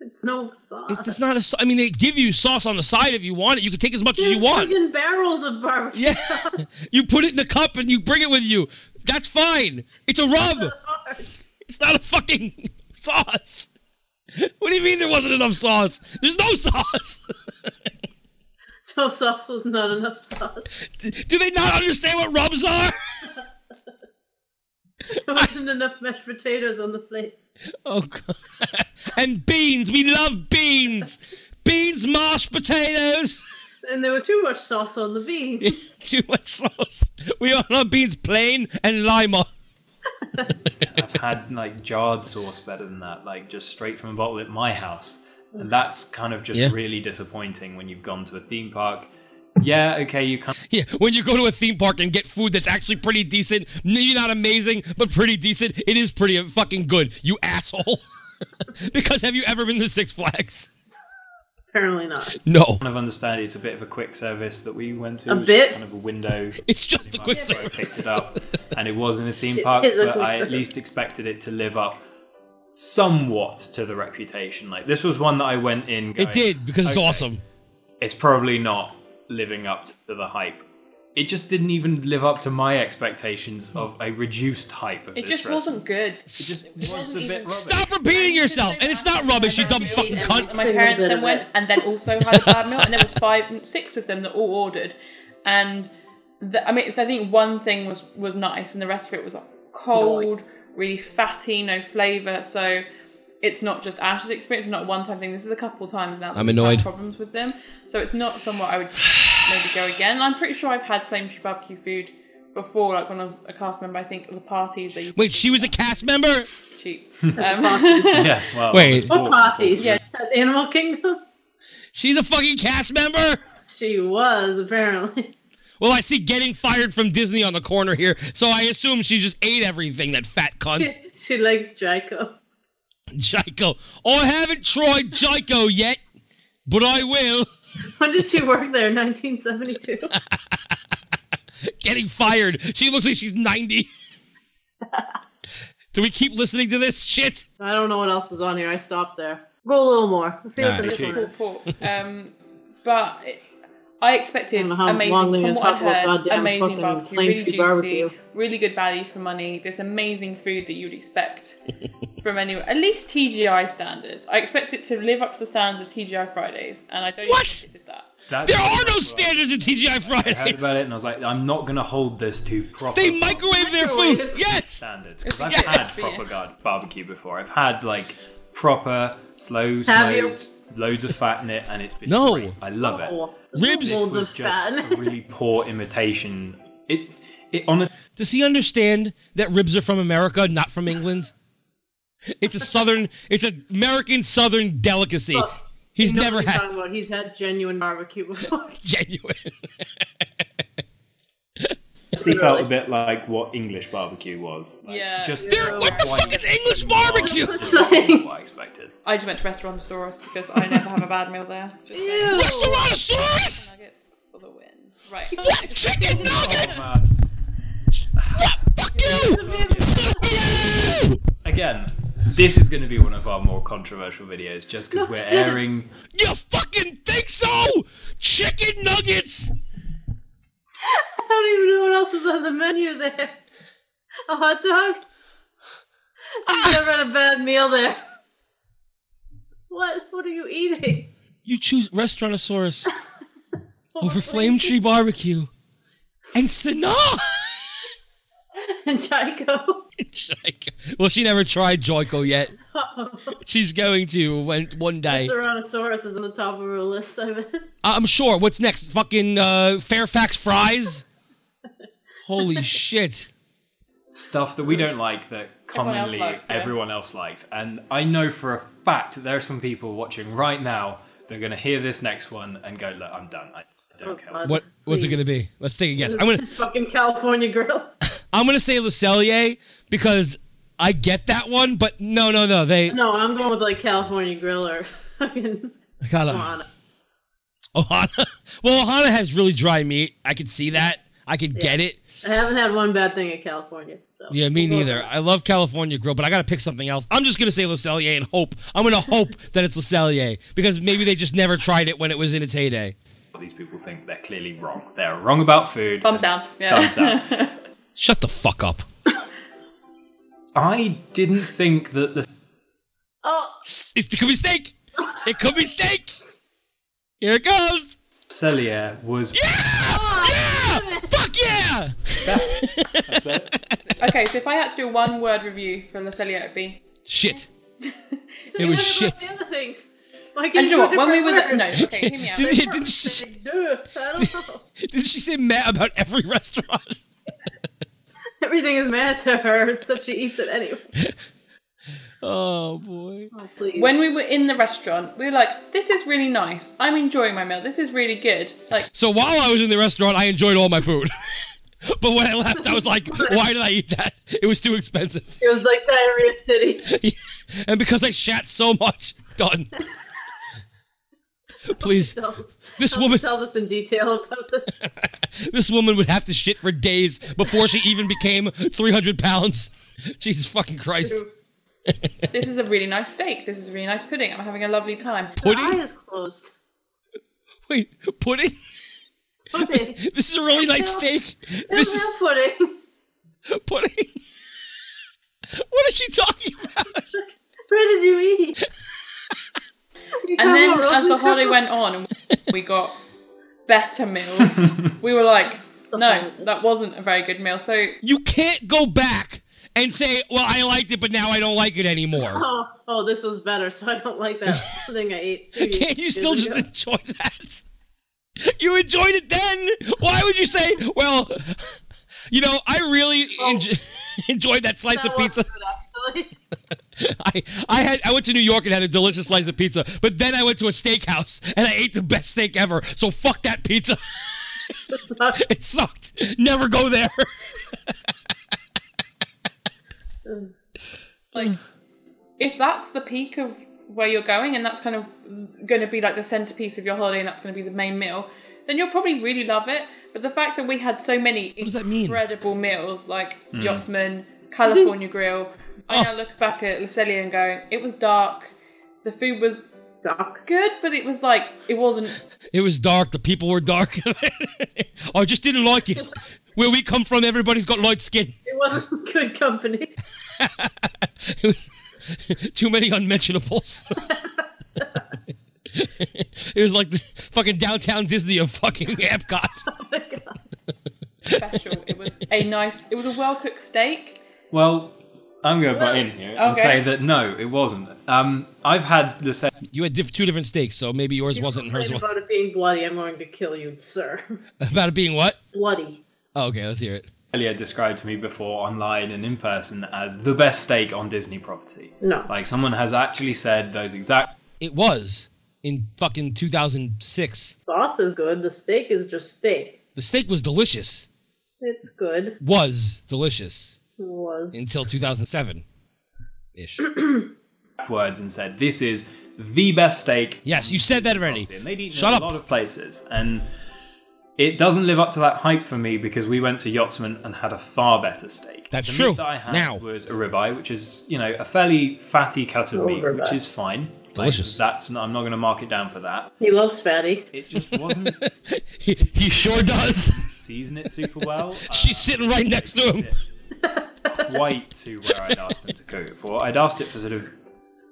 It's <laughs> no sauce.
It's, it's not a. sau- I mean, they give you sauce on the side if you want it. You can take as much as you want.
Fucking barrels of
<laughs>
barbecue.
Yeah. You put it in the cup and you bring it with you. That's fine. It's a rub. It's not a fucking <laughs> sauce. What do you mean there wasn't enough sauce? There's no <laughs> sauce.
No sauce was not enough sauce.
Do they not understand what rubs are?
There
<laughs>
wasn't enough mashed potatoes on the plate.
Oh god. <laughs> And beans. We love beans. Beans, mashed potatoes. <laughs>
And there was too much sauce on the beans.
Too much sauce. We all love beans plain and lima.
I've had like jarred sauce better than that, like just straight from a bottle at my house. And that's kind of just
Yeah.
really disappointing when you've gone to a theme park. Yeah, okay, you can't
Yeah, when you go to a theme park and get food that's actually pretty decent, maybe not amazing, but pretty decent, it is pretty fucking good, you asshole. <laughs> because have you ever been to Six Flags?
Apparently not.
No.
kind of understand it's a bit of a quick service that we went to.
A
it was
bit?
just kind of a window.
It's just a quick
I picked it up,
<laughs>
and it was in a theme
It
park,
is a
but
quick
I at
service.
least expected it to live up somewhat to the reputation. Like this was one that I went in. Going,
it did, because it's
"Okay,
awesome.
It's probably not living up to the hype. It just didn't even live up to my expectations of a reduced hype of
It
this
just wasn't good. It
just was a bit <laughs>
Stop repeating yourself, and it's not rubbish, you dumb fucking cunt.
And my parents then went and then also had a bad meal, and there was five, six of them that all ordered, and the, I mean, I think one thing was was nice, and the rest of it was like cold, really fatty, no flavour. So it's not just Ash's experience; it's not a one-time thing. This is a couple times now. that
I'm
we've had
annoyed.
Problems with them, so it's not somewhere I would maybe go again. And I'm pretty sure I've had flame tree barbecue food before, like when I was a cast member. I think at the parties they used
Wait, she was a cast member?
to cheap.
Yeah, well, Wait.
What parties?
Yeah.
At Animal Kingdom?
She's a fucking cast member?
She was, apparently. <laughs>
Well, I see getting fired from Disney on the corner here, so I assume she just ate everything, that fat cunt.
she likes Draco.
Jico. Oh, I haven't tried Jico yet. but I will.
When did she work there? <laughs> 1972.
Getting fired. She looks like she's 90. Do we keep listening to this shit?
I don't know what else is on here. I stopped there. Go a little more. Let's see what the
Alright.
next one is.
Paul, Paul. Um, but it, I expected
know how
amazing
long they're
from
gonna
what I
talk about
heard,
goddamn
amazing
fucking
barbecue,
plain pea
really juicy,
barbecue.
really good value for money. This amazing food that you'd expect from anywhere, at least TGI standards. I expect it to live up to the standards of TGI Fridays, and I don't what? think it did that.
That's, there
are no standards in TGI
I heard
Fridays.
about it and I was like, I'm not going to hold this to proper.
They microwave their food. Yes.
standards because I've
Yes.
had proper gar- barbecue before. I've had like proper slow
Have you? Oh,
smoked, loads of fat in it, and it's been
No.
great. I love it.
Ribs.
This was just a really poor imitation. It it honestly
Does he understand that ribs are from America, not from England? It's a southern, it's an American southern delicacy.
Look,
He's
You know
never
what you're
had
talking about. He's had genuine
<laughs>
barbecue before. <laughs>
genuine.
honestly felt a bit like what English barbecue was. Like,
Yeah.
Just
There- what the
fuck is
English
barbecue? what I expected.
I just went to Restaurant Restaurantosaurus because I never have a bad meal there. Just saying.
Restaurantosaurus!
Nuggets for the win. Right.
chicken
Oh
nuggets.
Again, this is going to be one of our more controversial videos just because we're
shit.
airing
You fucking think so? Chicken nuggets.
I don't even know what else is on the menu there. A hot dog?
Ah!
I've never had a bad meal there. What? What are you eating?
You choose Restaurantosaurus over
<laughs>
Flame Tree Barbecue and <laughs> Sanaa.
And Chico.
Well, she never tried Joico
<laughs>
yet.
Oh,
She's going to when, one day.
Tyrannosaurus is on the top of her list, I bet.
I'm sure. What's next? Fucking uh, Fairfax fries? Holy shit.
stuff that we don't like that
Everyone else
commonly everyone
likes,
else,
yeah.
likes. And I know for a fact that there are some people watching right now that are going to hear this next one and go, look, I'm done. I
Oh,
don't care.
What what's it gonna be? Let's take a guess. I'm gonna
fucking California Grill. <laughs>
I'm gonna say Le Cellier because I get that one, but no no no they
No, I'm going with like California Grill or <laughs> fucking
I gotta-
Moana.
Ohana. <laughs> Well, Ohana has really dry meat. I can see that. I can get it.
I haven't had one bad thing at California. So.
Yeah, me neither. I love California Grill, but I gotta pick something else. I'm just gonna say Le Cellier and hope. I'm gonna hope that it's Le Cellier because maybe they just never tried it when it was in its heyday.
These people think they're clearly wrong. They're wrong about food.
Thumbs down. Yeah.
Thumbs down.
<laughs>
Shut the fuck up.
I didn't think that the
Oh,
It could be steak. It could be steak. Here it goes.
cellier was.
Yeah! Fuck yeah!
okay, so if I had to do a one word review from the Cellier, it'd be.
Shit.
<laughs> So
It
you
was
had
shit.
The other things. Why
And
can't
you
you
know
do
what, when we were
different
the- no,
words?
okay, hear me out.
Didn't, she- didn't she,
Duh, I don't know. <laughs>
didn't she say meh about every <laughs> restaurant?
Everything is mad to her, <laughs> except she eats it anyway.
Oh boy.
please.
When we were in the restaurant, we were like, this is really nice. I'm enjoying my meal. This is really good. Like,
So while I was in the restaurant, I enjoyed all my food. <laughs> but when I left, I was like, why did I eat that? It was too expensive. <laughs>
It was like diarrhea city.
And because I shat so much, done.
<laughs>
Please, This
Tell-
woman-
tells us in detail about this.
<laughs> this woman would have to shit for days before she even became 300 pounds. Jesus fucking Christ.
this is a really nice steak. This is a really nice pudding. I'm having a lovely time.
Pudding?
is closed.
Wait, pudding?
Pudding.
<laughs> This is a really nice steak. This is
pudding.
pudding. What is she talking about?
Where did you
<laughs>
eat?
And then as the holiday went on, and we got
<laughs>
better meals. we were like, no, that wasn't a very good meal. So
You can't go back and say, well, I liked it, but now I don't like it anymore.
Oh, oh, this was better, so I don't
<laughs>
like that thing I ate. two
Can't you
years
still just
ago.
enjoy that? You enjoyed it then. Why would you say, well, you know, I really enj- <laughs> enjoyed that slice of pizza. <laughs> I, I had I went to New York and had a delicious slice of pizza, but then I went to a steakhouse and I ate the best steak ever. So fuck that pizza. <laughs> it sucked. Never go there. <laughs>
like if that's the peak of
where you're going and that's kind of going to be like the centerpiece of your holiday and that's going to be the main meal, then you'll probably really love it. But the fact that we had so many incredible meals like
Mm.
Yachtsman, California Grill,
<laughs>
I now look back at La Celia and going, it was dark. The food was
dark,
good, but it was like it wasn't
It was dark. The people were dark. <laughs> I just didn't like it. Where we come from, everybody's got light skin.
<laughs>
<laughs>
It wasn't good company.
<laughs> Too many unmentionables. <laughs> it was like the fucking downtown Disney of fucking Epcot.
special. it was a nice, it was a well cooked steak.
Well, I'm going to butt in here and
Okay.
say that no, it wasn't. Um, I've had the same.
You had diff- two different steaks, so maybe yours wasn't and hers
Complain
was.
about it being bloody, I'm going to kill you, sir. <laughs>
<laughs> About it being what?
Bloody.
Oh, okay, let's hear it.
Earlier described to me before online and in person as the best steak on Disney property.
No.
Like someone has actually said those exact.
It was in fucking 2006.
Sauce is good. The steak is just steak.
The steak was delicious.
It's good.
Was delicious
It was.
until 2007. Ish.
words and said, "This is the best steak."
Yes, you said that already. Shut
a
up. <laughs>
lot of places, and it doesn't live up to that hype for me because we went to Yachtsman and had a far better steak.
That's
the
true.
Meat that I had
Now.
was a ribeye, which is you know a fairly fatty cut of
Love
meat,
ribeye.
which is fine. Like,
Delicious.
that's not, I'm not going to mark it down for that.
He loves fatty.
It just
<laughs>
wasn't.
he, he sure does.
Season it super
<laughs>
well. Um,
She's sitting right next to him.
quite to where I'd asked them to cook it for. I'd asked it for sort of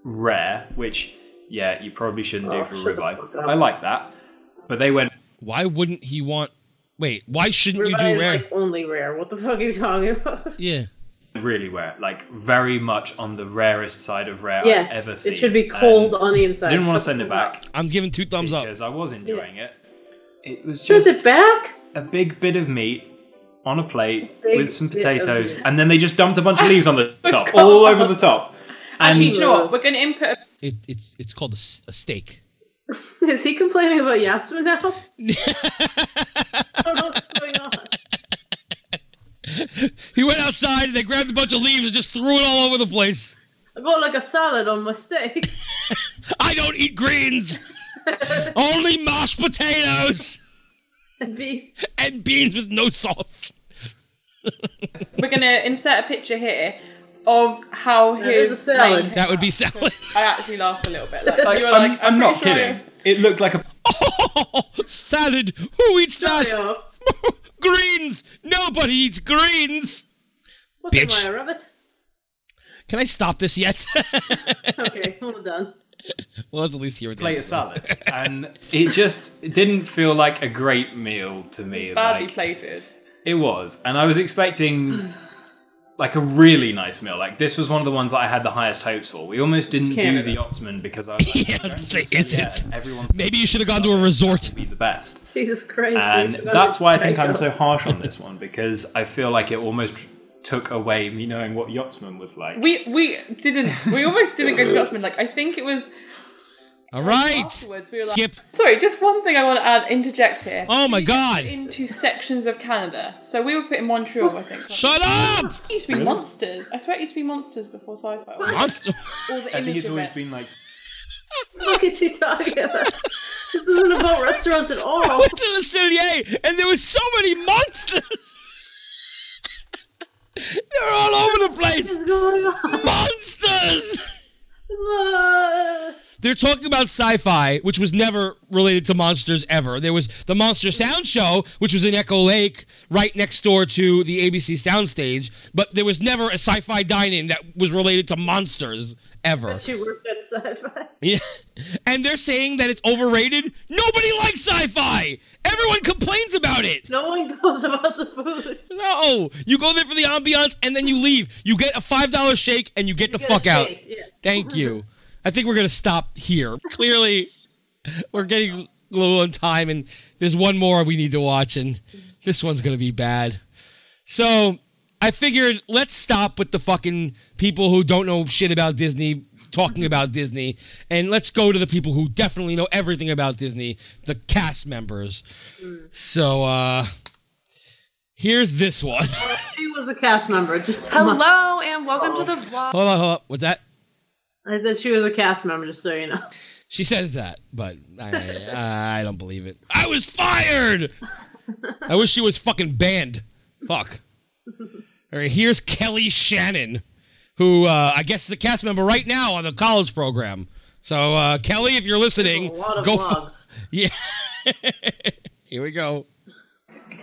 rare, which yeah, you probably shouldn't do
Oh,
for
shut
a
the
ribeye.
fuck up.
I like that, but they went.
Why wouldn't he want? Wait, why shouldn't
Ribeye
you
is
do rare?
like only rare. What the fuck are you talking about?
<laughs>
Yeah.
Really rare, like very much on the rarest side of rare
Yes,
I've ever
it
seen.
should be cold on the inside.
I didn't want to
Shut
send it back.
I'm giving two thumbs
up because I was enjoying it. It was
Send
just
it back.
a big bit of meat on a plate
Big
with some
bit of
potatoes,
meat. Oh
and then they just dumped a bunch of leaves
<laughs>
on the top, all over the top. And
Actually, do you know what? We're going to input.
It, it's it's called a, s- a steak.
<laughs> Is he complaining about Yasmin
<laughs>
now? I don't know what's going on.
He went outside and they grabbed a bunch of leaves and just threw it all over the place.
I got like a salad on my steak. <laughs>
I don't eat greens. Only mashed potatoes
and beef
and beans with no sauce.
We're going to insert a picture here of how
That
his
is a salad.
plane-
That would be salad. <laughs>
I actually laughed a little bit. Like,
Like,
you were
I'm,
like,
I'm not
pretty sure
kidding. It looked like a
Salad. Who eats
uh,
that? <laughs> greens. Nobody eats greens.
What's
Bitch.
am I, a rabbit?
Can I stop this yet? <laughs>
<laughs>
Okay, all done.
well, let's at least hear what
plate of salad, and it just it didn't feel like a great meal to me.
Badly
Like
plated.
it was, and I was expecting like a really nice meal. Like this was one of the ones that I had the highest hopes for. We almost didn't
Canada.
do the yachtsman because I
<laughs>
was like,
Yeah, I was gonna say, is it?
everyone
<laughs> Maybe you should have gone to a resort.
be the best.
Jesus Christ.
And
dude.
that's why I think I'm
Psycho.
so harsh on this one because I feel like it almost took away me knowing what yachtsman was like.
We we didn't. We almost didn't
<laughs>
go to Yachtsman. Like I think it was.
All right.
Afterwards, we were like,
Skip.
Sorry, just one thing I want to add. Interject here.
Oh my
We went
God.
Into sections of Canada. So we were put in Montreal, I think.
Shut up!
It used to be
Really?
monsters. I swear it used to be monsters before sci-fi.
Monster. <laughs>
All the
I think
image
it's
of
always
it.
been like
What is she talking about? This isn't about restaurants
<laughs>
at
I
all.
went to Le Cellier and there was so many monsters. <laughs> They're all over the place. What
is going on?
Monsters.
Uh,
They're talking about sci-fi, which was never related to monsters ever. There was the Monster Sound Show, which was in Echo Lake, right next door to the ABC soundstage, but there was never a sci-fi dining that was related to monsters ever.
she worked at sci-fi.
Yeah. <laughs> And they're saying that it's overrated. Nobody likes sci-fi. Everyone complains about it.
No one goes about the food.
No, you go there for the ambiance and then you leave. You get a five dollar shake and you get the
get a
fuck out.
shake, yeah.
Thank you. I think we're gonna stop here. <laughs> Clearly, we're getting low on time, and there's one more we need to watch, and this one's gonna be bad. So I figured let's stop with the fucking people who don't know shit about Disney talking about Disney, and let's go to the people who definitely know everything about Disney, the cast members. So uh here's this one. <laughs>
She was a cast member. Just
Hello and welcome to the vlog.
Hold on, hold on. What's that?
I said she was a cast member, just so you know.
She says that, but I, I don't believe it. I was fired. I wish she was fucking banned. Fuck. All right, here's Kelly Shannon, who uh, I guess is a cast member right now on the college program. So uh, Kelly, if you're listening,
There's a lot of
go.
blogs.
yeah. Here we go. <laughs>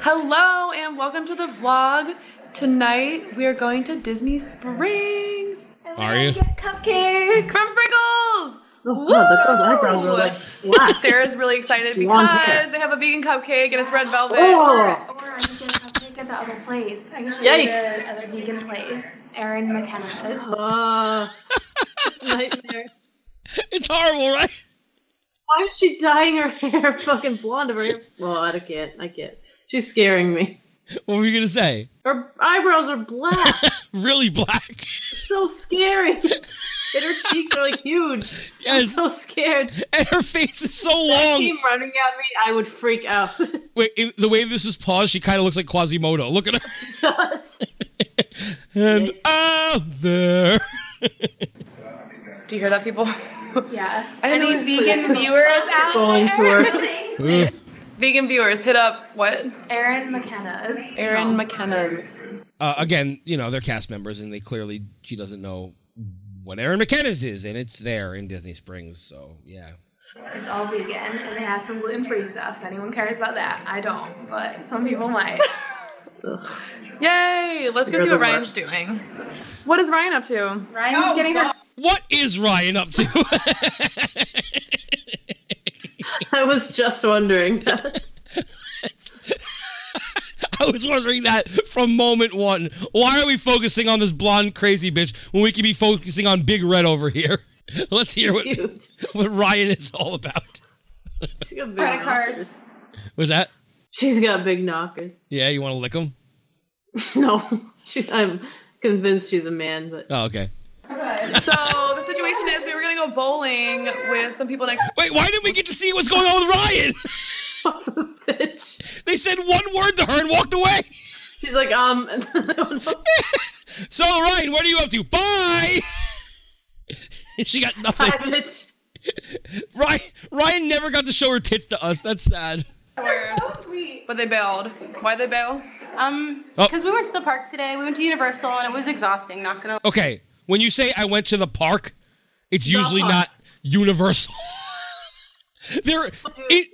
Hello and welcome to the vlog. Tonight we are going to Disney Springs.
Are you?
Cupcakes from Sprinkles.
Oh, God, that girl's eyebrows were like black.
Sarah's really excited
Long hair.
because they have a vegan cupcake and it's red velvet.
Oh.
Or I can cupcake at the other place. I can show
Yikes.
you the other vegan place. Erin McKenna's.
Uh, it's a nightmare.
It's horrible, right?
Why is she dyeing her <laughs> hair fucking blonde over here? Well, I can't. I can't. She's scaring me.
What were you gonna say?
Her eyebrows are black.
Really black. <laughs>
so scary. And her cheeks are like huge.
Yes.
I'm so scared.
And her face is so
If that
long.
came running at me, I would freak out. <laughs>
Wait, i- the way this is paused, she kind of looks like Quasimodo. Look at her. and out there.
Do you hear that, people?
Yeah.
Any vegan viewers out
Going
there?
Ugh.
Vegan viewers, hit up what?
Erin McKenna's.
Erin McKenna's.
uh, again, you know, they're cast members, and they clearly she doesn't know what Aaron McKenna's is, and it's there in Disney Springs. So yeah,
It's all vegan and they have some gluten free stuff. If anyone cares about that, I don't, but some people might.
<laughs> Yay! Let's go
You're
see what
the
Ryan's doing. What is Ryan up to? Oh, Ryan's getting her.
what is Ryan up to? <laughs>
I was just wondering. <laughs>
I was wondering that from moment one. Why are we focusing on this blonde crazy bitch when we could be focusing on Big Red over here? <laughs> Let's hear what <laughs> what Ryan is all about.
Credit cards.
Was that?
She's got big knockers.
Yeah, you want to lick him?
<laughs> No, she, I'm convinced she's a man, but <laughs>
Oh, okay.
So the situation is we were gonna go bowling with some people next.
Wait, why didn't we get to see what's going on with Ryan? They said one word to her and walked away.
she's like, um, <laughs>
So Ryan, what are you up to? Bye. <laughs> she got nothing. Ryan, Ryan never got to show her tits to us. That's sad.
But they bailed. Why they bail?
Um,
Oh.
because we went to the park today. We went to Universal, and it was exhausting. Not gonna.
Okay, when you say I went to the park, it's
The
usually
park.
not universal. <laughs> they're it,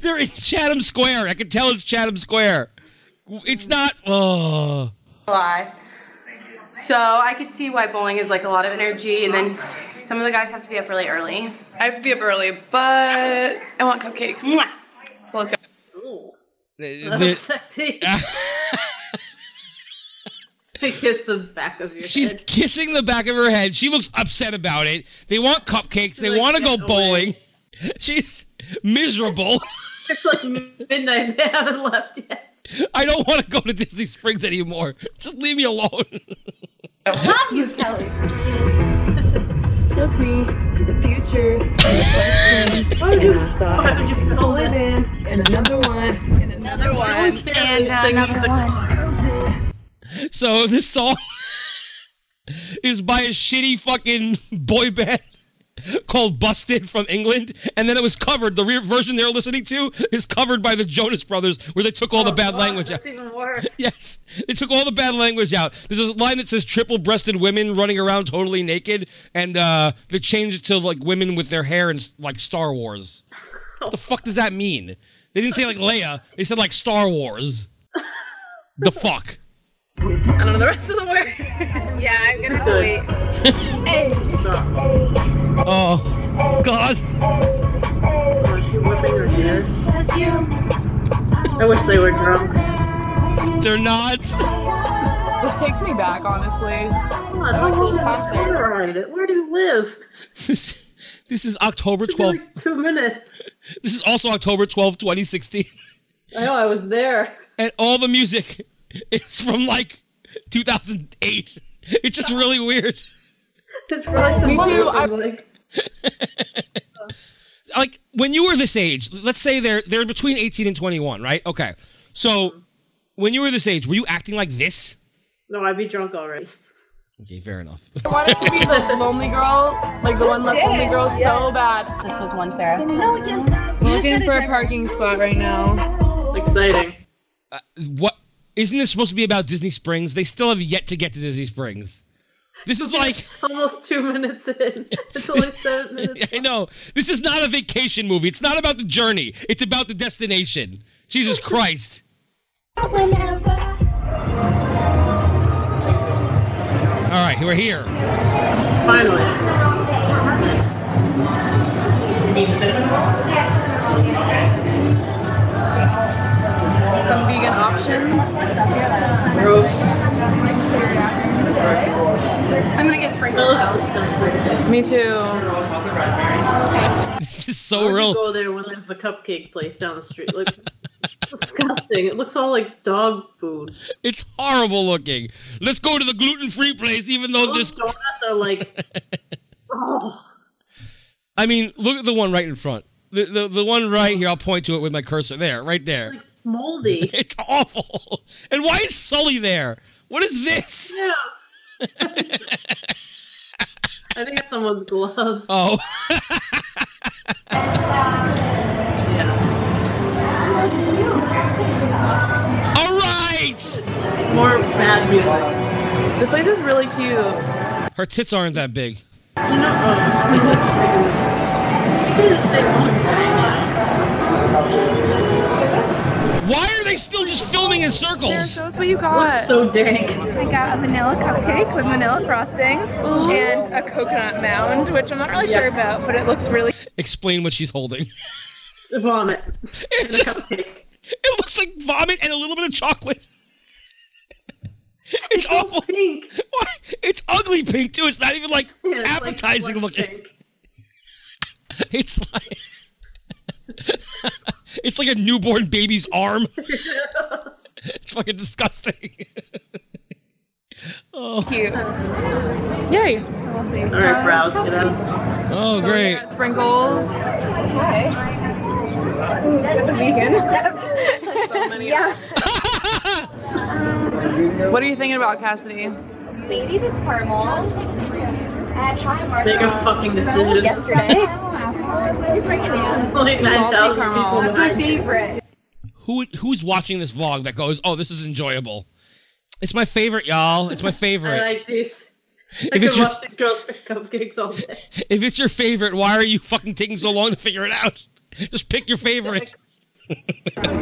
they're in Chatham Square. I can tell it's Chatham Square. It's not.
<laughs>
Oh,
lie. So I could see why bowling is like a lot of energy, and then some of the guys have to be up really early.
I have to be up early, but I want cupcakes. Mwah. So let's go.
They're- <laughs>
sexy. <laughs> I kiss the back of your
she's
head.
kissing the back of her head. She looks upset about it. They want cupcakes. They
Like,
want to go
get
bowling. <laughs> She's miserable. <laughs>
It's like midnight. They haven't left yet.
I don't want to go to Disney Springs anymore. Just leave me alone. <laughs>
Love you, Kelly.
Took me to the future. and the question, and I saw how many people living, and another one, and another one, and another one.
So this song <laughs> is by a shitty fucking boy band <laughs> called Busted from England, and then it was covered. The re- version they're listening to is covered by the Jonas Brothers, where they took all
Oh,
the bad language out.
even worse.
Yes, they took all the bad language out. There's a line that says triple-breasted women running around totally naked, and uh, they changed it to like women with their hair and like Star Wars. What the fuck does that mean? They didn't say like Leia. They said like Star Wars. The fuck.
I don't know the rest of the word. yeah, I'm gonna
Oh God.
I wish they were drunk.
They're not.
This takes me back, honestly.
God, how long is this car ride? Where do you live? <laughs>
this, this is October 12th.
Two minutes.
This is also October 12th, 2016.
I know I was there. <laughs>
And all the music is from like 2008. It's just really weird.
It's probably some
Me too,
I'm
I'm-
like,
Like when you were this age, let's say they're they're between 18 and 21, right? Okay. So when you were this age, were you acting like this?
no, I'd be drunk already.
Okay, fair enough.
I wanted to be
<laughs>
the lonely girl, like the one left lonely girl, so bad.
This was one Sarah.
Looking for a parking spot right now.
Exciting.
What isn't this supposed to be about Disney Springs? They still have yet to get to Disney Springs. This is like <laughs>
almost two minutes in. It's only seven minutes.
I know this is not a vacation movie. It's not about the journey. It's about the destination. Jesus Christ. All right, we're here. <laughs>
Finally.
Some vegan options. Gross. I'm gonna get sprinkled.
Me too.
This is so
You
real.
go there when there's the cupcake place down the street. Like, it's disgusting. It looks all like dog food.
It's horrible looking. Let's go to the gluten free place, even though this.
Those donuts are like, oh,
I mean, look at the one right in front. The, the the one right here. I'll point to it with my cursor. There, right there. <laughs>
moldy. <laughs>
It's awful. And why is Sully there? What is this?
I think it's someone's gloves.
Oh. <laughs> All right.
More bad music.
This place is really cute.
Her tits aren't that big.
um, <laughs>
Why are they still just filming in circles?
That's what you got.
Looks so dank.
I got a vanilla cupcake with vanilla frosting and a coconut mound, which I'm not really sure about, but it looks really.
Explain what she's holding. <laughs>
Vomit.
It, just- it looks like vomit and a little bit of chocolate. <laughs> It's, awful.
Pink.
Why? It's ugly pink too. It's not even like appetizing looking. It's like it's like a newborn baby's arm. It's fucking disgusting. oh.
Cute.
Yay.
We'll see.
All right, browse. Get out.
Oh, great.
Sprinkles.
yeah.
What are you thinking about, Cassidy?
Maybe the caramel. At Primark.
Make a fucking decision. Like 9,000 people
That's my
behind you.
favorite.
<laughs> Who who's watching this vlog that goes, "Oh, this is enjoyable." It's my favorite, y'all. It's my
<laughs> I
favorite.
like these. I
If
could
it's your-
watch these girls pick cupcakes all day.
If it's your favorite, why are you fucking taking so long to figure it out? Just pick your favorite. Are you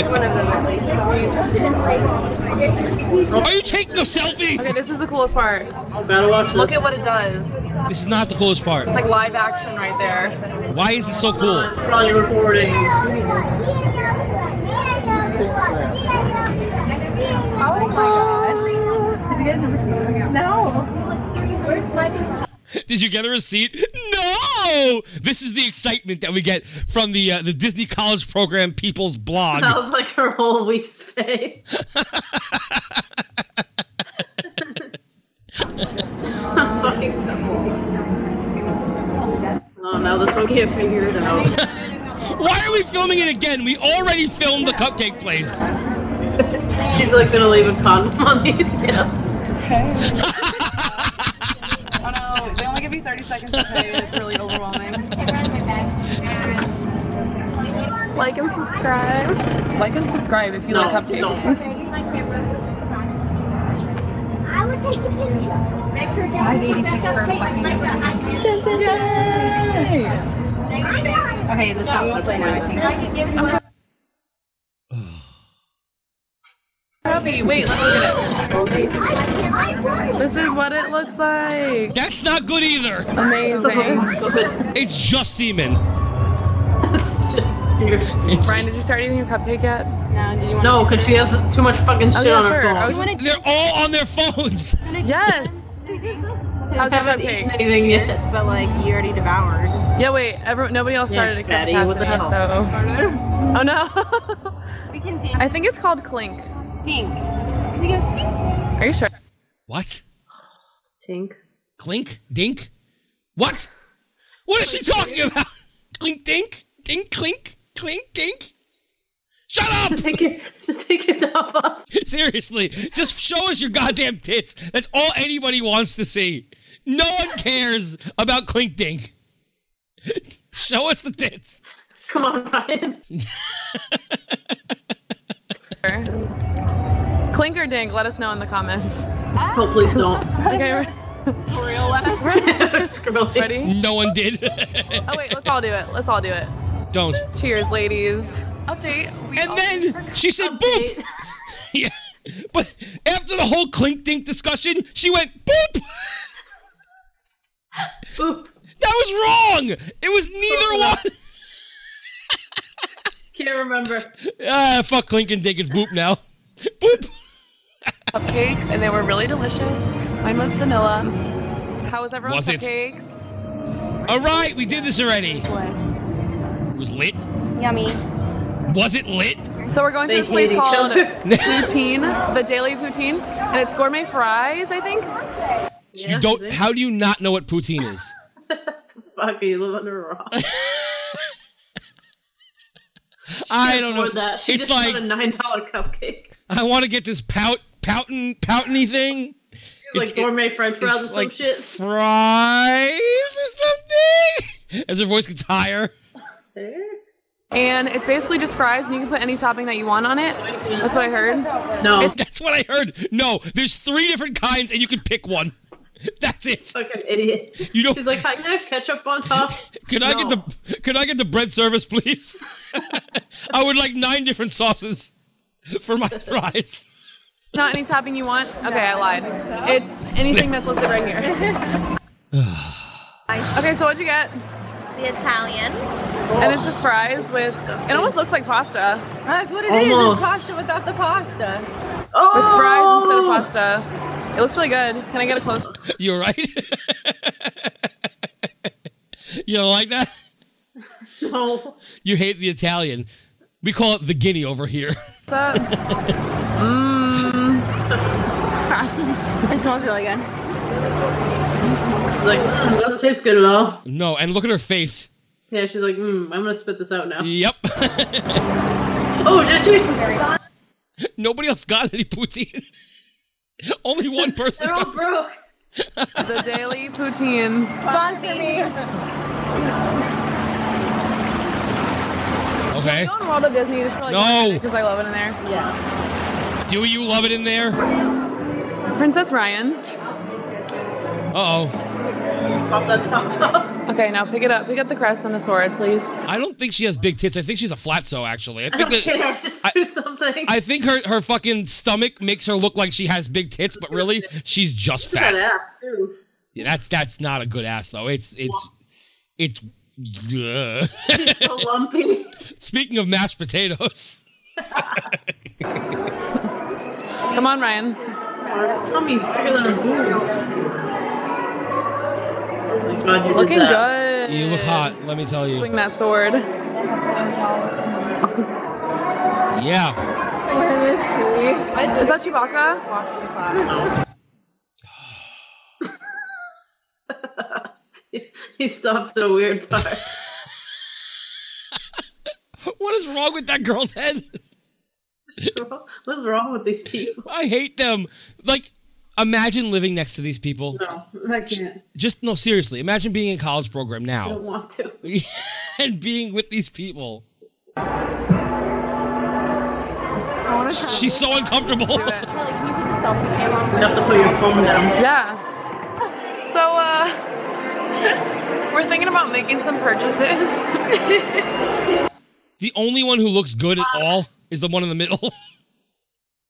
taking a selfie?
Okay, this is the coolest part.
Gotta watch this.
Look at what it does. It's
This is not the coolest part.
like live action right there.
Why is it so cool?
Probably recording.
Oh my gosh. Have you guys never seen it? No. Where's my
Did you get a receipt? No! This is the excitement that we get from the uh, the Disney College Program People's blog.
That was like her whole week's pay. I'm fucking Oh, now this one can't figure it out.
Why are we filming it again? We already filmed the cupcake place.
She's like gonna leave a condom on me to get up.
Oh no, they only give you 30 seconds to pay. It's really overwhelming. Like and subscribe. Like and subscribe if you like updates.
I would take the picture. Make sure you
My baby's like for Okay, the song will play now, I think.
I'm so
Happy. Wait, let's look at it. This is what it looks like.
That's not good either.
Amazing.
<laughs>
It's just semen.
Brian, did you start eating your cupcake yet? No, did you want
No, because she has too much fucking shit
Oh, yeah,
on her
sure.
phone.
I was gonna-
They're all on their phones.
Yes! How's
I
your
haven't
cupcake?
eaten anything yet.
<laughs>
But like, you already devoured. Yeah, wait, everyone, nobody else
Yeah,
started except
fatty, what the
Cassidy, so. Oh no!
We can
I think it's called clink.
dink.
Are you sure?
What?
Tink.
Clink? Dink? What? What is she talking about? Clink, dink? Dink, clink? Clink, dink? Shut up!
Just take your, just take your top off.
Seriously, <laughs> Seriously, just show us your goddamn tits. That's all anybody wants to see. No one cares about Clink Dink. <laughs> show us the tits.
Come on,
<laughs>
Ryan.
Clink or dink? Let us know in the comments.
Oh, please don't. <laughs>
Okay. For real, laugh.
<laughs>
Ready?
No one did.
Oh wait, let's all do it. Let's all do it.
Don't.
Cheers, ladies. Update. We
and then she said boop. <laughs> yeah. But after the whole clink dink discussion, she went boop. <laughs>
boop.
That was wrong. It was neither one. <laughs>
Can't remember.
Ah, fuck clink and dink. It's boop now. <laughs> boop.
cupcakes, and they were really delicious. Mine was vanilla. How was everyone's
Was it?
cupcakes?
All right, we did this already. It was lit.
Yummy.
Was it lit?
So we're going to
They
this place
hate each
called
other. <laughs>
Poutine, the Daily Poutine, and it's gourmet fries, I think.
you don't.
<laughs>
How do you not know what poutine is?
Fuck, you live
<laughs>
under a rock.
I don't know.
Or that. She
it's
just got
like
a nine dollar cupcake.
I want to get this pout poutin poutiny thing.
Like gourmet French fries or
it's
some
like
shit.
fries or something. As her voice gets higher.
And it's basically just fries, and you can put any topping that you want on it. That's what I heard.
that's what I heard. No, there's three different kinds, and you can pick one. That's it.
Fucking idiot.
You know,
<laughs> She's like, "Hi, can I have ketchup on top?
could I get the could I get the bread service, please? <laughs> I would like nine different sauces for
<laughs>
my fries.
Not any topping you want? Okay, I lied. It's anything that's listed
<laughs>
right here. okay, so what'd you get?
The Italian.
And it's just fries with. It almost looks like pasta.
That's what it is.
Almost.
Oh
It's pasta without the pasta.
Oh! With fries instead of pasta. It looks really good. Can I get a close?
You're right. you don't like that?
No.
You hate the Italian. We call it the guinea over here.
What's up? Mmm.
it smells really good.
Like, mm, doesn't taste good at all.
No, and look at her face.
Yeah, she's like, mm, I'm gonna spit this out now.
Yep. <laughs>
Oh, did she?
Nobody else got any poutine. <laughs> Only one person <laughs>
They're all
got.
broke.
the daily poutine.
Sponsor me.
Okay.
Go on World of Disney just for like
No.
because I love it in there. Yeah.
Do you love it in there?
Princess Ryan.
Uh oh.
Pop that top off.
Okay, now pick it up. Pick up the crest and the sword, please.
I don't think she has big tits. I think she's a flatso, actually. I
I
think
<laughs> don't
that.
care. Just do something.
I think her, her fucking stomach makes her look like she has big tits, but really she's just
Look at that
fat.
ass too.
Yeah, that's that's not a good ass though. It's it's it's. Ugh.
She's so lumpy.
<laughs> Speaking of mashed potatoes,
Come on, Ryan.
Tummy's bigger than her boobs. Oh God, you did
Looking
that.
good.
you look hot. Let me tell you.
Swing that sword.
Yeah.
Is that Chewbacca?
<laughs> He stopped at a weird part. <laughs>
What is wrong with that girl's head?
What's wrong- What's wrong with these people?
I hate them. Like, imagine living next to these people.
No, I can't.
Just no, seriously. Imagine being in a college program
I don't
now <laughs>
want to.
and being with these people. She's so uncomfortable.
You have to put your phone down.
Yeah. So, uh, we're thinking about making some purchases.
the only one who looks good at all is the one in the middle. <laughs>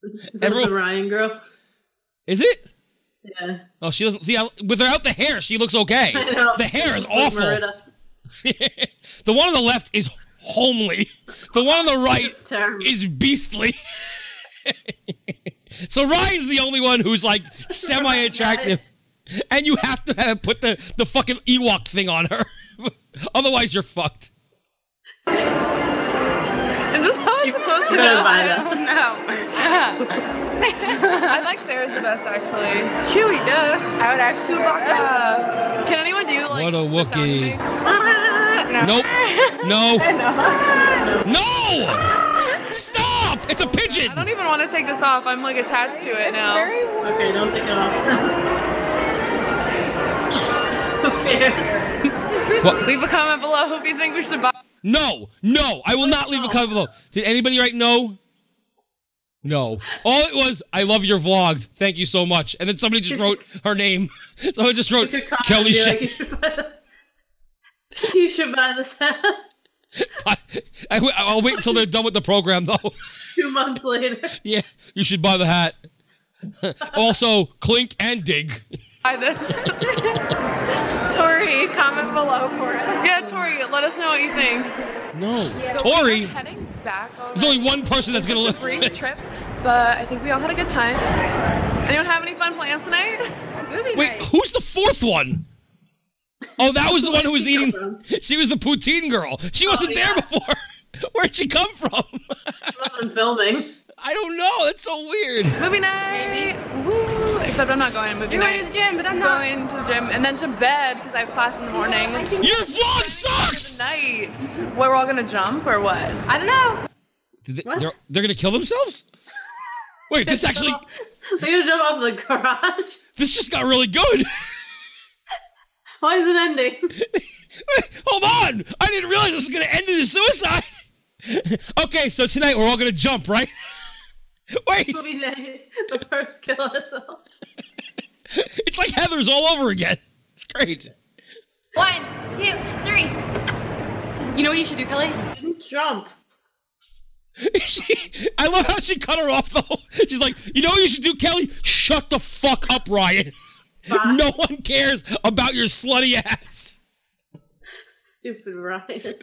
Is that
Everyone-
the Ryan girl?
is it?
Yeah.
Oh, she doesn't see. I, without the hair, she looks okay.
<laughs> I know.
<laughs> The hair is
Like
awful. <laughs>
Merida.
The one on the left is homely. The one on the right
It's terrible.
is beastly. <laughs> so Ryan's the only one who's
<laughs>
like semi attractive. And you have to have put the, the fucking Ewok thing on her. <laughs> Otherwise, you're fucked.
Is this how it's supposed to
better
go?
buy
I
that.
<laughs> don't know. <laughs> I like Sarah's the best, actually. Chewy, duh. I would actually. Chewbacca. Can anyone do like?
What a Wookiee.
<laughs>
Ah, no.
Nope. No. No! Stop! It's a pigeon!
I don't even want to take this off. I'm like attached to it now.
Okay, don't take it off. <laughs>
Leave a comment below if you think we should buy.
No, no, I will not leave a comment below. Did anybody write no? No. All it was, I love your vlog. Thank you so much. And then somebody just wrote
<laughs>
her name. <laughs> Someone just wrote Kelly
<laughs> You
Sha-
should buy the- You should buy this hat
<laughs> I, w- I'll wait until they're done with the program, though.
<laughs>
<laughs>
two months later. <laughs>
yeah, you should buy the hat. <laughs> also, clink and dig. <laughs>
Buy
<laughs>
this. Tori, comment below for us. Yeah, Tori, let us know what you think.
No.
So we're
Tori,
heading back.
there's only one person that's going to
It's a
live. <laughs>
brief trip, but I think we all had a good time. Anyone have any fun plans tonight? Movie
Wait,
night.
who's the fourth one? Oh, that was the one who was eating. She was the poutine girl. She wasn't
Oh,
there before. <laughs> Where'd she come from?
I'm filming.
I don't know. That's so weird.
Movie night. Woo. Except I'm not going to movie
You're
night.
going
to the gym, but I'm
not-
going to the gym and then to bed because I have class in the morning.
Your vlog sucks.
Night. Where we're all gonna jump or what? I don't know.
Did they, they're they're gonna kill themselves? Wait, this actually
They're gonna jump off the garage. <laughs>
this just got really good. <laughs>
Why is it ending? <laughs>
Hold on, I didn't realize this was gonna end in a suicide. <laughs> okay, so tonight we're all gonna jump, right? <laughs>
<laughs>
Wait.
Movie night. The first kill herself.
It's like Heather's all over again. It's great.
One, two, three. You know what you should do, Kelly?
Jump.
<laughs> She, I love how she cut her off though. She's like, you know what you should do, Kelly? Shut the fuck up, Ryan. <laughs> No one cares about your slutty ass.
Stupid Ryan.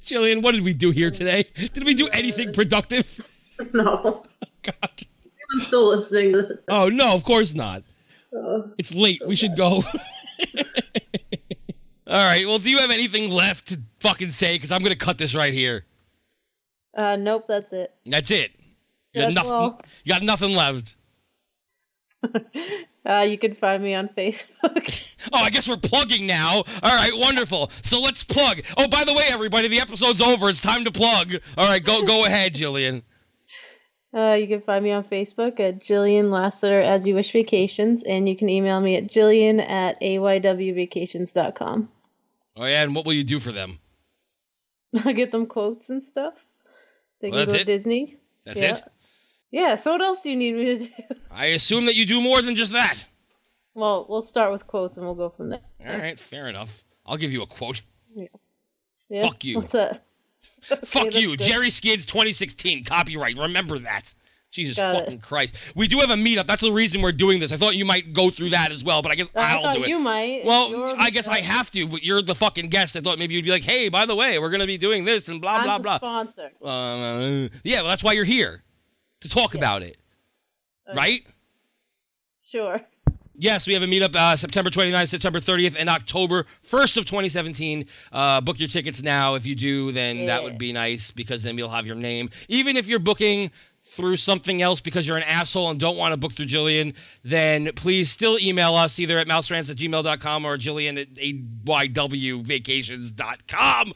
Jillian, what did we do here today? Did we do anything productive?
<laughs> No. I'm still listening to this.
Oh no, of course not.
Oh.
It's late. We should go. <laughs> All right. Well, do you have anything left to fucking say? Because I'm gonna cut this right here.
Uh, nope, that's it.
That's it. You
That's
got nothing.
all.
You got nothing left.
Uh, you can find me on Facebook. <laughs>
Oh, I guess we're plugging now. All right, wonderful. So let's plug. Oh, by the way, everybody, the episode's over. It's time to plug. All right, go go ahead, Jillian.
Uh, you can find me on Facebook at Jillian Lasseter as you wish vacations, and you can email me at Jillian at aywvacations.com.
Oh yeah, and what will you do for them?
<laughs> I'll get them quotes and stuff. They
Well,
can go
that's
to
it.
Disney.
That's
yeah.
it.
Yeah, so what else do you need me to do? <laughs>
I assume that you do more than just that.
Well, we'll start with quotes and we'll go from there.
All right, fair enough. I'll give you a quote.
Yeah?
Fuck you.
What's that?
<laughs> Fuck you,
good.
Jerry Skids 2016 copyright. Remember that. Jesus
Got it.
fucking Christ. We do have a meetup. That's the reason we're doing this. I thought you might go through that as well, but I guess
I
will
thought
do it.
you might.
Well,
You're
I guess I have to, but you're the fucking guest. I thought maybe you'd be like, hey, by the way, we're going to be doing this and blah,
I'm
blah,
the
blah.
sponsor.
Uh, yeah, well, that's why you're here to talk about it, right?
Sure.
Yes, we have a meetup uh, September 29th, September 30th, and October 1st of 2017. Uh, book your tickets now. If you do, then that would be nice because then you'll have your name. Even if you're booking through something else because you're an asshole and don't want to book through Jillian, then please still email us either at mouserants at gmail.com or Jillian at aywvacations.com.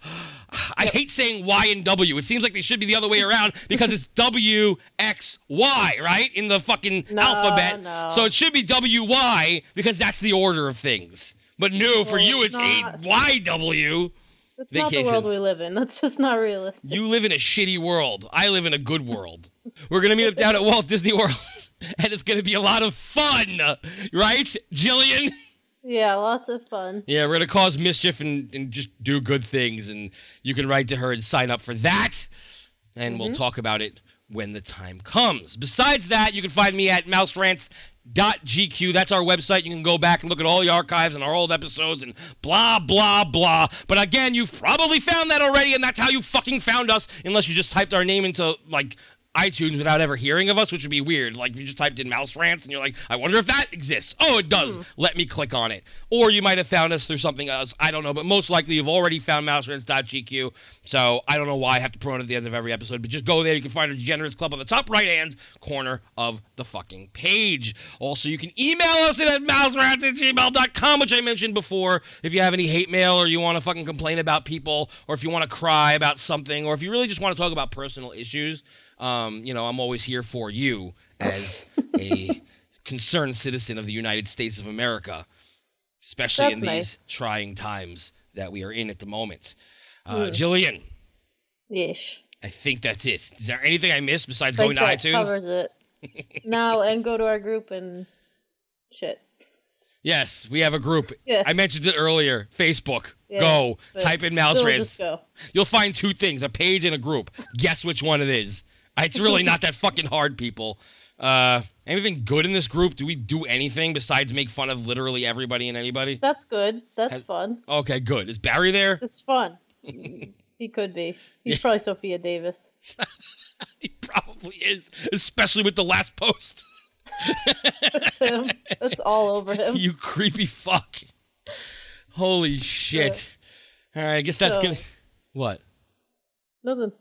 I hate saying Y and W. It seems like they should be the other way around
<laughs>
because it's W X Y, right? In the fucking alphabet.
no.
So it should be W Y because that's the order of things. But no, for
Well,
you
it's
it's A
not.
Y W.
That's not the world
Vacations.
we live in. That's just not realistic.
You live in a shitty world. I live in a good world. We're gonna meet up down at Walt Disney World, <laughs> and it's gonna be a lot of fun, right, Jillian?
Yeah, lots of fun.
Yeah, we're gonna cause mischief and, and just do good things, and you can write to her and sign up for that, and we'll
Mhm.
talk about it when the time comes. Besides that, you can find me at mouserants.gq. That's our website. You can go back and look at all the archives and our old episodes and blah, blah, blah. But again, you've probably found that already, and that's how you fucking found us, unless you just typed our name into like iTunes without ever hearing of us, which would be weird. Like you just typed in mouse rants and you're like, I wonder if that exists. Oh, it does. Let me click on it. Or you might have found us through something else. I don't know, but most likely you've already found mouserants.gq. So I don't know why I have to promote it at the end of every episode, but just go there. You can find our Degenerates Club on the top right hand corner of the fucking page. Also, you can email us at mouserants at gmail.com, which I mentioned before. If you have any hate mail or you want to fucking complain about people or if you want to cry about something or if you really just want to talk about personal issues, um, you know, I'm always here for you as
<laughs>
a concerned citizen of the United States of America, especially
That's
in these
nice.
trying times that we are in at the moment. Uh,
Hmm.
Jillian,
Yes.
I think that's it. Is there anything I missed besides
Like
going to
that
iTunes?
Covers it. no, and go to our group and shit.
Yes, we have a group.
Yeah.
I mentioned it earlier. Facebook.
Yeah,
go.
but
Type in mouse
still
rants.
just go.
You'll find two things: a page and a group. Guess which one it is. <laughs> It's really not that fucking hard, people. Uh, anything good in this group? Do we do anything besides make fun of literally everybody and anybody?
That's good. That's
Has-
fun.
Okay, good. Is Barry there? <laughs>
It's fun. he could be. He's probably Sophia Davis.
Probably is, especially with the last post. <laughs>
Him. It's all over him.
you creepy fuck. Holy shit. All right, I guess that's
So-
gonna. What?
Nothing.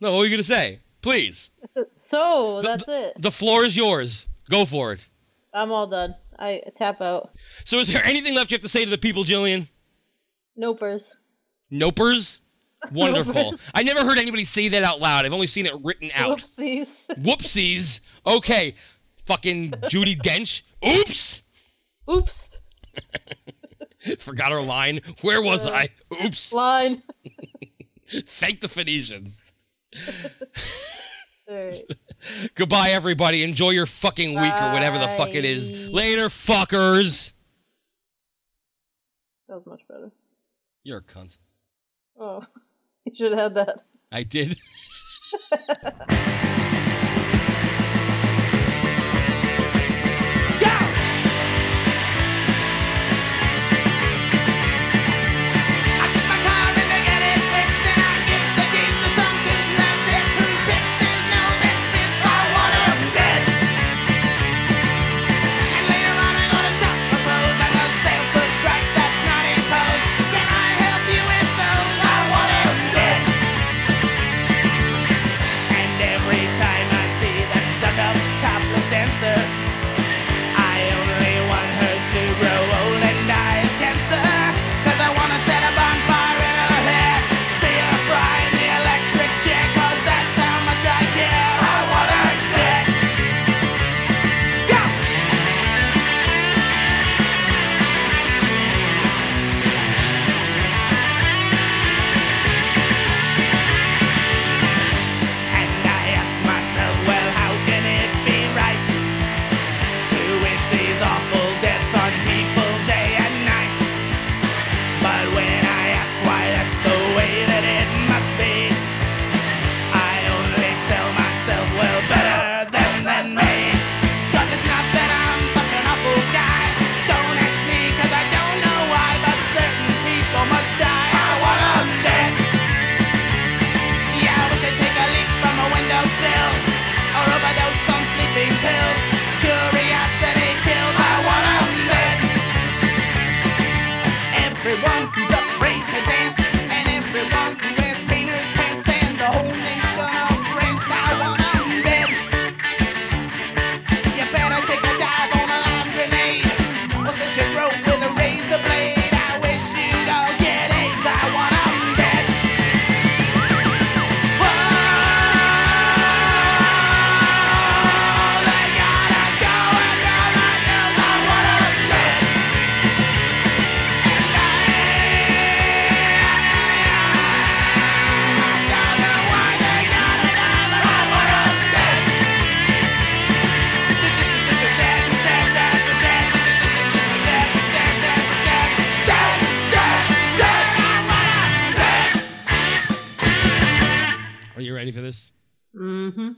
No, what were you gonna say? Please.
That's it. So that's it.
The floor is yours. Go for it.
I'm all done. I tap out.
So, is there anything left you have to say to the people, Jillian?
Nopers.
Nopers? Wonderful.
Nopers.
I never heard anybody say that out loud. I've only seen it written out.
Whoopsies. <laughs>
Whoopsies. Okay. Fucking Judy Dench. Oops.
Oops.
Forgot her line. Where was I? Oops.
Line.
Thank the Phoenicians.
All right.
Goodbye, everybody. Enjoy your fucking week or whatever the fuck it is. Later, fuckers.
That was much better.
You're a cunt.
Oh, <laughs> you should have had that.
I did. <laughs>
Dancer. I only want her to grow old and die of cancer. Cause I wanna set a bonfire in her hair. See her fry in the electric chair. Cause that's how much I care. I wanna get. Go! And I ask myself, well, how can it be right? to wish these awful deaths on people day and night. But when I ask why that's the way that it must be, I only tell myself, well, better them than me. Cause it's not that I'm such an awful guy. Don't ask me, cause I don't know why, but certain people must die. I want 'em dead. Yeah, I wish I'd take a leap from a windowsill or overdose on sleeping pills. Curiosity kills. I want 'em dead. Everyone who's afraid to dance and everyone who wears painter's pants and the whole nation of rents. I want 'em dead. You better take a dive on a lime grenade or slit your throat with a razor blade. I wish you'd all get AIDS. I want 'em dead.
Are you ready for this?
Mm-hmm.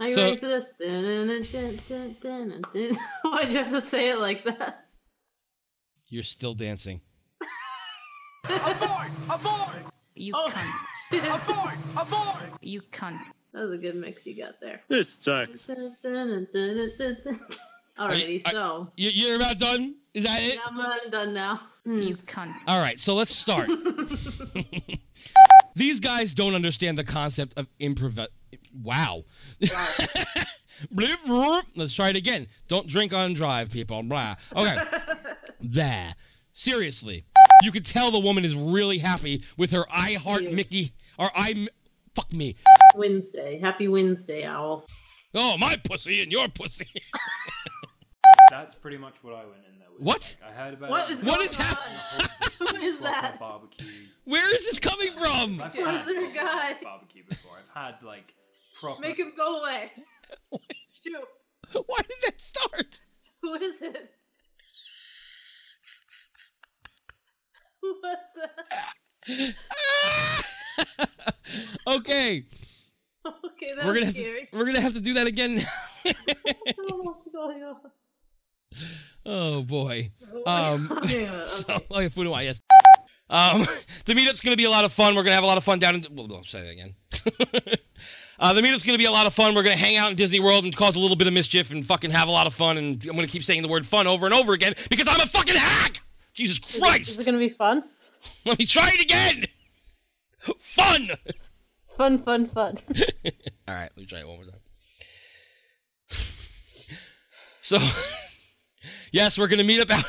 Are you
So-
ready for this?
<laughs>
Dun-dun-dun-dun-dun-dun-dun. Why'd you have to say it like that?
You're still dancing.
Abort! Abort!
You cunt. Oh. <laughs> abort! Abort! You cunt.
That was a good mix you got there.
This sucks.
Alrighty, so
You, you're about done? Is that it?
Yeah, I'm, I'm done now.
You cunt.
All right, so let's start. <laughs> These guys don't understand the concept of improv. Wow. Bloop, bloop. <laughs> Let's try it again. Don't drink on drive, people. Blah. Okay. Blah. Seriously, you could tell the woman is really happy with her I heart Mickey or I fuck me.
Wednesday. Happy Wednesday, Owl.
Oh, my pussy and your pussy. <laughs>
That's pretty much what I went in there with.
What?
Like, I heard about
What
it.
is What going is on? Who
<laughs>
is that?
Barbecue.
Where is this coming from?
I've
Where's
had
her guy?
barbecue before. I've had like proper.
<laughs> Make him go
<laughs>
away. Shoot.
Why did that start?
Who is it? <laughs> Who was that?
Okay,
Okay, that
we're
was
gonna have to,
scary.
we're gonna have to do that again.
Oh, what's going on?
Oh <laughs> boy.
Oh,
Um,
okay,
so, okay, who do I? Yes. Um, <laughs> the meetup's going to be a lot of fun. We're going to have a lot of fun down in. Well, I'll say that again. <laughs> uh, the meetup's going to be a lot of fun. We're going to hang out in Disney World and cause a little bit of mischief and fucking have a lot of fun. And I'm going to keep saying the word fun over and over again because I'm a fucking hack. Jesus Christ! <laughs>
Is it gonna be fun?
Let me try it again. Fun.
Fun, fun, fun.
All right, let me try it one <laughs> more time. <laughs> so, yes, we're going to meet up out.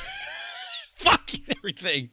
fucking everything.